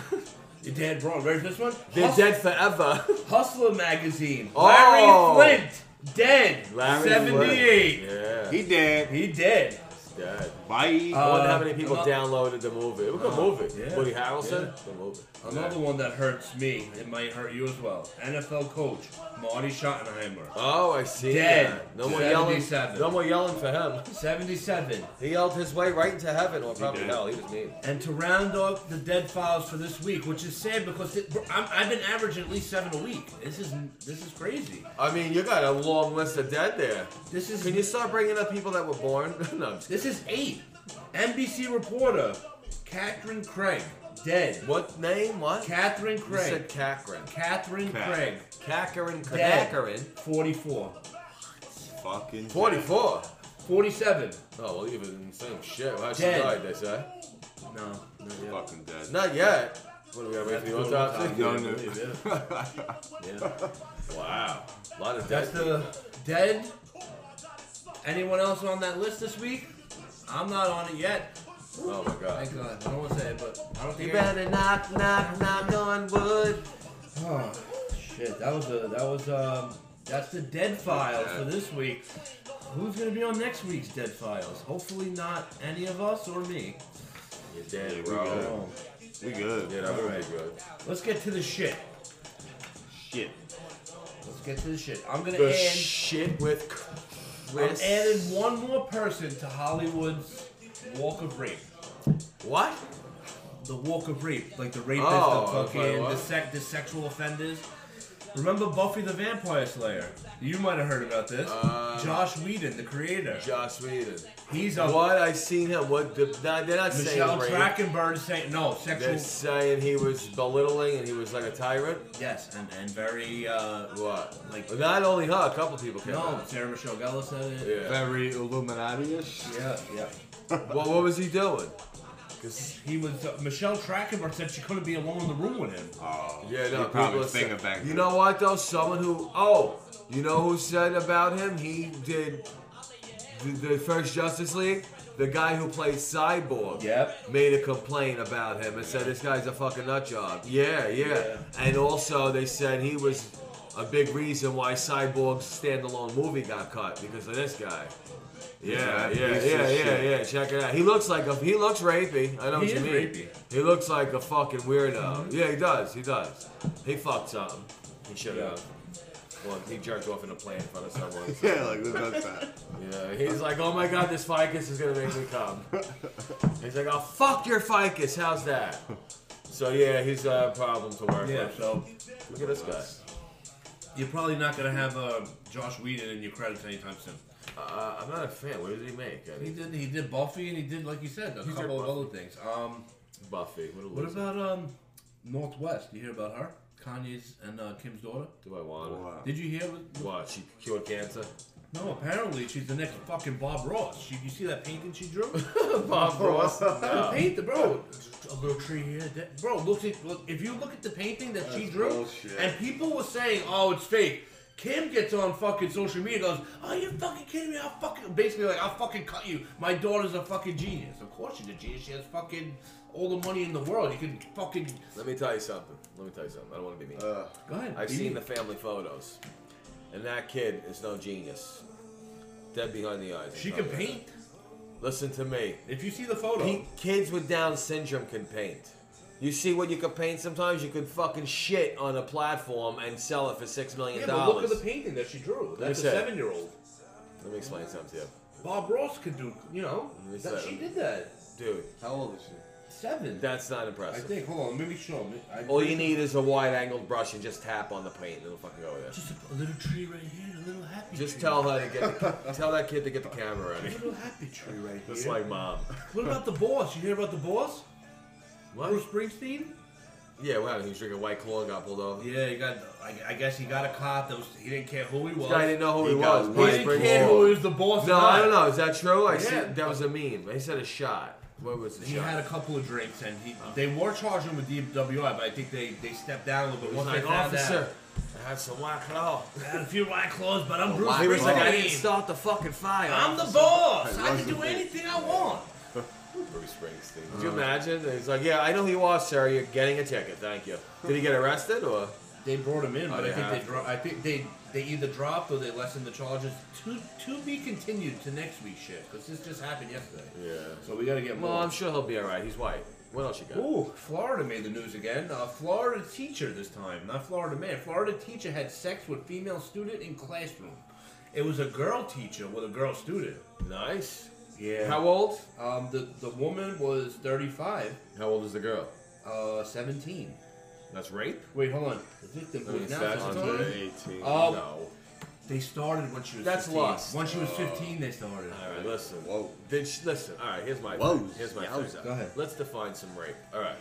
[SPEAKER 2] You're dead wrong. Ready for this one?
[SPEAKER 1] They're
[SPEAKER 2] Hus-
[SPEAKER 1] dead forever.
[SPEAKER 2] Hustler magazine.
[SPEAKER 1] Oh.
[SPEAKER 2] Larry Flint, dead.
[SPEAKER 1] Larry
[SPEAKER 2] Seventy-eight.
[SPEAKER 1] Flynn. Yeah.
[SPEAKER 3] He dead.
[SPEAKER 2] He dead.
[SPEAKER 1] dead.
[SPEAKER 3] Bye.
[SPEAKER 1] I wonder how
[SPEAKER 2] Uh,
[SPEAKER 1] many people
[SPEAKER 2] ano-
[SPEAKER 1] downloaded the movie. It was a good movie.
[SPEAKER 2] yeah,
[SPEAKER 1] Woody Harrelson?
[SPEAKER 2] yeah.
[SPEAKER 1] Good movie.
[SPEAKER 2] Another one that hurts me. It might hurt you as well. NFL coach Marty Schottenheimer.
[SPEAKER 1] Oh, I see.
[SPEAKER 2] Dead.
[SPEAKER 1] that. No more yelling.
[SPEAKER 2] 77.
[SPEAKER 1] No more yelling for him.
[SPEAKER 2] Seventy-seven.
[SPEAKER 1] He yelled his way right into heaven, or probably
[SPEAKER 3] did.
[SPEAKER 1] hell. He was mean.
[SPEAKER 2] And to round off the dead files for this week, which is sad because it, I'm, I've been averaging at least seven a week. This is this is crazy.
[SPEAKER 1] I mean, you got a long list of dead there.
[SPEAKER 2] This is
[SPEAKER 1] Can you start bringing up people that were born? no, I'm just kidding.
[SPEAKER 2] This is eight. NBC reporter Catherine Craig dead.
[SPEAKER 1] What name? What?
[SPEAKER 2] Catherine
[SPEAKER 1] You
[SPEAKER 2] Craig.
[SPEAKER 1] said Cacrin.
[SPEAKER 2] Catherine
[SPEAKER 3] Cat.
[SPEAKER 2] Craig.
[SPEAKER 1] Cacrin.
[SPEAKER 2] Dead.
[SPEAKER 1] Cacrin.
[SPEAKER 2] 44.
[SPEAKER 3] Fucking. dead.
[SPEAKER 1] 44.
[SPEAKER 2] 47.
[SPEAKER 1] Oh, well, you've been saying shit. Why she
[SPEAKER 2] Dead.
[SPEAKER 1] died, they say.
[SPEAKER 2] No, not yet.
[SPEAKER 3] Fucking dead.
[SPEAKER 1] Not yet. What, we gotta wait for the
[SPEAKER 2] That's
[SPEAKER 1] autopsy?
[SPEAKER 2] the autopsy.
[SPEAKER 3] No,
[SPEAKER 2] I
[SPEAKER 3] no.
[SPEAKER 2] believe it. Yeah.
[SPEAKER 1] Wow. A lot of dead.
[SPEAKER 2] That's the dead. Anyone else on that list this week? I'm not on it yet.
[SPEAKER 1] people. Oh my god.
[SPEAKER 2] Thank God. I don't want to say it, but I don't think
[SPEAKER 1] You
[SPEAKER 2] I-
[SPEAKER 1] better knock, knock, knock on wood.
[SPEAKER 2] Oh, shit, that was a that was um that's the dead files for this week. Who's gonna be on next week's dead files? Hopefully not any of us or me.
[SPEAKER 1] You're dead,
[SPEAKER 3] we
[SPEAKER 1] bro.
[SPEAKER 3] good.
[SPEAKER 2] Oh,
[SPEAKER 3] We good.
[SPEAKER 1] Yeah, that would
[SPEAKER 2] Alright.
[SPEAKER 1] be good.
[SPEAKER 2] let's get to the shit.
[SPEAKER 3] Shit.
[SPEAKER 2] Let's get to the shit. I'm gonna
[SPEAKER 1] The
[SPEAKER 2] add
[SPEAKER 1] shit with
[SPEAKER 2] I'm
[SPEAKER 1] Chris.
[SPEAKER 2] adding one more person to Hollywood's Walk of Rape.
[SPEAKER 1] What?
[SPEAKER 2] The Walk of Rape, like the rapists,
[SPEAKER 1] Oh,
[SPEAKER 2] the
[SPEAKER 1] okay,
[SPEAKER 2] fucking the
[SPEAKER 1] what?
[SPEAKER 2] sec the sexual offenders. Remember Buffy the Vampire Slayer? You might have heard about this.
[SPEAKER 1] Um,
[SPEAKER 2] Josh Whedon, the creator.
[SPEAKER 1] Josh Whedon.
[SPEAKER 2] He's a
[SPEAKER 1] What I seen him? What? The, nah, they're not
[SPEAKER 2] Michelle
[SPEAKER 1] saying rape.
[SPEAKER 2] Trachtenberg saying no sexual.
[SPEAKER 1] They're saying he was belittling and he was like a tyrant.
[SPEAKER 2] Yes, and and very uh,
[SPEAKER 1] What?
[SPEAKER 2] Like-
[SPEAKER 1] Well, not only her, a couple people came
[SPEAKER 2] no.
[SPEAKER 1] out.
[SPEAKER 2] Sarah Michelle Gellar said it.
[SPEAKER 1] Yeah.
[SPEAKER 3] Very Illuminati-ish.
[SPEAKER 2] Yeah, yeah.
[SPEAKER 1] Well, what was he doing? 'Cause-
[SPEAKER 2] He was uh, Michelle Trachtenberg said she couldn't be alone in the room with him.
[SPEAKER 3] Oh.
[SPEAKER 1] yeah,
[SPEAKER 3] he
[SPEAKER 1] no,
[SPEAKER 3] probably
[SPEAKER 1] people said-
[SPEAKER 3] finger banged.
[SPEAKER 1] You
[SPEAKER 3] her.
[SPEAKER 1] know what though? Someone who oh, you know who said about him? He did the, the first Justice League. The guy who played Cyborg
[SPEAKER 2] Yep.
[SPEAKER 1] made a complaint about him and said this guy's a fucking nut job. Yeah, yeah.
[SPEAKER 2] Yeah.
[SPEAKER 1] And also they said he was a big reason why Cyborg's standalone movie got cut because of this guy. Yeah,
[SPEAKER 3] He's a
[SPEAKER 1] yeah,
[SPEAKER 3] piece
[SPEAKER 1] yeah,
[SPEAKER 3] of
[SPEAKER 1] yeah,
[SPEAKER 3] shit.
[SPEAKER 1] yeah. Check it out. He looks like a he looks rapey. I know
[SPEAKER 2] He
[SPEAKER 1] what you
[SPEAKER 2] is
[SPEAKER 1] mean.
[SPEAKER 2] rapey.
[SPEAKER 1] He looks like a fucking weirdo. Yeah, he does. He does. He fucked something. He should have. Well, he jerked off in a plane in front of someone. so-
[SPEAKER 3] Yeah, like that's that.
[SPEAKER 1] yeah, he's like, oh my god, this ficus is gonna make me come. he's like, oh fuck your ficus. How's that? So yeah, he's a problem to work
[SPEAKER 2] Yeah.
[SPEAKER 1] with.
[SPEAKER 2] So
[SPEAKER 1] Look at this guy.
[SPEAKER 2] you're probably not gonna have uh, Josh Whedon in your credits anytime soon.
[SPEAKER 1] Uh, I'm not a fan. What did he make? I
[SPEAKER 2] He
[SPEAKER 1] mean,
[SPEAKER 2] did. He did Buffy, and he did like you said a
[SPEAKER 1] He did
[SPEAKER 2] couple of other things. Um,
[SPEAKER 1] Buffy. What, a
[SPEAKER 2] what
[SPEAKER 1] loser.
[SPEAKER 2] about um, Northwest? You hear about her? Kanye's and uh, Kim's daughter.
[SPEAKER 1] Do I want it?
[SPEAKER 3] Wow.
[SPEAKER 2] Did you hear? What,
[SPEAKER 1] What? She cured cancer.
[SPEAKER 2] no, apparently she's the next fucking Bob Ross. She, you see that painting she drew?
[SPEAKER 1] Bob Ross.
[SPEAKER 2] That was painted, bro. A little tree here, that, bro. Look, at- look, if you look at the painting that she
[SPEAKER 3] That's
[SPEAKER 2] drew,
[SPEAKER 3] bullshit.
[SPEAKER 2] and people were saying, "Oh, it's fake." Kim gets on fucking social media, goes, "Are you fucking kidding me? I'll fucking basically like I'll fucking cut you. My daughter's a fucking genius. Of course she's a genius. She has fucking all the money in the world. You can fucking
[SPEAKER 1] Let me tell you something. Let me tell you something. I don't want to be mean.
[SPEAKER 3] Uh,
[SPEAKER 2] go ahead.
[SPEAKER 1] I've
[SPEAKER 2] Be
[SPEAKER 1] seen
[SPEAKER 2] mean.
[SPEAKER 1] the family photos, and that kid is no genius. Dead behind the eyes. I'm
[SPEAKER 2] She can
[SPEAKER 1] telling you.
[SPEAKER 2] paint.
[SPEAKER 1] Listen to me.
[SPEAKER 2] If you see the photo,
[SPEAKER 1] Paint- kids with Down syndrome can paint. You see what you can paint sometimes? You could fucking shit on a platform and sell it for six million
[SPEAKER 2] yeah, but look at
[SPEAKER 1] dollars.
[SPEAKER 2] the painting that she drew. That's a
[SPEAKER 1] said-
[SPEAKER 2] seven-year-old.
[SPEAKER 1] Let me explain something to you.
[SPEAKER 2] Bob Ross could do, you know,
[SPEAKER 1] Let me
[SPEAKER 2] that,
[SPEAKER 1] say-
[SPEAKER 2] she did that.
[SPEAKER 1] Dude,
[SPEAKER 3] how old is she?
[SPEAKER 2] Seven.
[SPEAKER 1] That's not
[SPEAKER 2] I
[SPEAKER 1] impressive.
[SPEAKER 2] think. Hold on. Let me make sure. I-
[SPEAKER 1] All you need is a wide angled brush and just tap on the paint and it'll fucking go there.
[SPEAKER 2] Just a, a little tree right here, a little happy.
[SPEAKER 1] Just
[SPEAKER 2] tree.
[SPEAKER 1] tell her to get the, tell that kid to get the camera
[SPEAKER 2] A
[SPEAKER 1] ready.
[SPEAKER 2] little happy tree right
[SPEAKER 1] Just
[SPEAKER 2] here.
[SPEAKER 1] like mom.
[SPEAKER 2] What about the boss? You hear about the boss? Bruce Springsteen?
[SPEAKER 1] Yeah, well, he was drinking White Claw and got pulled over.
[SPEAKER 2] Yeah, he got. I, I guess he got a cop that was. He didn't care who he was.
[SPEAKER 1] This guy didn't know who
[SPEAKER 3] He
[SPEAKER 1] he, was.
[SPEAKER 3] got his
[SPEAKER 2] He
[SPEAKER 1] Bruce
[SPEAKER 3] white
[SPEAKER 2] didn't
[SPEAKER 3] Springsteen.
[SPEAKER 2] care
[SPEAKER 1] Springsteen.
[SPEAKER 2] who he was the boss. or
[SPEAKER 1] No,
[SPEAKER 2] not.
[SPEAKER 1] I don't know. Is that true? I see
[SPEAKER 2] Yeah.
[SPEAKER 1] that was a meme. They said a shot. What was the
[SPEAKER 2] He
[SPEAKER 1] shot?
[SPEAKER 2] had a couple of drinks, and he, they were charging him with DWI, but I think they, they stepped down a little bit.
[SPEAKER 1] He was
[SPEAKER 2] they
[SPEAKER 1] like,
[SPEAKER 2] found out-
[SPEAKER 1] officer, I had some White Claw.
[SPEAKER 2] I had a few white claws, but I'm Bruce
[SPEAKER 1] He was like, I didn't
[SPEAKER 2] Springsteen.
[SPEAKER 1] start the fucking fire.
[SPEAKER 2] I'm the
[SPEAKER 1] officer."
[SPEAKER 2] boss.
[SPEAKER 3] I
[SPEAKER 2] I
[SPEAKER 3] love
[SPEAKER 2] can
[SPEAKER 3] the
[SPEAKER 2] do
[SPEAKER 3] thing.
[SPEAKER 2] anything I want.
[SPEAKER 1] Bruce Springsteen. Could you imagine? He's like, yeah, I know who you are, sir. You're getting a ticket. Thank you. Did he get arrested or?
[SPEAKER 2] They brought him in, but
[SPEAKER 1] Oh, they
[SPEAKER 2] I think they
[SPEAKER 1] have
[SPEAKER 2] dro- I think they they either dropped or they lessened the charges to to be continued to next week's shift because this just happened yesterday.
[SPEAKER 1] Yeah.
[SPEAKER 2] So we gotta get
[SPEAKER 1] Well,
[SPEAKER 2] more.
[SPEAKER 1] I'm sure he'll be all right. He's white. What else you got?
[SPEAKER 2] Ooh, Florida made the news again. A Florida teacher this time, not Florida man. Florida teacher had sex with female student in classroom. It was a girl teacher with a girl student.
[SPEAKER 1] Nice.
[SPEAKER 2] Yeah.
[SPEAKER 1] How old?
[SPEAKER 2] um, the the woman was 35,
[SPEAKER 1] How old is the girl?
[SPEAKER 2] uh, 17.
[SPEAKER 1] That's rape.
[SPEAKER 2] Wait, hold on. The victim
[SPEAKER 1] I mean,
[SPEAKER 2] was now
[SPEAKER 1] that's
[SPEAKER 2] 17.
[SPEAKER 1] under
[SPEAKER 3] eighteen.
[SPEAKER 2] Um,
[SPEAKER 1] no.
[SPEAKER 2] They started when she was.
[SPEAKER 1] That's
[SPEAKER 2] 15.
[SPEAKER 1] lust.
[SPEAKER 2] When she was 15, they started.
[SPEAKER 1] All right, listen.
[SPEAKER 3] Whoa.
[SPEAKER 1] Did sh- listen. All right, here's my
[SPEAKER 3] Whoa,
[SPEAKER 1] thing. here's my
[SPEAKER 3] yowza.
[SPEAKER 1] thing.
[SPEAKER 2] Go ahead.
[SPEAKER 1] Let's define some rape. All right.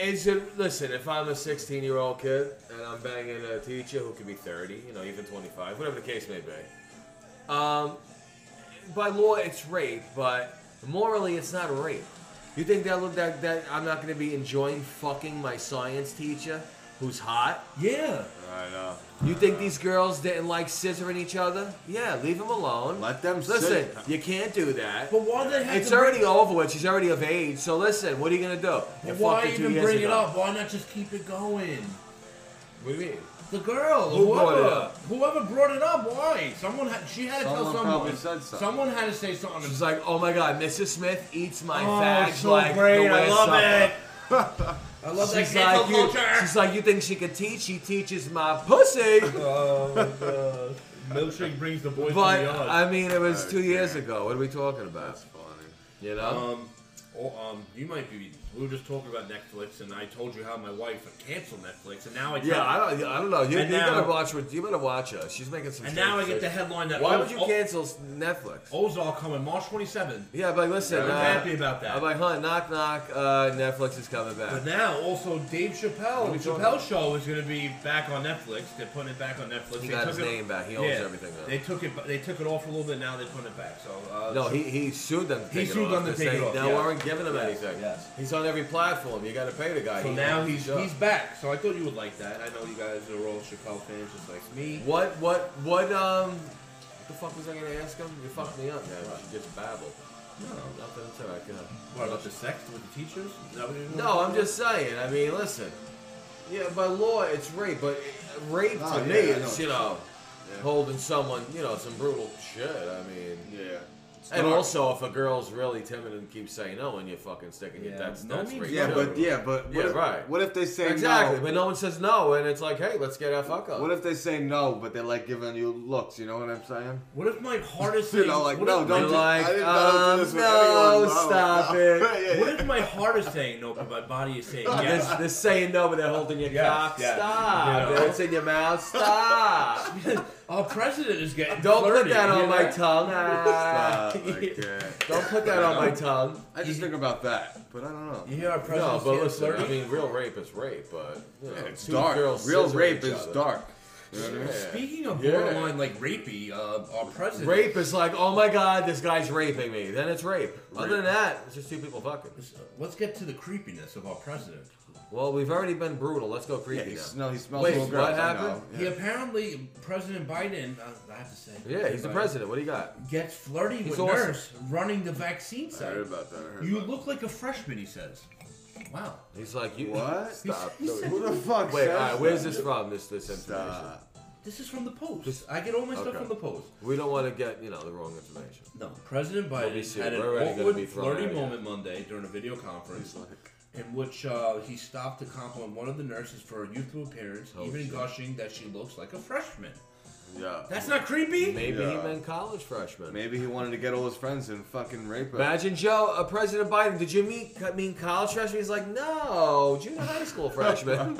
[SPEAKER 1] Is it listen? If I'm a 16 year old kid and I'm banging a teacher who could be 30, you know, even 25, whatever the case may be, um, by law it's rape, but morally it's not rape. You think that look that that I'm not going to be enjoying fucking my science teacher who's hot?
[SPEAKER 2] Yeah.
[SPEAKER 3] I know.
[SPEAKER 1] You think these girls didn't like scissoring each other? Yeah, leave them alone.
[SPEAKER 3] Let them
[SPEAKER 1] listen.
[SPEAKER 3] sit.
[SPEAKER 1] You can't do that.
[SPEAKER 2] But why did they have
[SPEAKER 1] It's
[SPEAKER 2] to
[SPEAKER 1] already
[SPEAKER 2] bring,
[SPEAKER 1] over with. She's already of age. So listen, what are you gonna do? You
[SPEAKER 2] Why
[SPEAKER 1] fucked her two
[SPEAKER 2] even
[SPEAKER 1] years
[SPEAKER 2] bring it
[SPEAKER 1] ago.
[SPEAKER 2] up? Why not just keep it going?
[SPEAKER 1] What do you mean?
[SPEAKER 2] The girl,
[SPEAKER 1] Who brought
[SPEAKER 2] whoever,
[SPEAKER 1] it up?
[SPEAKER 2] whoever brought it up, why? Someone had, she had to
[SPEAKER 3] Someone
[SPEAKER 2] tell
[SPEAKER 3] probably
[SPEAKER 2] someone.
[SPEAKER 3] said something.
[SPEAKER 2] Someone had to say something.
[SPEAKER 1] She's like, oh my god, Mrs. Smith eats my
[SPEAKER 2] Oh,
[SPEAKER 1] fags
[SPEAKER 2] so
[SPEAKER 1] like
[SPEAKER 2] great,
[SPEAKER 1] the way
[SPEAKER 2] I love
[SPEAKER 1] supper.
[SPEAKER 2] it. I love
[SPEAKER 1] She's
[SPEAKER 2] that
[SPEAKER 1] like,
[SPEAKER 2] cancel
[SPEAKER 1] you,
[SPEAKER 2] culture.
[SPEAKER 1] she's like, you think she could teach? She teaches my pussy.
[SPEAKER 2] Oh my god. Milkshake brings the boys to
[SPEAKER 1] But
[SPEAKER 2] the yard.
[SPEAKER 1] I mean, it was
[SPEAKER 3] Oh,
[SPEAKER 1] two years
[SPEAKER 3] yeah.
[SPEAKER 1] ago. What are we talking about?
[SPEAKER 3] That's funny.
[SPEAKER 1] You know?
[SPEAKER 2] um, oh, um, you might be. We were just talking about Netflix, and I told you how my wife canceled Netflix, and now I
[SPEAKER 1] yeah,
[SPEAKER 2] tell-
[SPEAKER 1] I don't. I don't know. You, you
[SPEAKER 2] and now-
[SPEAKER 1] better watch. Her, you better watch her. She's making some.
[SPEAKER 2] and
[SPEAKER 1] strange
[SPEAKER 2] now I get the
[SPEAKER 1] decisions.
[SPEAKER 2] headline that
[SPEAKER 1] Why
[SPEAKER 2] Oz-
[SPEAKER 1] would you
[SPEAKER 2] O-
[SPEAKER 1] cancel Netflix?
[SPEAKER 2] Ozark coming March 27th.
[SPEAKER 1] Yeah, but listen,
[SPEAKER 2] I'm
[SPEAKER 1] uh,
[SPEAKER 2] happy about that.
[SPEAKER 1] I'm like, huh? Knock, knock. Uh, Netflix is coming back.
[SPEAKER 2] But now also Dave
[SPEAKER 1] What are
[SPEAKER 2] Chappelle,
[SPEAKER 1] we
[SPEAKER 2] the
[SPEAKER 1] talking
[SPEAKER 2] Chappelle
[SPEAKER 1] about?
[SPEAKER 2] Show is going to be back on Netflix. They're putting it back on Netflix.
[SPEAKER 1] He
[SPEAKER 2] They
[SPEAKER 1] got
[SPEAKER 2] took
[SPEAKER 1] his
[SPEAKER 2] it-
[SPEAKER 1] name back. He owns everything now.
[SPEAKER 2] They took it. They took it off a little bit. Now they're putting it back. So uh,
[SPEAKER 1] No,
[SPEAKER 2] so-
[SPEAKER 1] he, he sued them. To
[SPEAKER 2] He
[SPEAKER 1] take it
[SPEAKER 2] sued
[SPEAKER 1] off.
[SPEAKER 2] them to
[SPEAKER 1] They're
[SPEAKER 2] take it
[SPEAKER 1] saying,
[SPEAKER 2] off,
[SPEAKER 1] No,
[SPEAKER 2] yeah.
[SPEAKER 1] we weren't giving him
[SPEAKER 2] Yes,
[SPEAKER 1] anything.
[SPEAKER 2] yes.
[SPEAKER 1] He's on every platform. You got to pay the guy.
[SPEAKER 2] So
[SPEAKER 1] He-
[SPEAKER 2] now he's
[SPEAKER 1] up.
[SPEAKER 2] he's back. So I thought you would like that. I know you guys are all Chappelle fans, just like me.
[SPEAKER 1] What what what um? What the fuck was I gonna ask him? You fucked me up, man. You just babbled.
[SPEAKER 2] No.
[SPEAKER 1] Nothing. It's all right. go ahead.
[SPEAKER 2] What about the sex with the teachers? Is that what you're doing?
[SPEAKER 1] No, I'm just saying. I mean, listen. Yeah, by law it's rape, but rape
[SPEAKER 3] Oh,
[SPEAKER 1] to
[SPEAKER 3] yeah,
[SPEAKER 1] me
[SPEAKER 3] I know.
[SPEAKER 1] is you know
[SPEAKER 3] Yeah.
[SPEAKER 1] holding someone you know some brutal shit. I mean.
[SPEAKER 3] Yeah.
[SPEAKER 1] And
[SPEAKER 3] Dark.
[SPEAKER 1] also, if a girl's really timid and keeps saying no, and you're fucking sticking your
[SPEAKER 2] Yeah,
[SPEAKER 1] that's
[SPEAKER 2] no
[SPEAKER 1] that's
[SPEAKER 2] means
[SPEAKER 1] rape.
[SPEAKER 3] Yeah,
[SPEAKER 1] too.
[SPEAKER 3] but yeah, but what
[SPEAKER 1] Yeah,
[SPEAKER 3] if,
[SPEAKER 1] right.
[SPEAKER 3] What if they say
[SPEAKER 1] exactly.
[SPEAKER 3] no?
[SPEAKER 1] But no one says no, and it's like, hey, let's get our fuck up.
[SPEAKER 3] What if they say no, but they're like giving you looks? You know what I'm saying?
[SPEAKER 2] What if my hardest
[SPEAKER 3] You
[SPEAKER 2] thing?
[SPEAKER 3] know, like
[SPEAKER 2] what
[SPEAKER 3] no,
[SPEAKER 2] if,
[SPEAKER 3] don't.
[SPEAKER 1] You're
[SPEAKER 3] do,
[SPEAKER 1] like,
[SPEAKER 3] I didn't, I don't
[SPEAKER 1] um,
[SPEAKER 3] do this with
[SPEAKER 1] no,
[SPEAKER 3] anyone, blah, blah,
[SPEAKER 1] stop
[SPEAKER 3] blah.
[SPEAKER 1] it.
[SPEAKER 3] yeah, yeah.
[SPEAKER 2] What if my heart is saying no, but my body is saying
[SPEAKER 1] This,
[SPEAKER 2] yes?
[SPEAKER 1] this saying no, but they're holding your
[SPEAKER 2] Yes,
[SPEAKER 1] cock.
[SPEAKER 2] yes.
[SPEAKER 1] Stop.
[SPEAKER 2] You know.
[SPEAKER 1] It's in your mouth. Stop.
[SPEAKER 2] Our president is getting.
[SPEAKER 1] Don't
[SPEAKER 2] flirty,
[SPEAKER 1] put that
[SPEAKER 2] you
[SPEAKER 1] on my
[SPEAKER 2] know?
[SPEAKER 1] tongue. Ah.
[SPEAKER 3] Stop, like, yeah.
[SPEAKER 1] Don't put that on my tongue.
[SPEAKER 3] I just think about that, but I don't know.
[SPEAKER 2] You hear our
[SPEAKER 1] No,
[SPEAKER 2] president
[SPEAKER 1] but
[SPEAKER 2] getting
[SPEAKER 1] listen,
[SPEAKER 2] flirty?
[SPEAKER 1] I mean, real rape is rape, but you know,
[SPEAKER 3] Yeah, it's
[SPEAKER 1] two
[SPEAKER 3] dark.
[SPEAKER 1] girls
[SPEAKER 3] Real
[SPEAKER 1] scissoring
[SPEAKER 3] rape
[SPEAKER 1] each
[SPEAKER 3] is
[SPEAKER 1] other.
[SPEAKER 3] dark. You know what I mean?
[SPEAKER 1] Yeah.
[SPEAKER 2] Speaking of
[SPEAKER 1] Yeah.
[SPEAKER 2] borderline like rapey, uh, our president
[SPEAKER 1] Rape is like, oh my god, this guy's raping me. Then it's rape. Other than
[SPEAKER 3] Rape.
[SPEAKER 1] that, it's just two people fucking.
[SPEAKER 2] Let's get to the creepiness of our president.
[SPEAKER 1] Well, we've already been brutal. Let's go
[SPEAKER 3] Yeah,
[SPEAKER 1] creepy
[SPEAKER 3] he,
[SPEAKER 1] now.
[SPEAKER 3] sm- no, he smells
[SPEAKER 1] Wait,
[SPEAKER 3] little girls.
[SPEAKER 1] what
[SPEAKER 3] I
[SPEAKER 1] happened?
[SPEAKER 3] know,
[SPEAKER 2] He
[SPEAKER 3] yeah.
[SPEAKER 2] apparently, President Biden, uh, I have to say,
[SPEAKER 1] yeah, he's the
[SPEAKER 2] Biden,
[SPEAKER 1] president. What do you got?
[SPEAKER 2] Gets flirty with
[SPEAKER 1] awesome.
[SPEAKER 2] nurse running the vaccine
[SPEAKER 3] I
[SPEAKER 2] site.
[SPEAKER 3] heard about that. I heard
[SPEAKER 2] You
[SPEAKER 3] about
[SPEAKER 2] look like a freshman, he says. Wow.
[SPEAKER 1] He's like,
[SPEAKER 3] that.
[SPEAKER 1] you
[SPEAKER 3] What?
[SPEAKER 1] Stop.
[SPEAKER 2] He said-
[SPEAKER 3] Who the fuck?
[SPEAKER 1] Wait,
[SPEAKER 3] says
[SPEAKER 1] all right, where's this
[SPEAKER 3] that?
[SPEAKER 1] from? This this information.
[SPEAKER 3] Stop.
[SPEAKER 2] This is from the Post.
[SPEAKER 1] Just-
[SPEAKER 2] I get all my stuff
[SPEAKER 3] okay.
[SPEAKER 2] from the Post.
[SPEAKER 1] We don't want to get you know the wrong information.
[SPEAKER 2] No, President
[SPEAKER 1] Let me
[SPEAKER 2] Biden
[SPEAKER 1] see.
[SPEAKER 2] had an
[SPEAKER 1] We're already gonna
[SPEAKER 2] awkward
[SPEAKER 1] be thrown
[SPEAKER 2] flirty
[SPEAKER 1] out of here.
[SPEAKER 2] moment Monday during a video conference
[SPEAKER 3] He's like,
[SPEAKER 2] in which uh, he stopped to compliment one of the nurses for her youthful appearance,
[SPEAKER 1] Holy
[SPEAKER 2] even
[SPEAKER 1] Oh, shit. Oh,
[SPEAKER 2] gushing that she looks like a freshman.
[SPEAKER 3] Yeah.
[SPEAKER 2] That's not creepy.
[SPEAKER 1] Maybe he
[SPEAKER 3] Yeah.
[SPEAKER 1] meant college freshmen.
[SPEAKER 3] Maybe he wanted to get all his friends and fucking rape her.
[SPEAKER 1] Imagine Joe, uh, President Biden. Did you meet co- mean college freshmen? He's like, no, junior high school freshman.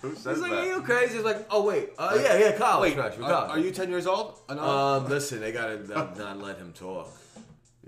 [SPEAKER 3] Who says
[SPEAKER 1] He's like, are
[SPEAKER 3] that?
[SPEAKER 1] you crazy? He's like, oh wait, uh, yeah, yeah, college freshman.
[SPEAKER 3] Are,
[SPEAKER 1] college.
[SPEAKER 3] are you 10 years old? Uh, no.
[SPEAKER 1] Um, listen, they gotta not, not let him talk.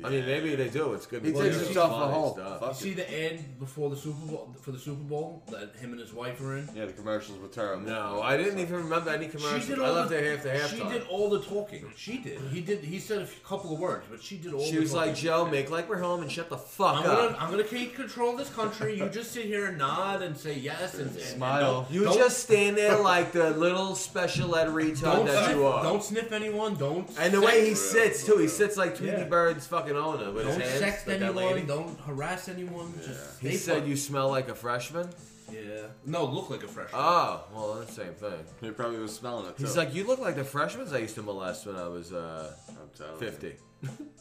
[SPEAKER 1] I mean, maybe they do. It's good.
[SPEAKER 3] He
[SPEAKER 1] because
[SPEAKER 2] takes
[SPEAKER 1] it's
[SPEAKER 3] himself a
[SPEAKER 1] funny
[SPEAKER 3] whole
[SPEAKER 1] stuff.
[SPEAKER 3] fuck.
[SPEAKER 2] You see the ad before the Super Bowl for the Super Bowl that him and his wife are in.
[SPEAKER 3] yeah, the commercials were terrible.
[SPEAKER 1] No, I didn't even remember any
[SPEAKER 2] She
[SPEAKER 1] commercials.
[SPEAKER 2] did
[SPEAKER 1] I
[SPEAKER 2] all
[SPEAKER 1] left
[SPEAKER 2] the,
[SPEAKER 1] it half to
[SPEAKER 2] She
[SPEAKER 1] halftime.
[SPEAKER 2] did all the talking. She did. He did. He said a few- couple of words, but she did all.
[SPEAKER 1] She
[SPEAKER 2] the
[SPEAKER 1] was like,
[SPEAKER 2] talking.
[SPEAKER 1] Joe, make like we're home and shut the fuck up.
[SPEAKER 2] I'm gonna, I'm gonna take control of this country. You just sit here and nod and say yes and and- and
[SPEAKER 3] Smile.
[SPEAKER 1] You
[SPEAKER 2] don't-
[SPEAKER 1] just stand there like the little special ed retard
[SPEAKER 2] Don't,
[SPEAKER 1] that
[SPEAKER 2] sniff,
[SPEAKER 1] you are.
[SPEAKER 2] don't sniff anyone. Don't.
[SPEAKER 1] and the way he
[SPEAKER 2] sex-
[SPEAKER 1] sits too, he sits like Tweety
[SPEAKER 2] Yeah.
[SPEAKER 1] Bird's fucking owner with
[SPEAKER 2] Don't
[SPEAKER 1] his hands.
[SPEAKER 2] sext
[SPEAKER 1] like that
[SPEAKER 2] anyone.
[SPEAKER 1] lady.
[SPEAKER 2] Don't harass anyone. Just stay
[SPEAKER 1] He said
[SPEAKER 2] put.
[SPEAKER 1] you smell like a freshman.
[SPEAKER 2] Yeah. No, look like a freshman.
[SPEAKER 1] Oh, well, that's the same thing.
[SPEAKER 3] He probably was smelling it too.
[SPEAKER 1] He's like, you look like the freshmen I used to molest when I was uh,
[SPEAKER 3] I'm telling you.
[SPEAKER 1] fifty.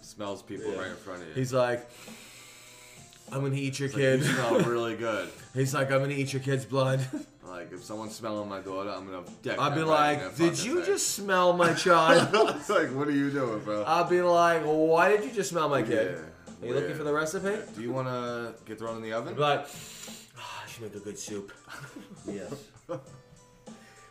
[SPEAKER 3] Smells people
[SPEAKER 1] Yeah.
[SPEAKER 3] right in front of you.
[SPEAKER 1] He's like, I'm gonna eat your
[SPEAKER 3] It's like,
[SPEAKER 1] kid.
[SPEAKER 3] you smell really good.
[SPEAKER 1] He's like, I'm gonna eat your kid's blood.
[SPEAKER 3] Like if someone's smelling my daughter, I'm gonna deck.
[SPEAKER 1] I'll
[SPEAKER 3] them
[SPEAKER 1] be
[SPEAKER 3] right
[SPEAKER 1] like,
[SPEAKER 3] in their
[SPEAKER 1] Did
[SPEAKER 3] fucking
[SPEAKER 1] you
[SPEAKER 3] face."
[SPEAKER 1] just smell my child?
[SPEAKER 3] it's like, what are you doing, bro?
[SPEAKER 1] I'll be like, Why did you just smell my kid?
[SPEAKER 3] Yeah,
[SPEAKER 1] Are you looking
[SPEAKER 3] yeah.
[SPEAKER 1] for the recipe?
[SPEAKER 3] Do you want to get thrown in the
[SPEAKER 1] I'll
[SPEAKER 3] oven?
[SPEAKER 1] be like, ah, I should make a good soup.
[SPEAKER 2] Yes.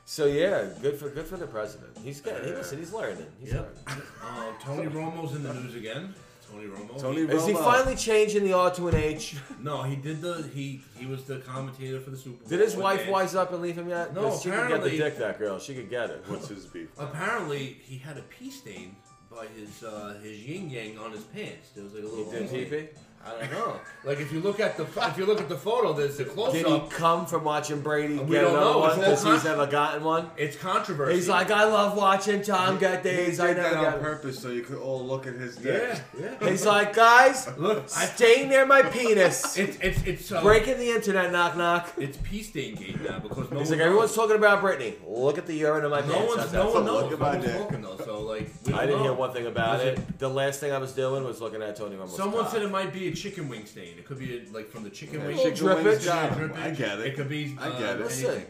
[SPEAKER 1] So yeah, good for good for the president. He's good. He
[SPEAKER 3] Yeah.
[SPEAKER 1] listen, he's learning. He's
[SPEAKER 2] Yep.
[SPEAKER 1] learning.
[SPEAKER 2] Uh, Tony Romo's in the news again. Tony Romo.
[SPEAKER 3] Tony
[SPEAKER 1] Is he
[SPEAKER 3] Romo.
[SPEAKER 1] finally changing the R to an H?
[SPEAKER 2] No, he did the he he was the commentator for the Super Bowl.
[SPEAKER 1] Did his
[SPEAKER 2] With
[SPEAKER 1] wife
[SPEAKER 2] the-
[SPEAKER 1] wise up and leave him yet?
[SPEAKER 2] No,
[SPEAKER 1] 'Cause she could get the
[SPEAKER 2] apparently-
[SPEAKER 1] dick. That girl, she could get it.
[SPEAKER 3] What's his beef?
[SPEAKER 2] Apparently, he had a pee stain by his uh, his yin yang on his pants. There was like a little.
[SPEAKER 1] Did he
[SPEAKER 2] pee stain.
[SPEAKER 1] pee?
[SPEAKER 2] I don't know. Like if you look at the if you look at the photo, there's the close
[SPEAKER 1] Did he
[SPEAKER 2] up.
[SPEAKER 1] come from watching Brady
[SPEAKER 2] We
[SPEAKER 1] get
[SPEAKER 2] don't
[SPEAKER 1] another
[SPEAKER 2] know.
[SPEAKER 1] one
[SPEAKER 2] It's all
[SPEAKER 1] because he's
[SPEAKER 2] con-
[SPEAKER 1] never gotten one?
[SPEAKER 2] It's controversy.
[SPEAKER 1] He's like, I love watching Tom get
[SPEAKER 3] He
[SPEAKER 1] these.
[SPEAKER 3] did
[SPEAKER 1] I
[SPEAKER 3] that
[SPEAKER 1] never
[SPEAKER 3] on
[SPEAKER 1] got one."
[SPEAKER 3] purpose so you could all look at his dick.
[SPEAKER 2] yeah, yeah.
[SPEAKER 1] He's like, guys,
[SPEAKER 2] Look, I,
[SPEAKER 1] stay near my penis.
[SPEAKER 2] it's it's it's uh,
[SPEAKER 1] Breaking the internet, knock knock.
[SPEAKER 2] It's pee stain game now because no
[SPEAKER 1] He's
[SPEAKER 2] one
[SPEAKER 1] like, everyone's talking about Britney. Look at the urine in my
[SPEAKER 2] no
[SPEAKER 1] pants.
[SPEAKER 2] one's
[SPEAKER 1] How's
[SPEAKER 2] no
[SPEAKER 1] that?
[SPEAKER 2] one
[SPEAKER 3] a
[SPEAKER 2] knows.
[SPEAKER 3] look at
[SPEAKER 2] No
[SPEAKER 3] my
[SPEAKER 2] one's
[SPEAKER 3] dick.
[SPEAKER 2] talking though. So like, we
[SPEAKER 1] I
[SPEAKER 2] don't
[SPEAKER 1] didn't
[SPEAKER 2] know.
[SPEAKER 1] hear one thing about
[SPEAKER 2] Was
[SPEAKER 1] it.
[SPEAKER 2] it-
[SPEAKER 1] The last thing I was doing was looking at Tony Romo's
[SPEAKER 2] Someone
[SPEAKER 1] cock.
[SPEAKER 2] said it might be a chicken wing stain. It could be a, like from the chicken
[SPEAKER 3] Yeah,
[SPEAKER 2] wing.
[SPEAKER 1] Little
[SPEAKER 3] chicken wings
[SPEAKER 1] drippage.
[SPEAKER 3] got him.
[SPEAKER 2] drippage.
[SPEAKER 3] I get it.
[SPEAKER 2] It could be.
[SPEAKER 3] I
[SPEAKER 2] uh,
[SPEAKER 3] get it.
[SPEAKER 1] Listen,
[SPEAKER 2] anything.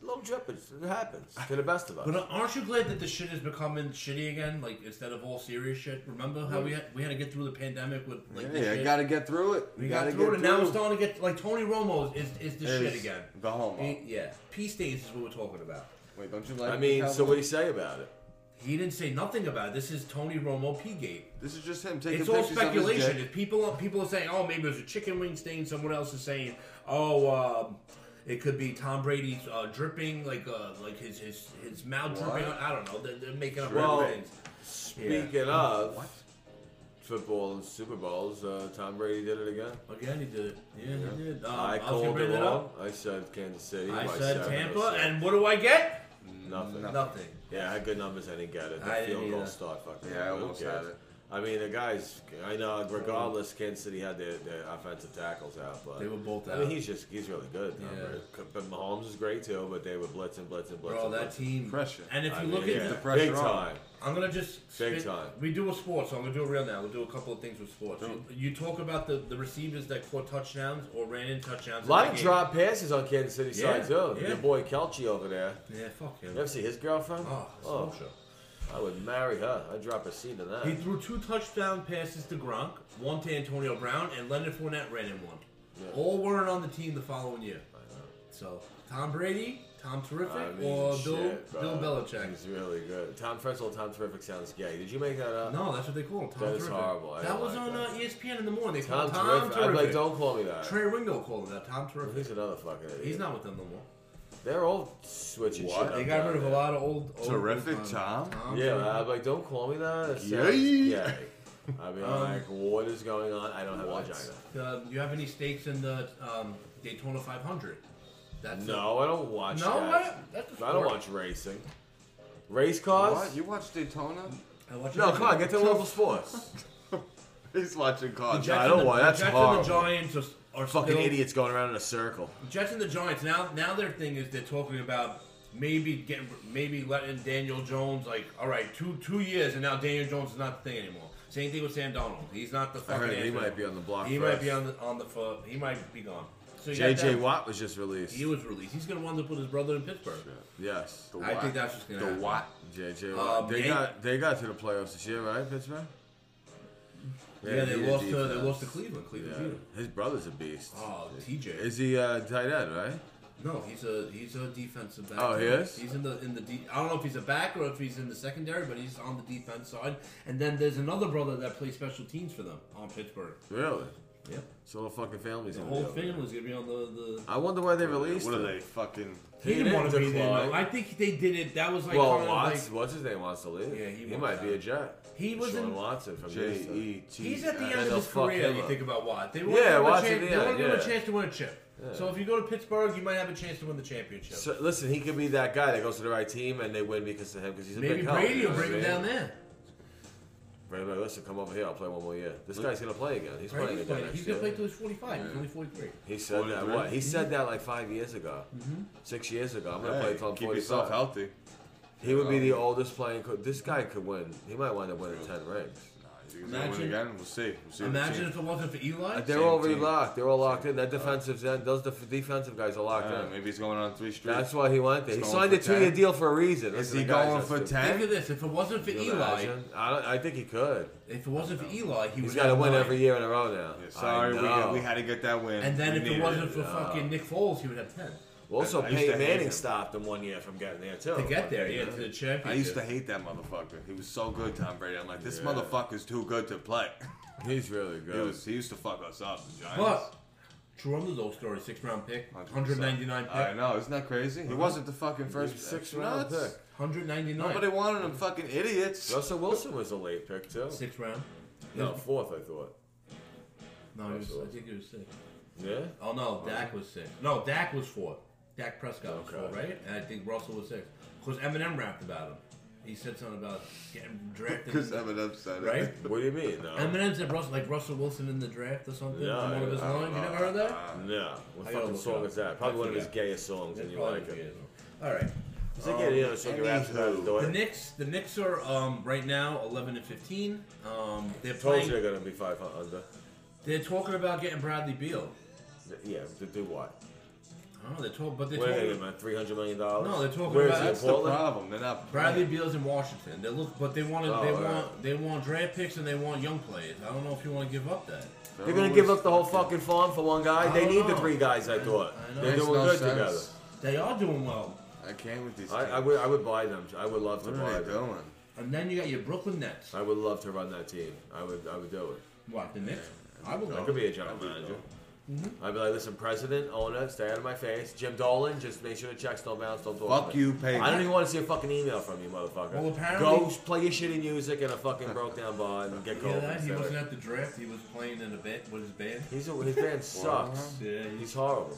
[SPEAKER 1] little drippage. It happens to the best of us.
[SPEAKER 2] But uh, aren't you glad that the shit is becoming shitty again? Like instead of all serious shit. Remember how we had we had to get through the pandemic with like this
[SPEAKER 3] Hey, I
[SPEAKER 2] shit?
[SPEAKER 3] gotta get through it.
[SPEAKER 2] we got
[SPEAKER 3] gotta
[SPEAKER 2] through it, and now it's
[SPEAKER 3] through
[SPEAKER 2] starting to get like Tony Romo is is, is the
[SPEAKER 3] it.
[SPEAKER 2] shit
[SPEAKER 3] Is
[SPEAKER 2] again.
[SPEAKER 3] The homo.
[SPEAKER 2] He- yeah, peace stains is what we're talking about.
[SPEAKER 3] Wait, don't you like?
[SPEAKER 1] I mean,
[SPEAKER 3] the
[SPEAKER 1] so what do
[SPEAKER 3] Cowboys?
[SPEAKER 1] you say about it?
[SPEAKER 2] He didn't say nothing about it. This is Tony Romo P-gate.
[SPEAKER 3] This is just him taking
[SPEAKER 2] It's all
[SPEAKER 3] pictures of his
[SPEAKER 2] speculation.
[SPEAKER 3] dick.
[SPEAKER 2] If people people are saying, "Oh, maybe it was a chicken wing stain," someone else is saying, "Oh, um, it could be Tom Brady's uh, dripping, like uh, like his his his mouth
[SPEAKER 3] What?
[SPEAKER 2] dripping." I don't know. They're, they're making up
[SPEAKER 1] Well-
[SPEAKER 2] well, things.
[SPEAKER 1] Speaking of football and Super Bowls, uh, Tom Brady did it again.
[SPEAKER 2] Again, he did. it. Yeah, he did.
[SPEAKER 1] I,
[SPEAKER 2] Um, I, was gonna
[SPEAKER 1] called
[SPEAKER 2] bring
[SPEAKER 1] it
[SPEAKER 2] that
[SPEAKER 1] wrong.
[SPEAKER 2] up.
[SPEAKER 1] I said Kansas City.
[SPEAKER 2] I
[SPEAKER 1] by
[SPEAKER 2] said
[SPEAKER 1] seven. I
[SPEAKER 2] Tampa,
[SPEAKER 1] said
[SPEAKER 2] and what do I get?
[SPEAKER 1] nothing.
[SPEAKER 2] Nothing.
[SPEAKER 1] Yeah, I had good numbers. I didn't get it. The
[SPEAKER 2] I didn't
[SPEAKER 1] field goal
[SPEAKER 2] either.
[SPEAKER 1] start fucking.
[SPEAKER 3] Yeah, I
[SPEAKER 1] who
[SPEAKER 3] almost
[SPEAKER 1] cares?
[SPEAKER 3] had it.
[SPEAKER 1] I mean, the guys. I know. Regardless, Kansas City had their, their offensive tackles out, but
[SPEAKER 2] They were both
[SPEAKER 1] I mean,
[SPEAKER 2] out.
[SPEAKER 1] he's just he's really good.
[SPEAKER 2] Yeah.
[SPEAKER 1] Yeah. But Mahomes is great too. But they were blitzing, blitzing, blitzing.
[SPEAKER 2] Bro, that
[SPEAKER 1] blitzing.
[SPEAKER 2] team.
[SPEAKER 3] Pressure.
[SPEAKER 2] And if you
[SPEAKER 1] I
[SPEAKER 2] look
[SPEAKER 1] mean,
[SPEAKER 2] at
[SPEAKER 1] yeah.
[SPEAKER 2] the
[SPEAKER 3] pressure
[SPEAKER 1] big
[SPEAKER 3] on.
[SPEAKER 1] time.
[SPEAKER 2] I'm gonna just
[SPEAKER 1] Big time.
[SPEAKER 2] We do a sport, so I'm gonna do it real now. We'll do a couple of things with sports. You, you talk about the, the receivers that caught touchdowns or ran in touchdowns.
[SPEAKER 1] A
[SPEAKER 2] in
[SPEAKER 1] lot
[SPEAKER 2] that
[SPEAKER 1] of
[SPEAKER 2] game.
[SPEAKER 1] drop passes on Kansas City
[SPEAKER 2] Yeah,
[SPEAKER 1] side too.
[SPEAKER 2] yeah.
[SPEAKER 1] Your boy Kelchi over there.
[SPEAKER 2] Yeah, fuck him.
[SPEAKER 1] You ever see his girlfriend?
[SPEAKER 2] Oh,
[SPEAKER 1] Oh,
[SPEAKER 2] Solskjaer.
[SPEAKER 1] I would marry her. I'd drop a seat in that.
[SPEAKER 2] He threw two touchdown passes to Gronk, one to Antonio Brown, and Leonard Fournette ran in one. All weren't on the team the following year. So Tom Brady, Tom Terrific,
[SPEAKER 1] I mean,
[SPEAKER 2] or Bill
[SPEAKER 1] shit,
[SPEAKER 2] Bill
[SPEAKER 1] bro.
[SPEAKER 2] Belichick.
[SPEAKER 1] He's really good. Tom, first of all, Tom Terrific sounds gay. Did you make that up?
[SPEAKER 2] No, that's what they call him. Tom
[SPEAKER 1] That is
[SPEAKER 2] Terrific.
[SPEAKER 1] horrible. I
[SPEAKER 2] That
[SPEAKER 1] don't
[SPEAKER 2] was
[SPEAKER 1] like
[SPEAKER 2] on
[SPEAKER 1] that.
[SPEAKER 2] Uh, ESPN in the morning. They
[SPEAKER 1] Tom,
[SPEAKER 2] called Tom
[SPEAKER 1] Terrific.
[SPEAKER 2] Terrific.
[SPEAKER 1] I'm like, don't call me that.
[SPEAKER 2] Trey Ringo called him that. Tom Terrific.
[SPEAKER 1] He's another fucking idiot.
[SPEAKER 2] He's not with them no more.
[SPEAKER 1] They're all switching shit.
[SPEAKER 3] What?
[SPEAKER 1] up
[SPEAKER 2] They got
[SPEAKER 1] now,
[SPEAKER 2] rid of a
[SPEAKER 1] man.
[SPEAKER 2] lot of old. Um, old
[SPEAKER 3] Terrific,
[SPEAKER 2] old,
[SPEAKER 3] Tom.
[SPEAKER 1] Yeah, I'm like, don't call me that. It sounds
[SPEAKER 3] Yay.
[SPEAKER 1] gay. I mean,
[SPEAKER 2] Um,
[SPEAKER 1] like, what is going on? I don't have a vagina.
[SPEAKER 2] Uh, do you have any stakes in the um, Daytona 500? That's
[SPEAKER 1] No, I don't watch
[SPEAKER 2] No,
[SPEAKER 1] that.
[SPEAKER 2] what? That's a
[SPEAKER 1] I don't
[SPEAKER 2] sport.
[SPEAKER 1] watch racing. Race cars?
[SPEAKER 3] What? You watch Daytona?
[SPEAKER 2] I watch
[SPEAKER 1] No,
[SPEAKER 2] everything.
[SPEAKER 1] come on, get to local sports.
[SPEAKER 3] He's watching
[SPEAKER 2] The
[SPEAKER 3] cars.
[SPEAKER 2] Jets
[SPEAKER 1] I don't
[SPEAKER 2] and the-
[SPEAKER 1] want- that's
[SPEAKER 2] the Jets
[SPEAKER 1] horrible.
[SPEAKER 2] and the Giants are, are
[SPEAKER 1] Fucking
[SPEAKER 2] still,
[SPEAKER 1] idiots going around in a circle.
[SPEAKER 2] Jets and the Giants now. Now their thing is they're talking about maybe getting maybe letting Daniel Jones like all right two two years and now Daniel Jones is not the thing anymore. Same thing with Sam Donald. He's not the
[SPEAKER 1] I
[SPEAKER 2] fucking.
[SPEAKER 1] heard he
[SPEAKER 2] answer.
[SPEAKER 1] might be on the block.
[SPEAKER 2] He
[SPEAKER 1] first.
[SPEAKER 2] might be on the on the foot. He might be gone. so you got
[SPEAKER 1] JJ
[SPEAKER 2] that.
[SPEAKER 1] Watt was just released.
[SPEAKER 2] He was released. He's gonna wind up with his brother in Pittsburgh.
[SPEAKER 1] yes. The
[SPEAKER 2] I think that's just gonna
[SPEAKER 3] the
[SPEAKER 2] happen.
[SPEAKER 3] Watt.
[SPEAKER 1] JJ Watt.
[SPEAKER 2] Um,
[SPEAKER 1] they
[SPEAKER 2] Yan-
[SPEAKER 1] got they got to the playoffs this year, right, Pittsburgh?
[SPEAKER 2] Yeah, they
[SPEAKER 1] he a
[SPEAKER 2] lost. To, they
[SPEAKER 1] defense.
[SPEAKER 2] lost to Cleveland. Cleveland's
[SPEAKER 1] Yeah.
[SPEAKER 2] beat 'em.
[SPEAKER 1] His brother's a beast.
[SPEAKER 2] Oh, TJ.
[SPEAKER 1] Is he uh, tight end, right?
[SPEAKER 2] no, he's a he's a defensive back.
[SPEAKER 1] Oh, he is?
[SPEAKER 2] He's in the in the. De- I don't know if he's a back or if he's in the secondary, but he's on the defense side. And then there's another brother that plays special teams for them on Pittsburgh.
[SPEAKER 1] Really?
[SPEAKER 2] Yep.
[SPEAKER 1] So the fucking family's
[SPEAKER 2] The
[SPEAKER 1] in
[SPEAKER 2] whole family's gonna be on the the.
[SPEAKER 1] I wonder why they released
[SPEAKER 3] What are
[SPEAKER 1] him.
[SPEAKER 3] they fucking?
[SPEAKER 1] He didn't
[SPEAKER 2] wanna
[SPEAKER 1] decline.
[SPEAKER 2] though. I think they did it. That was like
[SPEAKER 1] Well,
[SPEAKER 2] kind of
[SPEAKER 1] Watts,
[SPEAKER 2] like-
[SPEAKER 1] what's his name? Wants to leave.
[SPEAKER 2] Yeah, he
[SPEAKER 1] he,
[SPEAKER 2] wants
[SPEAKER 1] might be
[SPEAKER 2] out.
[SPEAKER 1] a Jet.
[SPEAKER 2] He was
[SPEAKER 1] Sean
[SPEAKER 2] in-
[SPEAKER 1] Watson from
[SPEAKER 3] J
[SPEAKER 1] Houston.
[SPEAKER 3] E T.
[SPEAKER 2] He's at the
[SPEAKER 1] Yeah,
[SPEAKER 2] end of
[SPEAKER 1] they'll
[SPEAKER 2] his
[SPEAKER 1] fuck
[SPEAKER 2] career.
[SPEAKER 1] him
[SPEAKER 2] You
[SPEAKER 1] up.
[SPEAKER 2] think about Watt. They want
[SPEAKER 1] Yeah,
[SPEAKER 2] to give him a
[SPEAKER 1] Watt's
[SPEAKER 2] chance.
[SPEAKER 1] at the
[SPEAKER 2] They want
[SPEAKER 1] end,
[SPEAKER 2] to give him a
[SPEAKER 1] yeah.
[SPEAKER 2] chance to win a chip. So if you go to Pittsburgh, you might have a chance to win the championship.
[SPEAKER 1] So, listen, he could be that guy that goes to the right team and they win because of him because he's a
[SPEAKER 2] Maybe
[SPEAKER 1] big help.
[SPEAKER 2] Brady
[SPEAKER 1] you
[SPEAKER 2] will
[SPEAKER 1] know
[SPEAKER 2] bring
[SPEAKER 1] what
[SPEAKER 2] him
[SPEAKER 1] I mean?
[SPEAKER 2] down there.
[SPEAKER 1] Brady, like, listen, come over here. I'll play one more year. This guy's gonna play again. He's
[SPEAKER 2] Brady's
[SPEAKER 1] playing again.
[SPEAKER 2] playing.
[SPEAKER 1] next
[SPEAKER 2] He's gonna
[SPEAKER 1] year.
[SPEAKER 2] play till he's 45. He's
[SPEAKER 3] Yeah.
[SPEAKER 2] only 43.
[SPEAKER 1] He said that.
[SPEAKER 3] 43?
[SPEAKER 1] What? He said that like five years ago, six years ago. I'm gonna play
[SPEAKER 3] Mm-hmm. Hey,
[SPEAKER 1] till I'm
[SPEAKER 3] keep yourself
[SPEAKER 1] 45.
[SPEAKER 3] healthy.
[SPEAKER 1] He would be the oldest playing. Co- this guy could win. He might wind up winning ten rings.
[SPEAKER 3] Nah, you guys gonna win
[SPEAKER 2] Imagine-
[SPEAKER 3] again. We'll see. We'll see. what the
[SPEAKER 2] Imagine
[SPEAKER 3] team-
[SPEAKER 2] if it wasn't for Eli.
[SPEAKER 1] Uh, They're all
[SPEAKER 3] team.
[SPEAKER 1] locked. They're all locked in. That defensive end, those def- defensive guys are locked
[SPEAKER 3] Uh,
[SPEAKER 1] in.
[SPEAKER 3] maybe he's going on three streets.
[SPEAKER 1] That's why he went there. He
[SPEAKER 3] He's going
[SPEAKER 1] signed
[SPEAKER 3] for
[SPEAKER 1] a two-year
[SPEAKER 3] 10.
[SPEAKER 1] deal for a reason.
[SPEAKER 3] Is
[SPEAKER 1] Listen,
[SPEAKER 3] he
[SPEAKER 1] the guy's
[SPEAKER 3] going
[SPEAKER 1] not
[SPEAKER 3] for
[SPEAKER 1] stupid.
[SPEAKER 2] Think of
[SPEAKER 3] ten?
[SPEAKER 2] this. If it wasn't for
[SPEAKER 1] Can you
[SPEAKER 2] Eli,
[SPEAKER 1] imagine? I, don't, I think he could.
[SPEAKER 2] if it wasn't for Eli, he
[SPEAKER 1] He's
[SPEAKER 2] would
[SPEAKER 1] got to
[SPEAKER 2] have
[SPEAKER 1] win
[SPEAKER 2] nine.
[SPEAKER 1] every year in a row now.
[SPEAKER 3] Yeah, sorry, we,
[SPEAKER 1] I
[SPEAKER 3] got-
[SPEAKER 1] know.
[SPEAKER 3] we had to get that win.
[SPEAKER 2] And then
[SPEAKER 3] We
[SPEAKER 2] if it
[SPEAKER 3] needed
[SPEAKER 2] wasn't for
[SPEAKER 1] yeah.
[SPEAKER 2] fucking Nick Foles, he would have 10.
[SPEAKER 1] also,
[SPEAKER 3] I used to
[SPEAKER 1] Peyton
[SPEAKER 3] hate
[SPEAKER 1] Manning
[SPEAKER 3] him.
[SPEAKER 1] stopped him one year from getting there too.
[SPEAKER 2] To get there, yeah,
[SPEAKER 1] You
[SPEAKER 2] to
[SPEAKER 1] know?
[SPEAKER 2] the championship.
[SPEAKER 3] I used to hate that motherfucker. He was so good, Tom Brady. I'm like, this
[SPEAKER 1] Yeah.
[SPEAKER 3] motherfucker's too good to play.
[SPEAKER 1] He's really
[SPEAKER 3] He
[SPEAKER 1] good.
[SPEAKER 3] was. He used to fuck us up, the Giants.
[SPEAKER 2] But, true on the old story, six round pick, 199 pick.
[SPEAKER 3] I know, isn't that crazy? He wasn't the fucking first
[SPEAKER 1] six
[SPEAKER 3] pick.
[SPEAKER 1] round
[SPEAKER 3] Nuts.
[SPEAKER 1] pick.
[SPEAKER 2] 199.
[SPEAKER 3] Nobody wanted him. Fucking idiots.
[SPEAKER 1] Russell Wilson was a late pick too.
[SPEAKER 2] Six round.
[SPEAKER 1] No, fourth I thought.
[SPEAKER 2] No, he was, I think it was six.
[SPEAKER 1] Yeah.
[SPEAKER 2] Oh no, Dak was six. No, Dak was four. Dak Prescott was
[SPEAKER 1] Okay.
[SPEAKER 2] four, right? And I think Russell was six. Because Eminem rapped about him. He said something about getting drafted.
[SPEAKER 3] Because Eminem said it.
[SPEAKER 2] right?
[SPEAKER 1] What do you mean? No.
[SPEAKER 2] Eminem said Russell, like Russell Wilson in the draft or something.
[SPEAKER 1] Oh. Yeah,
[SPEAKER 2] from one of his
[SPEAKER 1] I
[SPEAKER 2] lines. You never heard that?
[SPEAKER 3] Uh,
[SPEAKER 1] No. What
[SPEAKER 2] I gotta
[SPEAKER 1] fucking
[SPEAKER 2] look it
[SPEAKER 1] song
[SPEAKER 2] up.
[SPEAKER 1] is that? Probably
[SPEAKER 2] I
[SPEAKER 1] one of his
[SPEAKER 2] forget.
[SPEAKER 1] gayest songs, and
[SPEAKER 2] That's
[SPEAKER 1] you
[SPEAKER 2] probably
[SPEAKER 1] like
[SPEAKER 2] what he
[SPEAKER 1] it.
[SPEAKER 2] is. All right.
[SPEAKER 1] It's like, yeah, you know, so your ass is out the
[SPEAKER 3] anywho.
[SPEAKER 1] door.
[SPEAKER 2] The Knicks, the Knicks are um, right now 11 and 15. Um, they're
[SPEAKER 1] Told you
[SPEAKER 2] playing.
[SPEAKER 1] they're gonna be five under.
[SPEAKER 2] They're talking about getting Bradley Beal.
[SPEAKER 1] Yeah. To do what?
[SPEAKER 2] I don't know. They're talking, but they're
[SPEAKER 1] What are they
[SPEAKER 2] talking.
[SPEAKER 1] getting, man? Three hundred million dollars.
[SPEAKER 2] No, they're talking
[SPEAKER 1] Where
[SPEAKER 2] about-
[SPEAKER 1] is
[SPEAKER 3] That's
[SPEAKER 1] he?
[SPEAKER 3] the
[SPEAKER 1] in Portland.
[SPEAKER 3] problem. They're not.
[SPEAKER 2] Bradley Beal's in Washington. They look, but they want to,
[SPEAKER 1] Oh,
[SPEAKER 2] they
[SPEAKER 1] all right.
[SPEAKER 2] want they want draft picks and they want young players. I don't know if you want to give up that.
[SPEAKER 1] They're gonna give up the whole fucking farm for one guy.
[SPEAKER 2] I
[SPEAKER 1] They
[SPEAKER 2] don't
[SPEAKER 1] need the
[SPEAKER 2] know.
[SPEAKER 1] three guys. I thought
[SPEAKER 2] I know.
[SPEAKER 1] they're
[SPEAKER 3] Makes
[SPEAKER 1] doing
[SPEAKER 3] no
[SPEAKER 1] good
[SPEAKER 3] sense.
[SPEAKER 1] together.
[SPEAKER 2] They are doing well.
[SPEAKER 3] I can't with these.
[SPEAKER 1] I, I
[SPEAKER 3] teams.
[SPEAKER 1] would I would buy them. I would love to
[SPEAKER 3] What
[SPEAKER 1] buy
[SPEAKER 3] are they
[SPEAKER 1] them.
[SPEAKER 3] doing?
[SPEAKER 2] And then you got your Brooklyn Nets.
[SPEAKER 1] I would love to run that team. I would I would do it.
[SPEAKER 2] What the Knicks? I would
[SPEAKER 1] I
[SPEAKER 2] go.
[SPEAKER 1] could be a general
[SPEAKER 3] I'd be
[SPEAKER 1] manager. Mm-hmm. I'd be like, listen, president, owner, stay out of my face. Jim Dolan, just make sure the checks don't bounce, don't talk. to
[SPEAKER 3] Fuck
[SPEAKER 1] me.
[SPEAKER 3] you, Peyton.
[SPEAKER 1] I don't even want to see a fucking email from you, motherfucker.
[SPEAKER 2] Well, apparently-
[SPEAKER 1] go sh- play your shitty music in a fucking broke down bar and get
[SPEAKER 2] Yeah,
[SPEAKER 1] cold.
[SPEAKER 2] that he
[SPEAKER 1] instead.
[SPEAKER 2] wasn't at the draft. He was playing in a band with his band.
[SPEAKER 1] He's a, his band sucks.
[SPEAKER 2] Yeah,
[SPEAKER 1] He's horrible.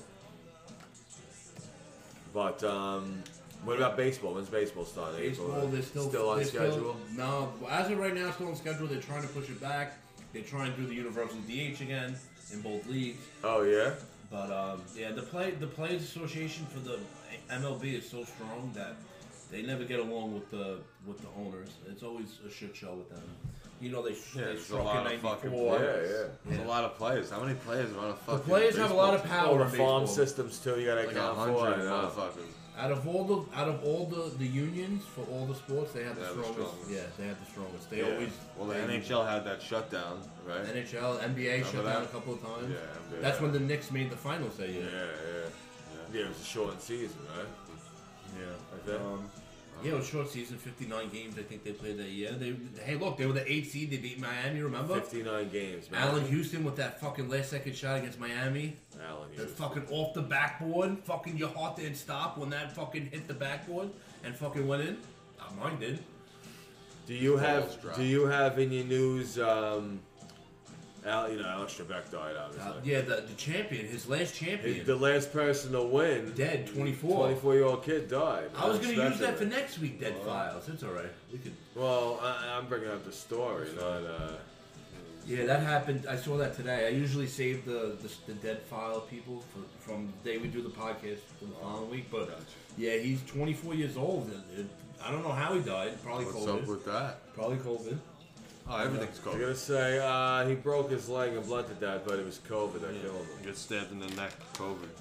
[SPEAKER 1] But um, what about baseball? When's baseball starting?
[SPEAKER 2] Baseball, they're still,
[SPEAKER 1] on
[SPEAKER 2] they're
[SPEAKER 1] schedule.
[SPEAKER 2] no, as of right now, still on schedule. They're trying to push it back. They're trying to do the universal DH again in both leagues.
[SPEAKER 1] Oh yeah.
[SPEAKER 2] But um, yeah, the play the Players Association for the MLB is so strong that they never get along with the with the owners. It's always a shit show with them. You know they
[SPEAKER 3] Yeah,
[SPEAKER 2] they
[SPEAKER 3] there's a
[SPEAKER 2] struck in
[SPEAKER 3] lot of fucking
[SPEAKER 2] '94.
[SPEAKER 3] players.
[SPEAKER 1] Yeah, yeah.
[SPEAKER 3] There's a lot of players. How many players are on a fucking?
[SPEAKER 2] The players have a lot of
[SPEAKER 3] baseball
[SPEAKER 2] power.
[SPEAKER 1] All the
[SPEAKER 2] in
[SPEAKER 1] farm
[SPEAKER 2] baseball.
[SPEAKER 1] systems too. You gotta
[SPEAKER 3] team? Like a
[SPEAKER 1] count for. I
[SPEAKER 3] hundred
[SPEAKER 1] know.
[SPEAKER 3] motherfuckers.
[SPEAKER 2] Out of all the out of all the, the unions for all the sports, they have the
[SPEAKER 3] They have the
[SPEAKER 2] strongest.
[SPEAKER 3] strongest.
[SPEAKER 2] Yeah, they have the strongest. They
[SPEAKER 3] Yeah.
[SPEAKER 2] always
[SPEAKER 3] Well, the
[SPEAKER 2] they-
[SPEAKER 3] NHL had that shutdown, right?
[SPEAKER 2] NHL, NBA shut
[SPEAKER 3] that?
[SPEAKER 2] down a couple of times.
[SPEAKER 3] Yeah, NBA.
[SPEAKER 2] That's when the Knicks made the finals that year.
[SPEAKER 1] Yeah, yeah, yeah. It was a shortened season, right?
[SPEAKER 2] Yeah.
[SPEAKER 1] Like that.
[SPEAKER 2] Yeah, it was short season, 59 games. I think they played that year. They hey, look, they were the eight seed. They beat Miami. Remember?
[SPEAKER 1] Fifty-nine games, man.
[SPEAKER 2] Allen Houston with that fucking last second shot against Miami.
[SPEAKER 1] Allen
[SPEAKER 2] That
[SPEAKER 1] Houston.
[SPEAKER 2] fucking off the backboard. Fucking your heart didn't stop when that fucking hit the backboard and fucking went in. Not mine did. Uh,
[SPEAKER 1] Do you
[SPEAKER 3] Balls
[SPEAKER 1] have
[SPEAKER 3] dropped.
[SPEAKER 1] Do you have in your news? Um, Al, you know, Alex Trebek died,
[SPEAKER 2] Uh,
[SPEAKER 1] obviously.
[SPEAKER 2] yeah, the, the champion, his last champion,
[SPEAKER 1] He's the last person to win.
[SPEAKER 2] dead, 24.
[SPEAKER 1] 24 year old kid died.
[SPEAKER 2] I was gonna use that for
[SPEAKER 1] unexpectedly.
[SPEAKER 2] next week, Dead Files. It's all right. We could.
[SPEAKER 1] Well, I, I'm bringing up the story, not. Uh,
[SPEAKER 2] Yeah, that happened. I saw that today. I usually save the the, the dead file people for, from the day we do the podcast for the following week. But
[SPEAKER 3] Gotcha.
[SPEAKER 2] yeah, he's 24 years old. And it, I don't know how he died. Probably
[SPEAKER 3] What's
[SPEAKER 2] COVID.
[SPEAKER 3] up with that?
[SPEAKER 2] Probably COVID.
[SPEAKER 3] Oh, everything's cold.
[SPEAKER 1] I'm gonna say uh, he broke his leg and bled to death, but it was COVID that
[SPEAKER 3] Yeah.
[SPEAKER 1] killed him.
[SPEAKER 3] Get stabbed in the neck, COVID.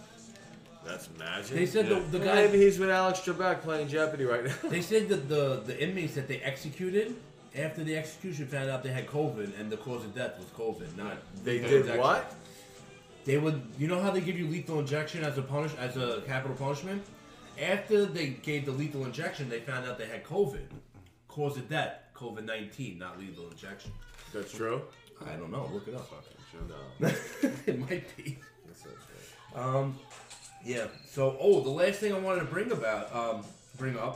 [SPEAKER 1] That's magic.
[SPEAKER 2] They said
[SPEAKER 3] Yeah.
[SPEAKER 2] the, the
[SPEAKER 1] Well,
[SPEAKER 2] guy.
[SPEAKER 1] maybe he's with Alex Trebek playing Jeopardy right now.
[SPEAKER 2] They said that the the inmates that they executed after the execution found out they had COVID and the cause of death was COVID, not
[SPEAKER 1] They
[SPEAKER 2] lethal
[SPEAKER 1] did
[SPEAKER 2] injection.
[SPEAKER 1] what?
[SPEAKER 2] They would. You know how they give you lethal injection as a punish as a capital punishment. After they gave the lethal injection, they found out they had COVID, cause of death, COVID nineteen, not lethal injection.
[SPEAKER 1] That's true.
[SPEAKER 2] I don't know. Look it up.
[SPEAKER 1] No,
[SPEAKER 2] it might be.
[SPEAKER 1] that's not true.
[SPEAKER 2] Um, yeah. So, oh, the last thing I wanted to bring about, um, bring up,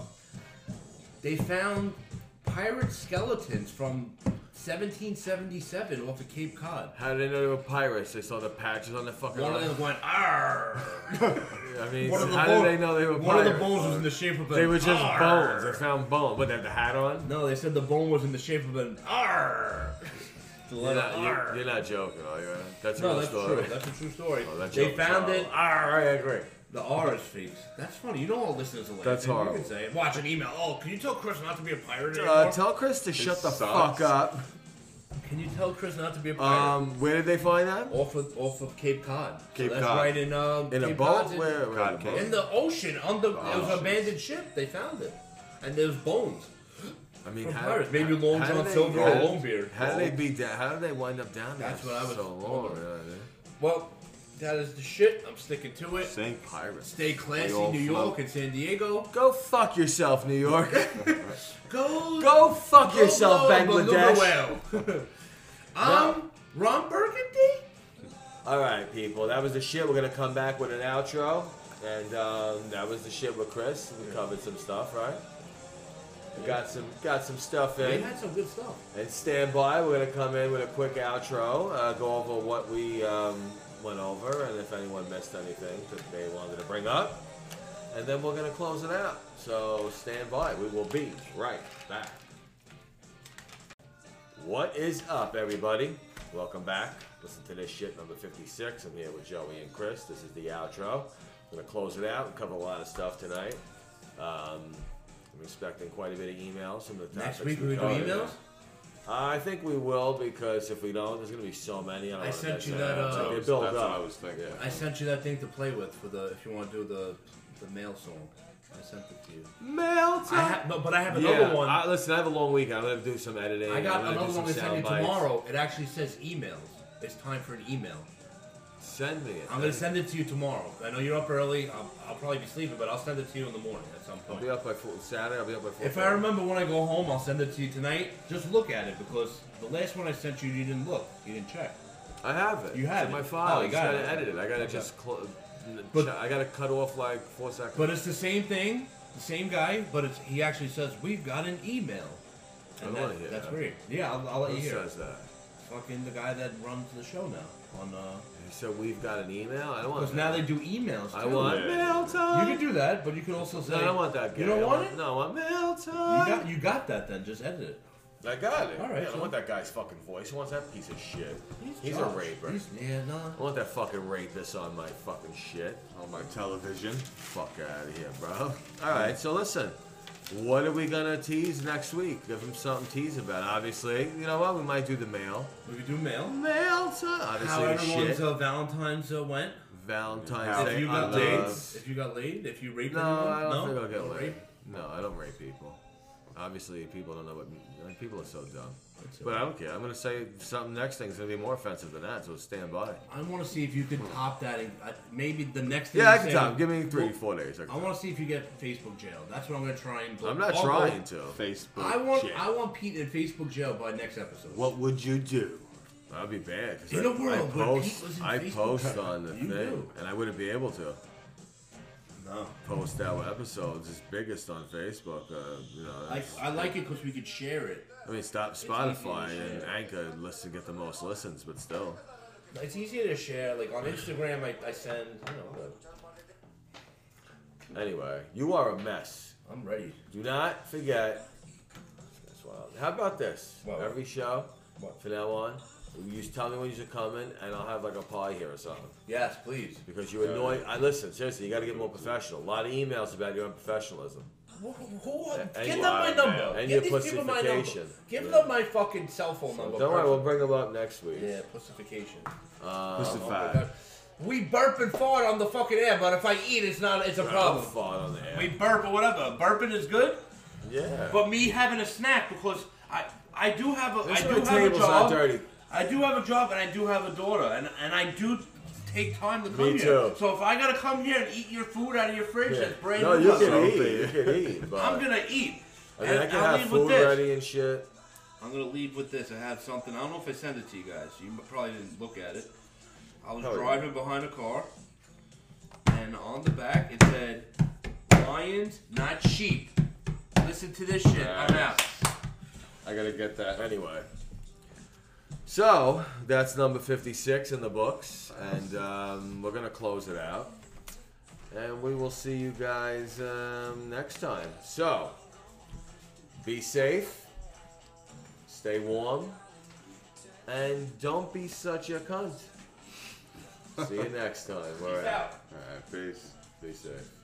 [SPEAKER 2] they found pirate skeletons from 1777 off of Cape Cod.
[SPEAKER 1] How did they know they were pirates? They saw the patches on the fucking.
[SPEAKER 2] One of them went, "Arr!"
[SPEAKER 1] I mean,
[SPEAKER 2] One of the
[SPEAKER 1] how
[SPEAKER 2] bone-
[SPEAKER 1] did they know they were
[SPEAKER 2] One of
[SPEAKER 1] pirates?
[SPEAKER 2] the bones was in the shape of an.
[SPEAKER 1] They were just
[SPEAKER 2] "Arr."
[SPEAKER 1] bones. They found bones. But they had the hat on.
[SPEAKER 2] No, they said the bone was in the shape of an. "Arr." The
[SPEAKER 1] You're
[SPEAKER 2] letter
[SPEAKER 1] not,
[SPEAKER 2] "Arr."
[SPEAKER 1] you're, you're not joking, are you? That's a
[SPEAKER 2] No,
[SPEAKER 1] real
[SPEAKER 2] that's
[SPEAKER 1] story.
[SPEAKER 2] true. That's a true story.
[SPEAKER 1] Oh, that
[SPEAKER 2] they
[SPEAKER 1] joke was
[SPEAKER 2] found
[SPEAKER 1] horrible.
[SPEAKER 2] it. "Arr."
[SPEAKER 1] All right, I agree.
[SPEAKER 2] The R is fake. That's funny. You don't all listen to Atlanta.
[SPEAKER 1] That's
[SPEAKER 2] You
[SPEAKER 1] horrible.
[SPEAKER 2] can say, it. watch an email. Oh, can you tell Chris not to be a pirate anymore?
[SPEAKER 1] Uh, tell Chris to shut the
[SPEAKER 3] sucks.
[SPEAKER 1] fuck up.
[SPEAKER 2] can you tell Chris not to be a pirate?
[SPEAKER 1] Um, where did they find that?
[SPEAKER 2] off of off of Cape Cod.
[SPEAKER 3] Cape
[SPEAKER 2] so that's
[SPEAKER 3] Cod.
[SPEAKER 2] right in um
[SPEAKER 1] In a
[SPEAKER 2] Cape
[SPEAKER 1] boat?
[SPEAKER 2] Cod's in-
[SPEAKER 1] Where? where
[SPEAKER 3] God,
[SPEAKER 1] in a boat?
[SPEAKER 2] in the ocean under it was
[SPEAKER 3] Oh,
[SPEAKER 2] an abandoned ship. They found it, and there's bones
[SPEAKER 1] I mean,
[SPEAKER 2] from
[SPEAKER 1] how,
[SPEAKER 2] pirates. Maybe Long
[SPEAKER 1] how
[SPEAKER 2] John
[SPEAKER 1] did they-
[SPEAKER 2] Silver
[SPEAKER 1] how
[SPEAKER 2] or
[SPEAKER 1] did-
[SPEAKER 2] Longbeard.
[SPEAKER 1] How did they be down? How did they wind up down there?
[SPEAKER 2] That's what I was
[SPEAKER 1] so long.
[SPEAKER 2] wondering.
[SPEAKER 1] you know what I mean?
[SPEAKER 2] Well, that is the shit. I'm sticking to it.
[SPEAKER 3] Sink.
[SPEAKER 1] Pirates.
[SPEAKER 2] Stay classy,
[SPEAKER 3] They all
[SPEAKER 2] New York
[SPEAKER 3] float.
[SPEAKER 2] and San Diego.
[SPEAKER 1] Go fuck yourself, New York.
[SPEAKER 2] Go
[SPEAKER 1] Go fuck
[SPEAKER 2] go
[SPEAKER 1] yourself,
[SPEAKER 2] blow a beluga
[SPEAKER 1] Bangladesh.
[SPEAKER 2] whale. I'm Ron Burgundy.
[SPEAKER 1] All right, people. That was the shit. We're gonna come back with an outro, and um, that was the shit with Chris. We covered some stuff, right? We got some got some stuff
[SPEAKER 2] They
[SPEAKER 1] in.
[SPEAKER 2] had some good stuff.
[SPEAKER 1] And stand by. We're gonna come in with a quick outro, uh, go over what we um, went over, and if anyone missed anything that they wanted to bring up, and then we're gonna close it out. So stand by. We will be right back. What is up, everybody? Welcome back. Listen to this shit, number 56. I'm here with Joey and Chris. This is the outro. I'm gonna close it out and cover a lot of stuff tonight. Um, I'm expecting quite a bit of emails from the
[SPEAKER 2] Next
[SPEAKER 1] topics
[SPEAKER 2] week we do
[SPEAKER 1] covered.
[SPEAKER 2] emails?
[SPEAKER 1] I think we will because if we don't, there's gonna be so many. I, don't
[SPEAKER 2] I
[SPEAKER 1] wanna
[SPEAKER 2] sent
[SPEAKER 1] miss
[SPEAKER 2] you
[SPEAKER 1] it.
[SPEAKER 2] that, uh,
[SPEAKER 1] So they
[SPEAKER 3] That's
[SPEAKER 1] build
[SPEAKER 3] what
[SPEAKER 1] up.
[SPEAKER 3] I was thinking.
[SPEAKER 1] Yeah.
[SPEAKER 2] I sent you that thing to play with for the if you want to do the the mail song. I sent it to you.
[SPEAKER 1] Mail
[SPEAKER 2] I ha- no, but I have another
[SPEAKER 1] yeah,
[SPEAKER 2] one. I,
[SPEAKER 1] I, listen, I have a long weekend. I'm gonna do some editing.
[SPEAKER 2] got
[SPEAKER 1] I'm gonna do
[SPEAKER 2] another
[SPEAKER 1] some
[SPEAKER 2] one to send
[SPEAKER 1] sound
[SPEAKER 2] you
[SPEAKER 1] bites.
[SPEAKER 2] tomorrow. It actually says emails. It's time for an email.
[SPEAKER 1] Send me it.
[SPEAKER 2] I'm gonna send it to you tomorrow. I know you're up early. I'll, I'll probably be sleeping, but I'll send it to you in the morning at some
[SPEAKER 1] I'll
[SPEAKER 2] point.
[SPEAKER 1] be up by four, Saturday. I'll be up by four.
[SPEAKER 2] If I remember when I go home, I'll send it to you tonight. Just look at it because the last one I sent you, you didn't look. You didn't check.
[SPEAKER 1] I have it.
[SPEAKER 2] You
[SPEAKER 1] It's
[SPEAKER 2] have
[SPEAKER 1] in
[SPEAKER 2] it.
[SPEAKER 1] my file.
[SPEAKER 2] Oh, you
[SPEAKER 1] I
[SPEAKER 2] got
[SPEAKER 1] just
[SPEAKER 2] it.
[SPEAKER 1] gotta edit it. I gotta
[SPEAKER 2] Okay.
[SPEAKER 1] just close.
[SPEAKER 2] But-
[SPEAKER 1] I gotta cut off like four seconds.
[SPEAKER 2] But it's the same thing, the same guy. But it's he actually says we've got an email.
[SPEAKER 1] I
[SPEAKER 2] And
[SPEAKER 1] wanna
[SPEAKER 2] that-
[SPEAKER 1] hear
[SPEAKER 2] That's
[SPEAKER 1] that.
[SPEAKER 2] weird. Yeah, I'll, I'll let
[SPEAKER 1] Who
[SPEAKER 2] you hear. it.
[SPEAKER 1] says that?
[SPEAKER 2] fucking the guy that runs the show now on uh
[SPEAKER 1] He said we've got an email. I don't want.
[SPEAKER 2] because
[SPEAKER 1] that.
[SPEAKER 2] now they do emails too.
[SPEAKER 1] Oh, I want
[SPEAKER 3] Yeah.
[SPEAKER 1] mail
[SPEAKER 2] you
[SPEAKER 1] time.
[SPEAKER 2] can do that but you can also say
[SPEAKER 1] no, I don't want that. Gay.
[SPEAKER 2] you don't
[SPEAKER 1] I
[SPEAKER 2] want it
[SPEAKER 1] No, I want mail
[SPEAKER 2] you
[SPEAKER 1] time.
[SPEAKER 2] got you got that then just edit it
[SPEAKER 1] I got it.
[SPEAKER 2] All right,
[SPEAKER 1] Yeah, I
[SPEAKER 2] so-
[SPEAKER 1] want that guy's fucking voice. Who wants that piece of shit? He's, a
[SPEAKER 2] Josh.
[SPEAKER 1] raper.
[SPEAKER 2] He's- yeah no
[SPEAKER 1] I want that fucking rapist on my fucking shit.
[SPEAKER 3] On my television.
[SPEAKER 1] Fuck out of here, bro. All right, so listen. What are we gonna tease next week? Give him something to tease about. Obviously, you know what? We might do the mail.
[SPEAKER 2] we could do mail
[SPEAKER 1] Mail time.
[SPEAKER 2] how
[SPEAKER 1] Obviously, the shit.
[SPEAKER 2] everyone's uh, Valentine's uh, went
[SPEAKER 1] Valentine's
[SPEAKER 3] How-
[SPEAKER 1] Day
[SPEAKER 2] if you got
[SPEAKER 1] updates.
[SPEAKER 2] laid
[SPEAKER 3] love-
[SPEAKER 2] if you got laid if you raped
[SPEAKER 1] No,
[SPEAKER 2] anyone
[SPEAKER 1] I don't
[SPEAKER 2] no?
[SPEAKER 1] think I'll
[SPEAKER 2] No
[SPEAKER 1] get laid.
[SPEAKER 2] rape?
[SPEAKER 1] No, I don't rape people. Obviously, people don't know what like, people are so dumb.
[SPEAKER 2] That's it.
[SPEAKER 1] But I don't care. I'm gonna say something next thing's gonna be more offensive than that. So stand by.
[SPEAKER 2] I want to see if you could top that and uh, maybe the next thing
[SPEAKER 1] Yeah, I
[SPEAKER 2] you
[SPEAKER 1] can
[SPEAKER 2] say-
[SPEAKER 1] time. Give me three,
[SPEAKER 2] Well,
[SPEAKER 1] four days. I
[SPEAKER 2] I want to see if you get Facebook jail that's what I'm gonna try and
[SPEAKER 1] am not
[SPEAKER 2] I'll go-
[SPEAKER 1] trying to.
[SPEAKER 3] Facebook.
[SPEAKER 2] I want
[SPEAKER 3] shit.
[SPEAKER 2] I want Pete in Facebook jail by next episode
[SPEAKER 1] What would you do? I'd be bad. 'cause
[SPEAKER 2] In
[SPEAKER 1] I,
[SPEAKER 2] a world
[SPEAKER 1] I
[SPEAKER 2] where
[SPEAKER 1] post,
[SPEAKER 2] Pete was in
[SPEAKER 1] I
[SPEAKER 2] Facebook.
[SPEAKER 1] post on the
[SPEAKER 2] You
[SPEAKER 1] thing,
[SPEAKER 2] do.
[SPEAKER 1] and I wouldn't be able to
[SPEAKER 2] no
[SPEAKER 1] post our episodes. It's biggest on Facebook. Uh, you know,
[SPEAKER 2] I,
[SPEAKER 1] that's-
[SPEAKER 2] I like it because we could share it.
[SPEAKER 1] I mean, stop
[SPEAKER 2] easy to
[SPEAKER 1] Spotify and
[SPEAKER 2] share.
[SPEAKER 1] Anchor listen get the most listens, but still.
[SPEAKER 2] It's easier to share. Like on Instagram, I, I send. You know, look,
[SPEAKER 1] Anyway, you are a mess.
[SPEAKER 2] I'm ready.
[SPEAKER 1] Do not forget. That's wild. How about this?
[SPEAKER 2] What?
[SPEAKER 1] Every show
[SPEAKER 2] What?
[SPEAKER 1] from now on, you just tell me when you're coming, and I'll have like a pie here or something.
[SPEAKER 2] Yes, please.
[SPEAKER 1] Because you annoy. I listen seriously. You got to get more professional. A lot of emails about your unprofessionalism.
[SPEAKER 5] Who, who,
[SPEAKER 1] And
[SPEAKER 5] give them
[SPEAKER 1] you
[SPEAKER 5] my
[SPEAKER 3] are,
[SPEAKER 5] number.
[SPEAKER 1] man. And
[SPEAKER 5] give
[SPEAKER 1] your
[SPEAKER 5] these people my number.
[SPEAKER 1] pussification.
[SPEAKER 5] Give
[SPEAKER 1] Yeah.
[SPEAKER 5] them my fucking cell phone number.
[SPEAKER 1] Don't worry,
[SPEAKER 5] first.
[SPEAKER 1] we'll bring them up next week.
[SPEAKER 5] Yeah, pussification.
[SPEAKER 1] Uh,
[SPEAKER 3] Listen,
[SPEAKER 5] Oh my
[SPEAKER 3] five.
[SPEAKER 5] God. We burp and fart on the fucking air, but if I eat, it's not. It's a problem.
[SPEAKER 1] fought on the air.
[SPEAKER 2] We burp or whatever. Burping is good,
[SPEAKER 1] yeah.
[SPEAKER 2] but me having a snack because I I do have a I
[SPEAKER 1] This
[SPEAKER 2] do
[SPEAKER 1] my
[SPEAKER 2] have a
[SPEAKER 1] table's not
[SPEAKER 2] job.
[SPEAKER 1] dirty.
[SPEAKER 2] I do have a job and I do have a daughter and, and I do take time to come
[SPEAKER 1] Me
[SPEAKER 2] here.
[SPEAKER 1] too.
[SPEAKER 2] So if I gotta come here and eat your food out of your fridge
[SPEAKER 1] Yeah.
[SPEAKER 2] that's brand
[SPEAKER 1] No,
[SPEAKER 2] new,
[SPEAKER 1] you
[SPEAKER 2] I'm
[SPEAKER 1] can
[SPEAKER 2] gonna-
[SPEAKER 1] eat. You can eat, but
[SPEAKER 2] I'm gonna eat.
[SPEAKER 1] I mean, I can
[SPEAKER 2] I'll
[SPEAKER 1] have
[SPEAKER 2] leave with
[SPEAKER 1] food
[SPEAKER 2] this.
[SPEAKER 1] ready and shit.
[SPEAKER 2] I'm gonna leave with this. I have something. I don't know if I sent it to you guys. You probably didn't look at it. I was
[SPEAKER 1] Probably
[SPEAKER 2] driving behind a car, and on the back it said, "Lions, not sheep." Listen to this shit. I'm
[SPEAKER 1] Nice.
[SPEAKER 2] out.
[SPEAKER 3] I gotta get that.
[SPEAKER 1] Anyway. So that's number 56 in the books, and um, we're gonna close it out, and we will see you guys um, next time. So be safe, stay warm, and don't be such a cunt. See you next time. All right,
[SPEAKER 2] Out.
[SPEAKER 3] All right, peace.
[SPEAKER 1] be safe.